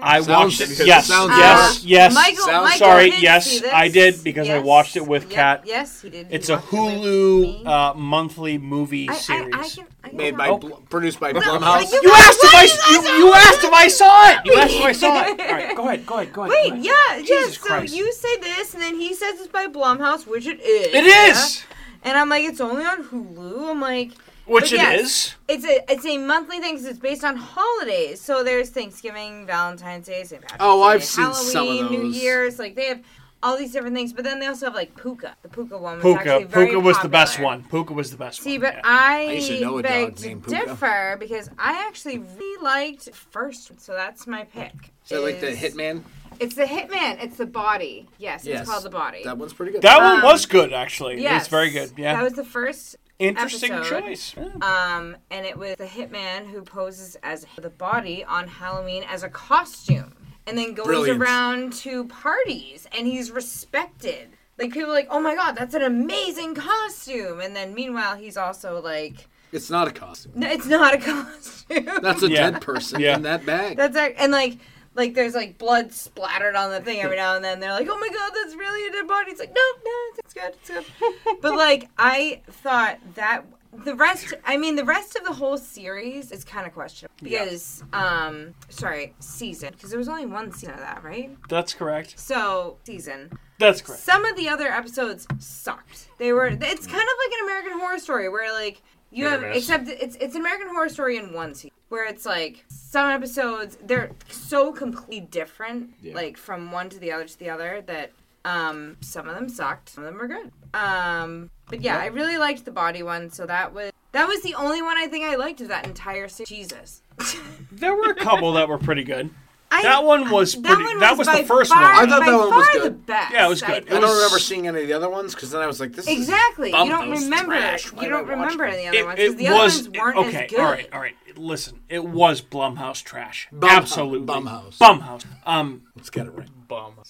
S1: I
S3: Sounds-
S1: watched it. Yes,
S3: sounds-
S1: yes,
S4: Uh,
S1: yes.
S4: Michael- Sounds- Michael
S1: Sorry,
S4: did
S1: yes,
S4: see this.
S1: I did because I
S4: Yes.
S1: watched it with
S4: Yep,
S1: Cat.
S4: Yes, you did.
S1: It's
S4: You
S1: a
S4: watched it with me.
S1: Hulu uh, monthly movie
S4: I, I,
S1: series.
S4: I can, I can
S3: Made
S4: watch
S3: by
S1: Oh.
S4: it.
S3: Bl- produced by
S4: like,
S3: Blumhouse.
S1: you
S4: guys-
S1: asked if
S4: why
S1: I
S4: you guys
S1: you,
S4: don't
S1: you
S4: watch
S1: asked if I saw it. You asked if I saw it. All right, go ahead, go ahead, go ahead. go
S4: Wait,
S1: ahead.
S4: yeah, yeah.
S1: Jesus
S4: So
S1: Christ.
S4: you say this, and then he says it's by Blumhouse, which it is.
S1: It
S4: yeah?
S1: is,
S4: And I'm like, it's only on Hulu. I'm like,
S1: which
S4: But
S1: it
S4: yes.
S1: is.
S4: it's a it's a monthly thing 'cause it's based on holidays. So there's Thanksgiving, Valentine's Day, St. Patrick's
S3: Oh,
S4: Day,
S3: I've seen
S4: Halloween,
S3: some of
S4: New
S3: those.
S4: Year's. Like they have all these different things, but then they also have like Puka. The Puka one was actually
S1: Puka,
S4: very
S1: Puka was the best
S4: popular.
S1: one. Puka was the best
S4: See,
S1: one.
S4: but
S1: yeah.
S4: I,
S3: I used to know a
S4: beg
S3: dog
S4: to
S3: named Puka.
S4: differ because I actually really liked first, so that's my pick.
S3: Is that like the
S4: is-
S3: Hitman?
S4: It's the Hitman. It's the body. Yes,
S3: Yes.
S4: it's called the body.
S3: That one's pretty good.
S1: that one was good actually. It was
S4: um, Yes,
S1: very good. Yeah,
S4: that was the first
S1: interesting
S4: episode.
S1: choice. Yeah.
S4: Um, and it was the hitman who poses as the body on Halloween as a costume, and then goes
S3: Brilliant.
S4: around to parties, and he's respected. Like people are like, oh my god, that's an amazing costume. And then meanwhile, he's also like,
S3: it's not a costume.
S4: no, it's not a [LAUGHS] costume.
S3: That's a
S1: Yeah.
S3: dead person
S1: Yeah.
S3: in that bag.
S4: that's like, and like. Like there's like blood splattered on the thing every now and then. They're like, "Oh my god, that's really a dead body." It's like, "No, no, it's good, it's good." but like, I thought that the rest. I mean, the rest of the whole series is kind of questionable because, um, sorry, season because there was only one season of that, right?
S1: That's correct.
S4: So season.
S1: That's correct.
S4: Some of the other episodes sucked. They were. It's kind of like an American Horror Story where like you have, except it's it's an American Horror Story in one season where it's like some episodes they're so completely different, like from one to the other to the other that um some of them sucked, some of them were good. Um, but yeah, I really liked the body one, so that was that was the only one I think I liked of that entire series. Jesus. [LAUGHS]
S1: There were a couple that were pretty good.
S4: I,
S1: That one was
S4: that
S1: pretty. That
S4: one
S1: was,
S4: by
S1: the first
S4: far-
S1: one.
S3: I thought
S4: by
S3: that one was
S4: far
S3: good.
S4: the best.
S1: Yeah, it was
S4: I
S1: good.
S4: think.
S3: I don't remember seeing any of the other ones because then I was like, this is
S4: Exactly. You don't
S3: Bumble's
S4: remember.
S3: trash. Why
S4: You
S3: did I
S4: don't
S3: watch
S4: remember
S3: it?
S4: any other
S1: It,
S4: ones
S1: it
S4: because the
S1: was
S4: other ones weren't
S1: okay.
S4: as good.
S1: All right, all right. Listen, it was Blumhouse trash.
S3: Bumhouse,
S1: Absolutely,
S3: Bumhouse.
S1: Bumhouse. Um,
S3: Let's get it right.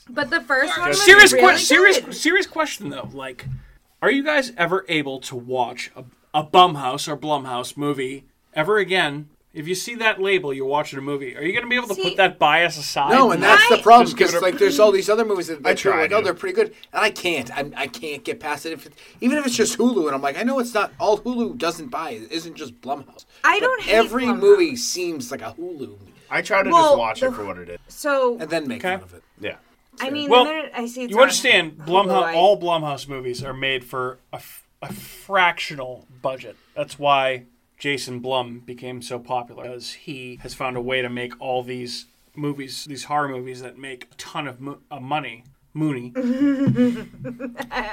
S4: But the first one was
S1: serious, que-
S4: really good.
S1: serious, serious question though. Like, are you guys ever able to watch a, a Bumhouse or Blumhouse movie ever again? If you see that label, you're watching a movie. Are you going to be able to
S4: See-
S1: put that bias aside?
S3: No, and that's the
S4: Right.
S3: problem
S2: Just give
S3: because
S2: it a-
S3: like there's all these other movies that I
S2: try
S3: like, oh,
S2: to.
S3: they're pretty good, and I can't. I'm, I can't get past it. If it, even if it's just Hulu, and I'm like, I know it's not all Hulu doesn't buy it. Isn't just Blumhouse.
S4: I
S3: But
S4: don't hate
S3: every
S4: Blumhouse.
S3: movie seems like a Hulu,
S2: I try to
S4: Well,
S2: just watch
S4: the-
S2: it for what it is.
S4: So
S3: and then make
S1: Okay.
S3: fun of it.
S2: Yeah.
S4: I mean,
S1: Well,
S4: the minute I see it's
S1: you
S4: on
S1: understand,
S4: Hulu,
S1: Blumhouse,
S4: I-
S1: all Blumhouse movies are made for a, f- a fractional budget. That's why Jason Blum became so popular, because he has found a way to make all these movies, these horror movies that make a ton of mo- uh, money.
S4: [LAUGHS]
S1: Mooney,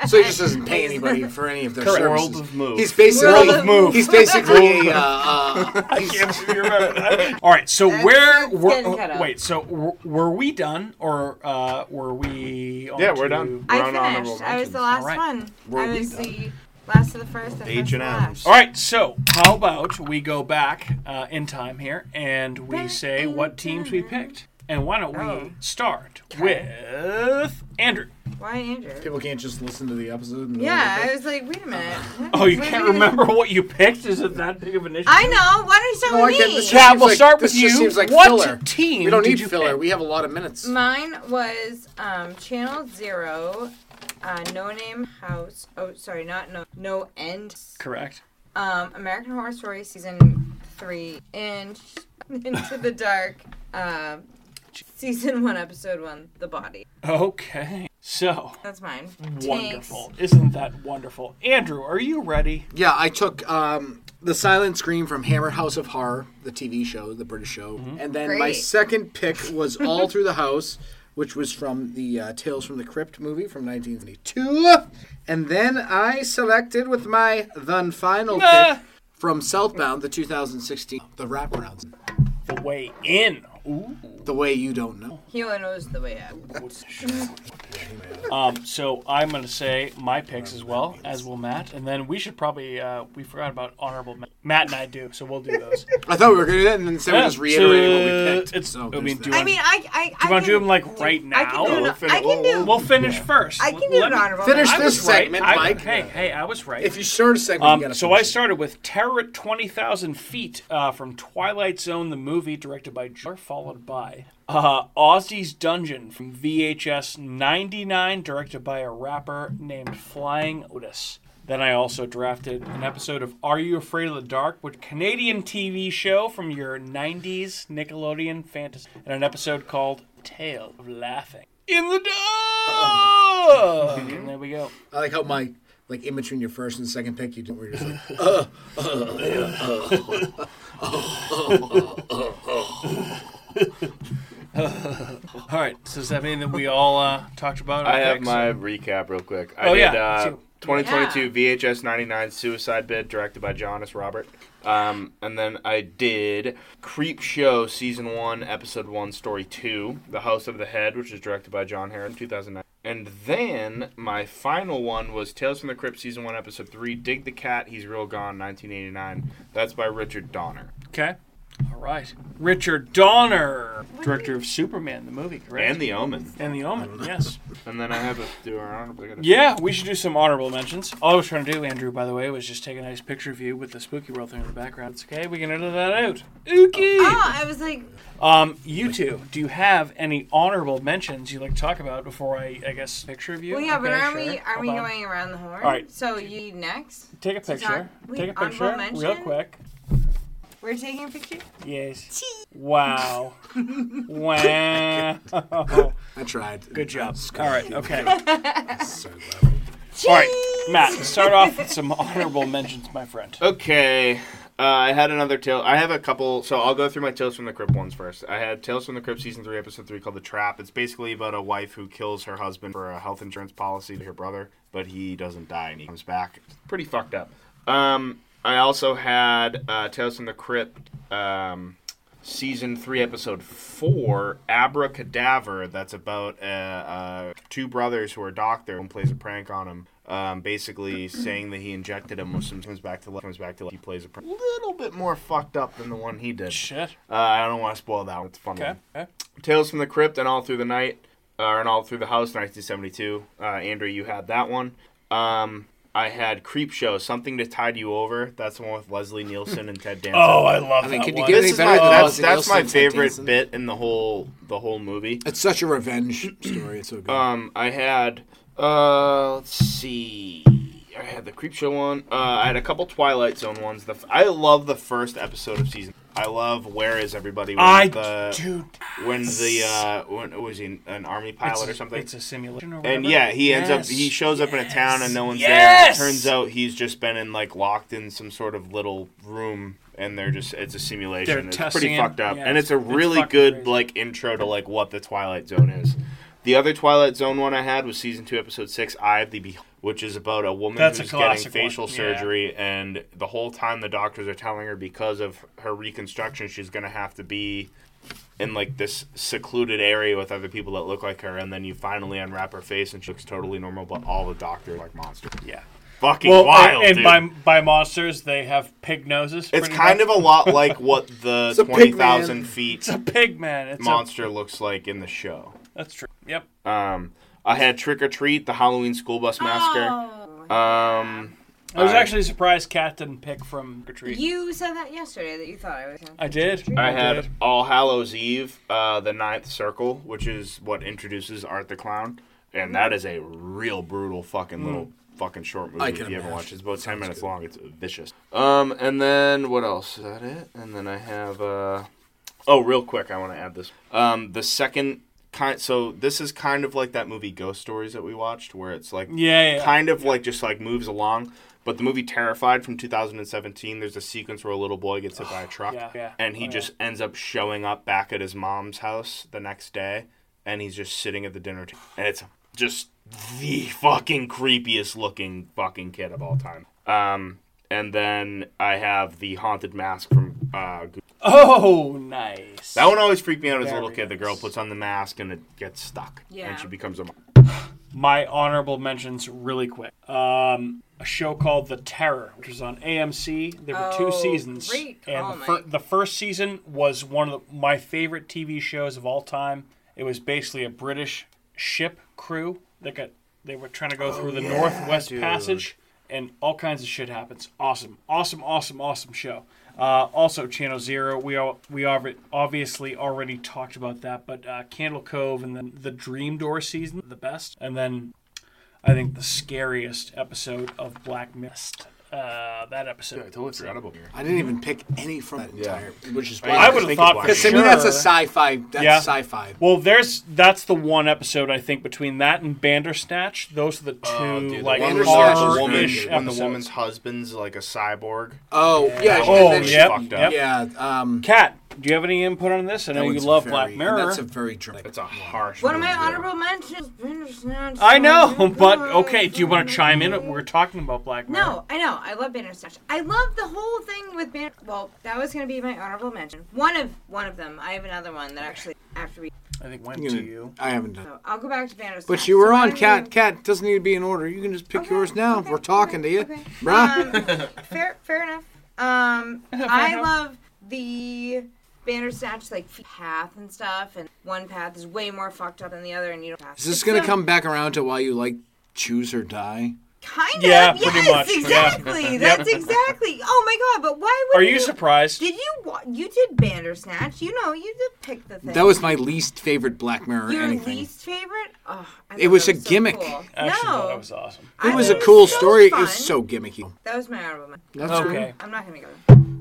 S3: So he just doesn't pay anybody for any of their
S1: Correct.
S3: services.
S2: World of Move.
S3: He's basically
S4: World of
S1: Move.
S3: he's basically a, uh, uh, he's-
S1: All right, so where
S4: that's
S1: were oh,
S4: getting cut out.
S1: wait? So were, were we done, or uh, were we? on
S2: Yeah, we're
S1: to-
S2: done. We're
S4: I
S2: on honorable
S4: finished. I was
S2: mentions.
S4: the last
S1: right.
S4: one.
S3: Were
S4: I
S3: we
S4: was
S3: done?
S4: the last of the first. and
S2: H
S4: first
S2: and M's.
S4: last.
S1: All right, so how about we go back uh, in time here and we say what teams we picked, and why don't we
S4: Oh.
S1: start with Andrew?
S4: Why Andrew?
S3: people can't just listen to the episode. And
S4: Yeah, I was like, wait a minute. what-
S1: Oh, you
S4: what
S1: can't
S4: are we-
S1: remember what you picked? Is it that big of an issue?
S4: I know. Why don't you start
S3: No, I
S4: with
S3: get
S4: me?
S3: this
S1: yeah,
S3: Seems
S1: we'll
S3: like-
S1: start with
S3: this just
S1: you.
S3: seems like
S1: what
S3: filler.
S1: team?
S3: we don't
S1: did
S3: need
S1: you
S3: filler.
S1: pick?
S3: We have a lot of minutes.
S4: Mine was um, Channel Zero, uh, No Name House. Oh, sorry, not No No End.
S1: Correct.
S4: Um, American Horror Story season three and [LAUGHS] Into the Dark, uh, season one, episode one, The Body.
S1: Okay, so
S4: That's mine.
S1: wonderful, isn't that wonderful? Andrew, are you ready?
S3: Yeah, I took um, the Silent Scream from Hammer House of Horror, the TV show, the British show, and then my
S4: Great.
S3: second pick
S1: [LAUGHS]
S3: was All Through the House, which was from the uh, Tales from the Crypt movie from 1972, and then I selected with my then final
S1: Ah.
S3: pick from Southbound, the 2016, the wraparounds,
S1: The way in. Ooh.
S3: the way you don't know.
S4: Takes. Hilo knows the way out.
S1: Um, so I'm going to say my picks as well, as will Matt, and then we should probably uh, we forgot about honorable Matt. Matt and I do, so we'll do
S4: [LAUGHS]
S1: those.
S3: I thought we were going to do that, and then Sam
S1: Yeah,
S3: just reiterated what
S1: so
S3: we picked.
S1: it's-
S3: so
S1: I mean,
S3: there's
S1: do
S3: that.
S1: you
S4: I mean, I, I,
S1: Do
S4: I
S1: you want to do
S4: can-
S1: them like right now?
S4: I can do. an- I can do. [LAUGHS]
S1: We'll finish first.
S4: I can do
S1: Let
S4: an
S1: me-
S4: honorable.
S3: Finish
S4: mention.
S1: I was
S3: this
S1: right.
S3: segment,
S1: I-
S3: Mike.
S1: Hey, hey, I was right.
S3: if you start a segment, you
S1: Um,
S3: gotta
S1: so I
S3: finish it.
S1: started with Terror at 20,000 Feet uh, from Twilight Zone, the movie directed by Jor, followed by uh, Aussie's Dungeon from VHS 99, directed by a rapper named Flying Otis. Then I also drafted an episode of Are You Afraid of the Dark, which Canadian TV show from your 90s Nickelodeon fantasy, and an episode called Tale of Laughing. In the dark! and there we go.
S3: I like how my like in between your first and second pick, you don't. We're just like,
S1: All right. So does that mean that we all uh, talked about? our
S2: I have
S1: picks?
S2: my recap real quick. I
S1: Oh,
S2: did
S1: yeah.
S2: uh,
S1: So-
S2: 2022 VHS 99 Suicide Bid directed by John S. Robert. Um, and then I did Creep Show Season 1, Episode 1, Story 2, The House of the Head, which is directed by John Heron, 2009. And then my final one was Tales from the Crypt Season 1, Episode 3, Dig the Cat, He's Real Gone, 1989. That's by Richard Donner.
S1: Okay. All right. Richard Donner, director of Superman, the movie, correct?
S2: And The Omen.
S1: and the Omen. Yes.
S2: And then I have a do our honorable. I gotta-
S1: Yeah, we should do some honorable mentions. All I was trying to do, Andrew, by the way, was just take a nice picture of you with the spooky world thing in the background. It's okay. We can edit that out. Okay.
S4: Oh, I was like,
S1: Um, you two, do you have any honorable mentions you'd like to talk about before I, I guess, picture of you?
S4: well, yeah, but
S1: Okay,
S4: are
S1: sure.
S4: we are we
S1: Hold on.
S4: going around the horn?
S1: All right.
S4: So you next.
S1: Take a picture.
S4: Wait,
S1: Take a
S4: honorable
S1: picture real
S4: mention?
S1: quick.
S4: We're taking a picture.
S1: Yes.
S2: [LAUGHS]
S1: Wow. wow.
S3: I tried.
S1: Good job.
S3: It's
S1: All right.
S3: good.
S1: Okay.
S3: So loud.
S1: All right, Matt. Start off with
S2: [LAUGHS]
S1: some honorable mentions, my friend.
S2: Okay. Uh, I had another tale. I have a couple, so I'll go through my Tales from the Crypt ones first. I had Tales from the Crypt season three, episode three, called "The Trap." It's basically about a wife who kills her husband for a health insurance policy to her brother, but he doesn't die and he comes back. It's pretty fucked up. Um, I also had uh, Tales from the Crypt um, season three, episode four, Abracadaver. That's about uh, uh, two brothers who are doctor and plays a prank on him. Um, basically saying that he injected him with some comes back to life. Comes back to life. He plays a prank. little bit more fucked up than the one he did.
S1: Shit.
S2: Uh, I don't want to spoil that one. It's a fun.
S1: Okay.
S2: One.
S1: okay.
S2: Tales from the Crypt and All Through the Night, uh, and All Through the House, 1972. Uh, Andrew, you had that one. Um, I had Creep Show, Something to Tide You Over. That's the one with Leslie Nielsen and
S3: [LAUGHS]
S2: Ted Danson.
S1: Oh, I love
S3: I mean,
S1: that
S3: could you
S1: one.
S3: get
S2: this
S3: any
S2: is my,
S3: better than
S2: that's,
S3: Leslie
S2: that's
S3: Nielsen
S2: my
S3: and Ted
S2: favorite
S3: Danson?
S2: bit in the whole the whole movie.
S3: It's such a revenge story. It's so good.
S1: Uh,
S2: Um, I had uh, let's see, I had the Creep Show one. Uh, I had a couple Twilight Zone ones. The f- I love the first episode of season. I love Where Is Everybody? When
S1: I
S2: the,
S1: dude.
S2: when the uh, when was he an- an army pilot
S1: It's,
S2: or something?
S1: it's a simulation. Or whatever.
S2: and yeah, he ends
S1: Yes.
S2: up he shows up in a town and no one's
S1: Yes!
S2: there. It turns out he's just been in like locked in some sort of little room and they're just it's a simulation.
S1: They're
S2: it's
S1: testing
S2: pretty
S1: it.
S2: fucked up.
S1: Yeah,
S2: and
S1: it's-
S2: it's a
S1: it's
S2: really
S1: fucking
S2: good
S1: crazy.
S2: like intro to like what the Twilight Zone is. The other Twilight Zone one I had was season two, episode six, "Eye of the Beholder," which is about a woman
S1: That's a
S2: who's getting
S1: classic
S2: facial
S1: one, yeah.
S2: surgery, and the whole time the doctors are telling her because of her reconstruction, she's gonna have to be in like this secluded area with other people that look like her, and then you finally unwrap her face, and she looks totally normal, but all the doctors are like monsters.
S1: yeah.
S2: Fucking
S1: Well,
S2: wild,
S1: and
S2: dude.
S1: by by monsters, they have pig noses.
S2: it's kind of a lot like what
S1: [LAUGHS]
S2: the
S3: a
S2: twenty
S3: pig man.
S2: thousand feet
S1: a pig man. It's
S2: monster looks like in the show.
S1: A, that's true. Yep.
S2: Um, I had Trick or Treat, the Halloween School Bus Massacre.
S4: Oh.
S2: Um,
S1: I was
S2: I-
S1: actually surprised Cat didn't pick from Retreat.
S4: You said that yesterday that you thought I was. Gonna...
S1: I did.
S2: I
S1: did.
S2: had All Hallows Eve, uh, the Ninth Circle, which is what introduces Art the Clown, and that is a real brutal fucking little fucking short movie.
S3: I
S2: If
S3: can
S2: you ever
S3: imagine.
S2: watch it, it's about ten minutes long. It's vicious. Um, and then what else? Is that it? And then I have uh. Oh, real quick, I want to add this. Um, the second kind, so this is kind of like that movie Ghost Stories that we watched, where it's like
S1: Yeah, yeah, yeah.
S2: kind of like just like moves along. But the movie Terrified from 2017, there's a sequence where a little boy gets hit
S1: [SIGHS]
S2: by a truck,
S1: Yeah, yeah.
S2: and he
S1: Oh, yeah.
S2: just ends up showing up back at his mom's house the next day, and he's just sitting at the dinner table, and it's just the fucking creepiest looking fucking kid of all time. Um, and then I have the haunted mask from uh,
S1: Oh, nice.
S2: that one always freaked me out as a
S1: Very
S2: little kid. The girl
S1: nice.
S2: puts on the mask and it gets stuck.
S4: Yeah.
S2: And she becomes a. mo-
S1: my honorable mentions really quick. Um, a show called The Terror, which was on AMC. There were two
S4: Oh,
S1: seasons,
S4: great Oh
S1: and
S4: call,
S1: the, fir-
S4: Mike.
S1: the first season was one of the, my favorite TV shows of all time. It was basically a British ship crew that got they were trying to go through the
S2: Oh, yeah,
S1: Northwest
S2: dude.
S1: Passage, and all kinds of shit happens. Awesome, awesome, awesome, awesome show. Uh, also, Channel Zero. We all, we alre- obviously already talked about that, but uh, Candle Cove and then the Dream Door season, the best, and then I think the scariest episode of Black Mist. Uh, that episode.
S2: I totally forgot about here.
S3: I didn't even pick any from that entire, which is
S1: I would have thought for
S3: because
S1: sure.
S3: to me that's a sci-fi. That's
S1: Yeah.
S3: sci-fi.
S1: Well, there's that's the one episode I think between that and Bandersnatch. Those are the two like
S3: one with Oh, the Bandersnatch
S1: horror-ish
S3: woman-
S2: when the
S1: episodes.
S2: woman's husband's like a cyborg.
S3: Oh yeah. and
S1: Oh,
S3: then she-
S1: yep,
S2: fucked
S1: yep.
S2: up.
S3: Yeah. Um,
S1: Cat, do you have any input on this? I know
S3: that
S1: you
S3: one's
S1: love
S3: very-
S1: Black
S3: and
S1: Mirror.
S3: That's a very dramatic.
S2: It's a harsh.
S4: One of my
S2: movie, though.
S4: honorable mentions. Bandersnatch.
S1: I know, [LAUGHS] but okay. Do you want to chime in? We're talking about Black Mirror.
S4: No, I know. I love Bandersnatch. I love the whole thing with Banner. Well, that was gonna be my honorable mention. One of one of them. I have another one that actually after we.
S1: I think went
S3: You
S1: to
S3: know,
S1: you.
S3: I haven't done.
S4: So I'll go back to Bandersnatch.
S3: But you were
S4: So
S3: on
S4: I'm gonna-
S3: cat. Cat doesn't need to be in order. You can just pick
S4: Okay,
S3: yours now.
S4: okay,
S3: We're talking
S4: okay,
S3: to you,
S4: okay. Um,
S3: bruh. [LAUGHS]
S4: fair, fair enough. Um, I love the Bandersnatch like path and stuff, and one path is way more fucked up than the other, and you don't have.
S3: is this gonna come back around to why you like choose or die?
S4: Kind of.
S1: Yeah,
S4: yes,
S1: pretty much, [LAUGHS] yeah.
S4: Exactly. That's exactly. Oh my god! But why would?
S1: Are you surprised?
S4: Did you wa- you did Bandersnatch? You know, you did pick the thing.
S3: That was my least favorite Black Mirror
S4: your
S3: anything.
S4: least favorite. Oh, I
S3: It
S4: thought
S3: was
S4: that
S3: a
S4: so
S3: gimmick.
S4: cool.
S1: I actually
S4: no,
S1: thought that was awesome.
S4: I
S3: It was a
S4: thought
S3: cool
S4: so
S3: story. It
S4: fun.
S3: was so gimmicky.
S4: That was my honorable. mention.
S3: That's
S1: Okay.
S4: I'm not gonna go.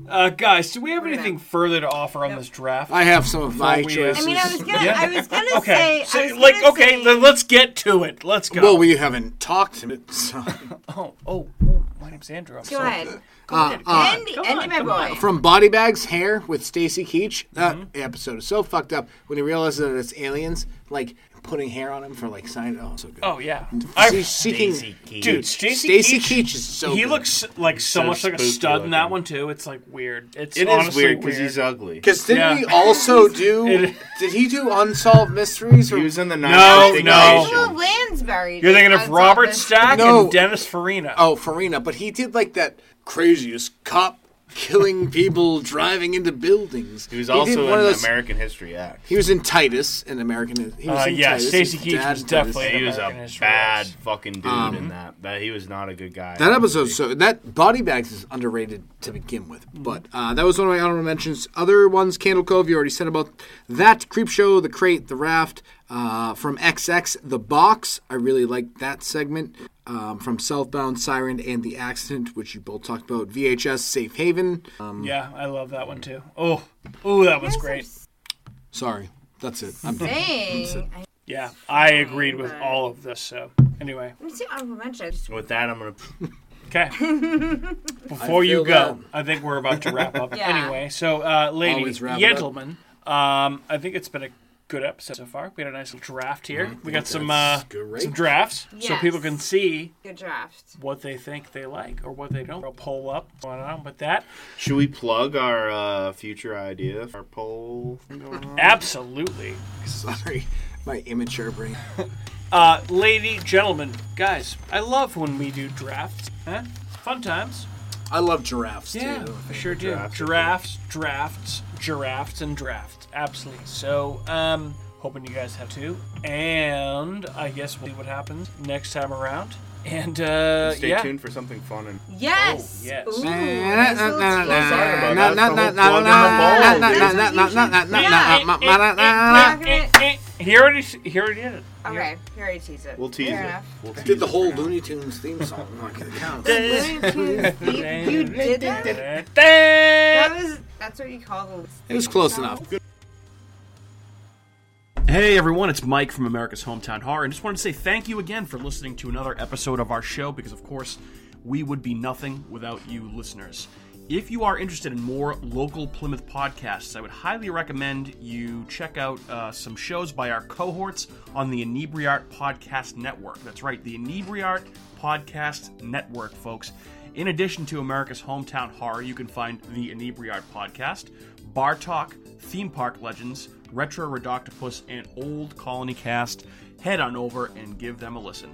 S1: Uh, guys, do we have
S4: We're
S1: anything
S4: back.
S1: further to offer on this draft?
S3: I have some of my
S1: we, uh,
S3: choices.
S4: I mean, I
S1: [LAUGHS]
S4: was gonna,
S1: Yeah.
S4: I was gonna say,
S1: okay,
S4: I
S1: so,
S4: was
S1: like
S4: gonna
S1: okay,
S4: say-
S1: then let's get to it. Let's go.
S3: well, we haven't talked to it.
S4: [LAUGHS]
S3: So.
S1: oh, oh, oh, my name's Andrew. I'm
S4: go
S1: sorry.
S4: ahead. end,
S1: Come
S4: end
S1: on,
S4: it, my
S1: come
S4: boy.
S3: From Body Bags Hair with Stacy Keach. That
S1: Mm-hmm.
S3: episode is so fucked up when he realizes that it's aliens, like putting hair on him for like sign. Oh, so good.
S1: Oh yeah,
S3: Se-
S1: I,
S3: seeking
S1: dude, Stacy
S3: Stacy
S1: Keach.
S3: Keach is so.
S1: he
S3: good.
S1: looks like so,
S2: so
S1: much like a
S2: spooky
S1: stud in that
S2: looking.
S1: one too. It's like weird. It's
S2: It is
S1: honestly
S2: weird because he's ugly.
S3: Because didn't
S1: Yeah. [LAUGHS]
S3: he also do?
S1: It-
S3: did he do unsolved mysteries? Or,
S2: He was in the
S1: No,
S2: Ninth
S1: no.
S2: Invasion.
S4: Angela Lansbury.
S1: You're thinking of
S4: That's all
S1: Robert
S4: this-
S1: Stack
S3: No.
S1: and Dennis Farina.
S3: oh, Farina, but he did like that craziest cop killing people driving into buildings.
S2: He was
S3: did
S2: also
S3: one
S2: in
S3: of those-
S2: American History X.
S3: He was in Titus, an American. He was
S1: Uh,
S3: in
S1: yeah,
S3: Titus.
S1: Stacy
S3: his
S1: Keach
S3: dad
S1: was
S3: in Titus.
S1: definitely-
S2: He was
S1: American
S2: a
S1: History
S2: bad
S1: X.
S2: fucking dude in that. That he was not a good guy.
S3: Um, That episode, so that body bags is underrated to begin with, but uh, that was one of my honorable mentions. Other ones, Candle Cove, you already said about that. Creep Show, The Crate, The Raft, uh, from XX, The Box. I really liked that segment. Um, from Southbound, Siren, and The Accident, which you both talked about. VHS, Safe Haven. Um,
S1: Yeah, I love that one too. Oh, oh, that one's great.
S3: sorry, that's it. I'm done.
S4: Dang. I
S1: Yeah, I agreed with all of this. So anyway,
S4: didn't say honorable mention. I just-
S2: With that, I'm gonna.
S4: [LAUGHS]
S1: okay. Before you
S3: feel
S1: go, I think we're about to wrap up.
S4: [LAUGHS] Yeah.
S1: Anyway, so uh, ladies,
S3: Always wrap it up.
S1: gentlemen, um, I think it's been a good episode so far. We had a nice little draft here. we got some uh,
S3: that's Mm-hmm. great.
S1: some drafts so
S4: Yes.
S1: people can see
S4: Good draft.
S1: what they think they like or what they don't. We'll pull up what's going on with that.
S2: Should we plug our uh, future idea,
S1: [LAUGHS]
S2: our poll? going on?
S1: Absolutely.
S3: Sorry, my immature brain.
S1: Uh, lady, gentlemen, guys, I love when we do drafts. Huh? Fun times.
S3: I love giraffes,
S1: Yeah,
S3: too.
S1: I sure do. Giraffes, drafts, giraffes, and drafts. Absolutely. So, um, hoping you guys have too. And I guess we'll see what happens next time around. And uh,
S2: Stay
S1: yeah.
S2: tuned for something fun and.
S4: Yes.
S1: Oh, yes.
S4: Ooh, nice little teaser.
S3: I
S1: Eh, eh, He already, s- he already did it.
S4: Okay, here I tease it.
S2: We'll tease
S4: Fair
S2: it.
S4: enough.
S2: We'll tease
S3: did the
S2: it.
S3: whole Looney Tunes theme song. I'm not gonna
S1: [LAUGHS]
S3: count.
S4: You you did that. That was. That's what you call the.
S3: It was close enough.
S1: Hey everyone, it's Mike from America's Hometown Horror, and just wanted to say thank you again for listening to another episode of our show because, of course, we would be nothing without you listeners. If you are interested in more local Plymouth podcasts, I would highly recommend you check out uh, some shows by our cohorts on the Inebriart Podcast Network. That's right, the Inebriart Podcast Network, folks. In addition to America's Hometown Horror, you can find the Inebriart Podcast, Bar Talk, Theme Park Legends, Retro Redoctopus, and Old Colony Cast. head on over and give them a listen.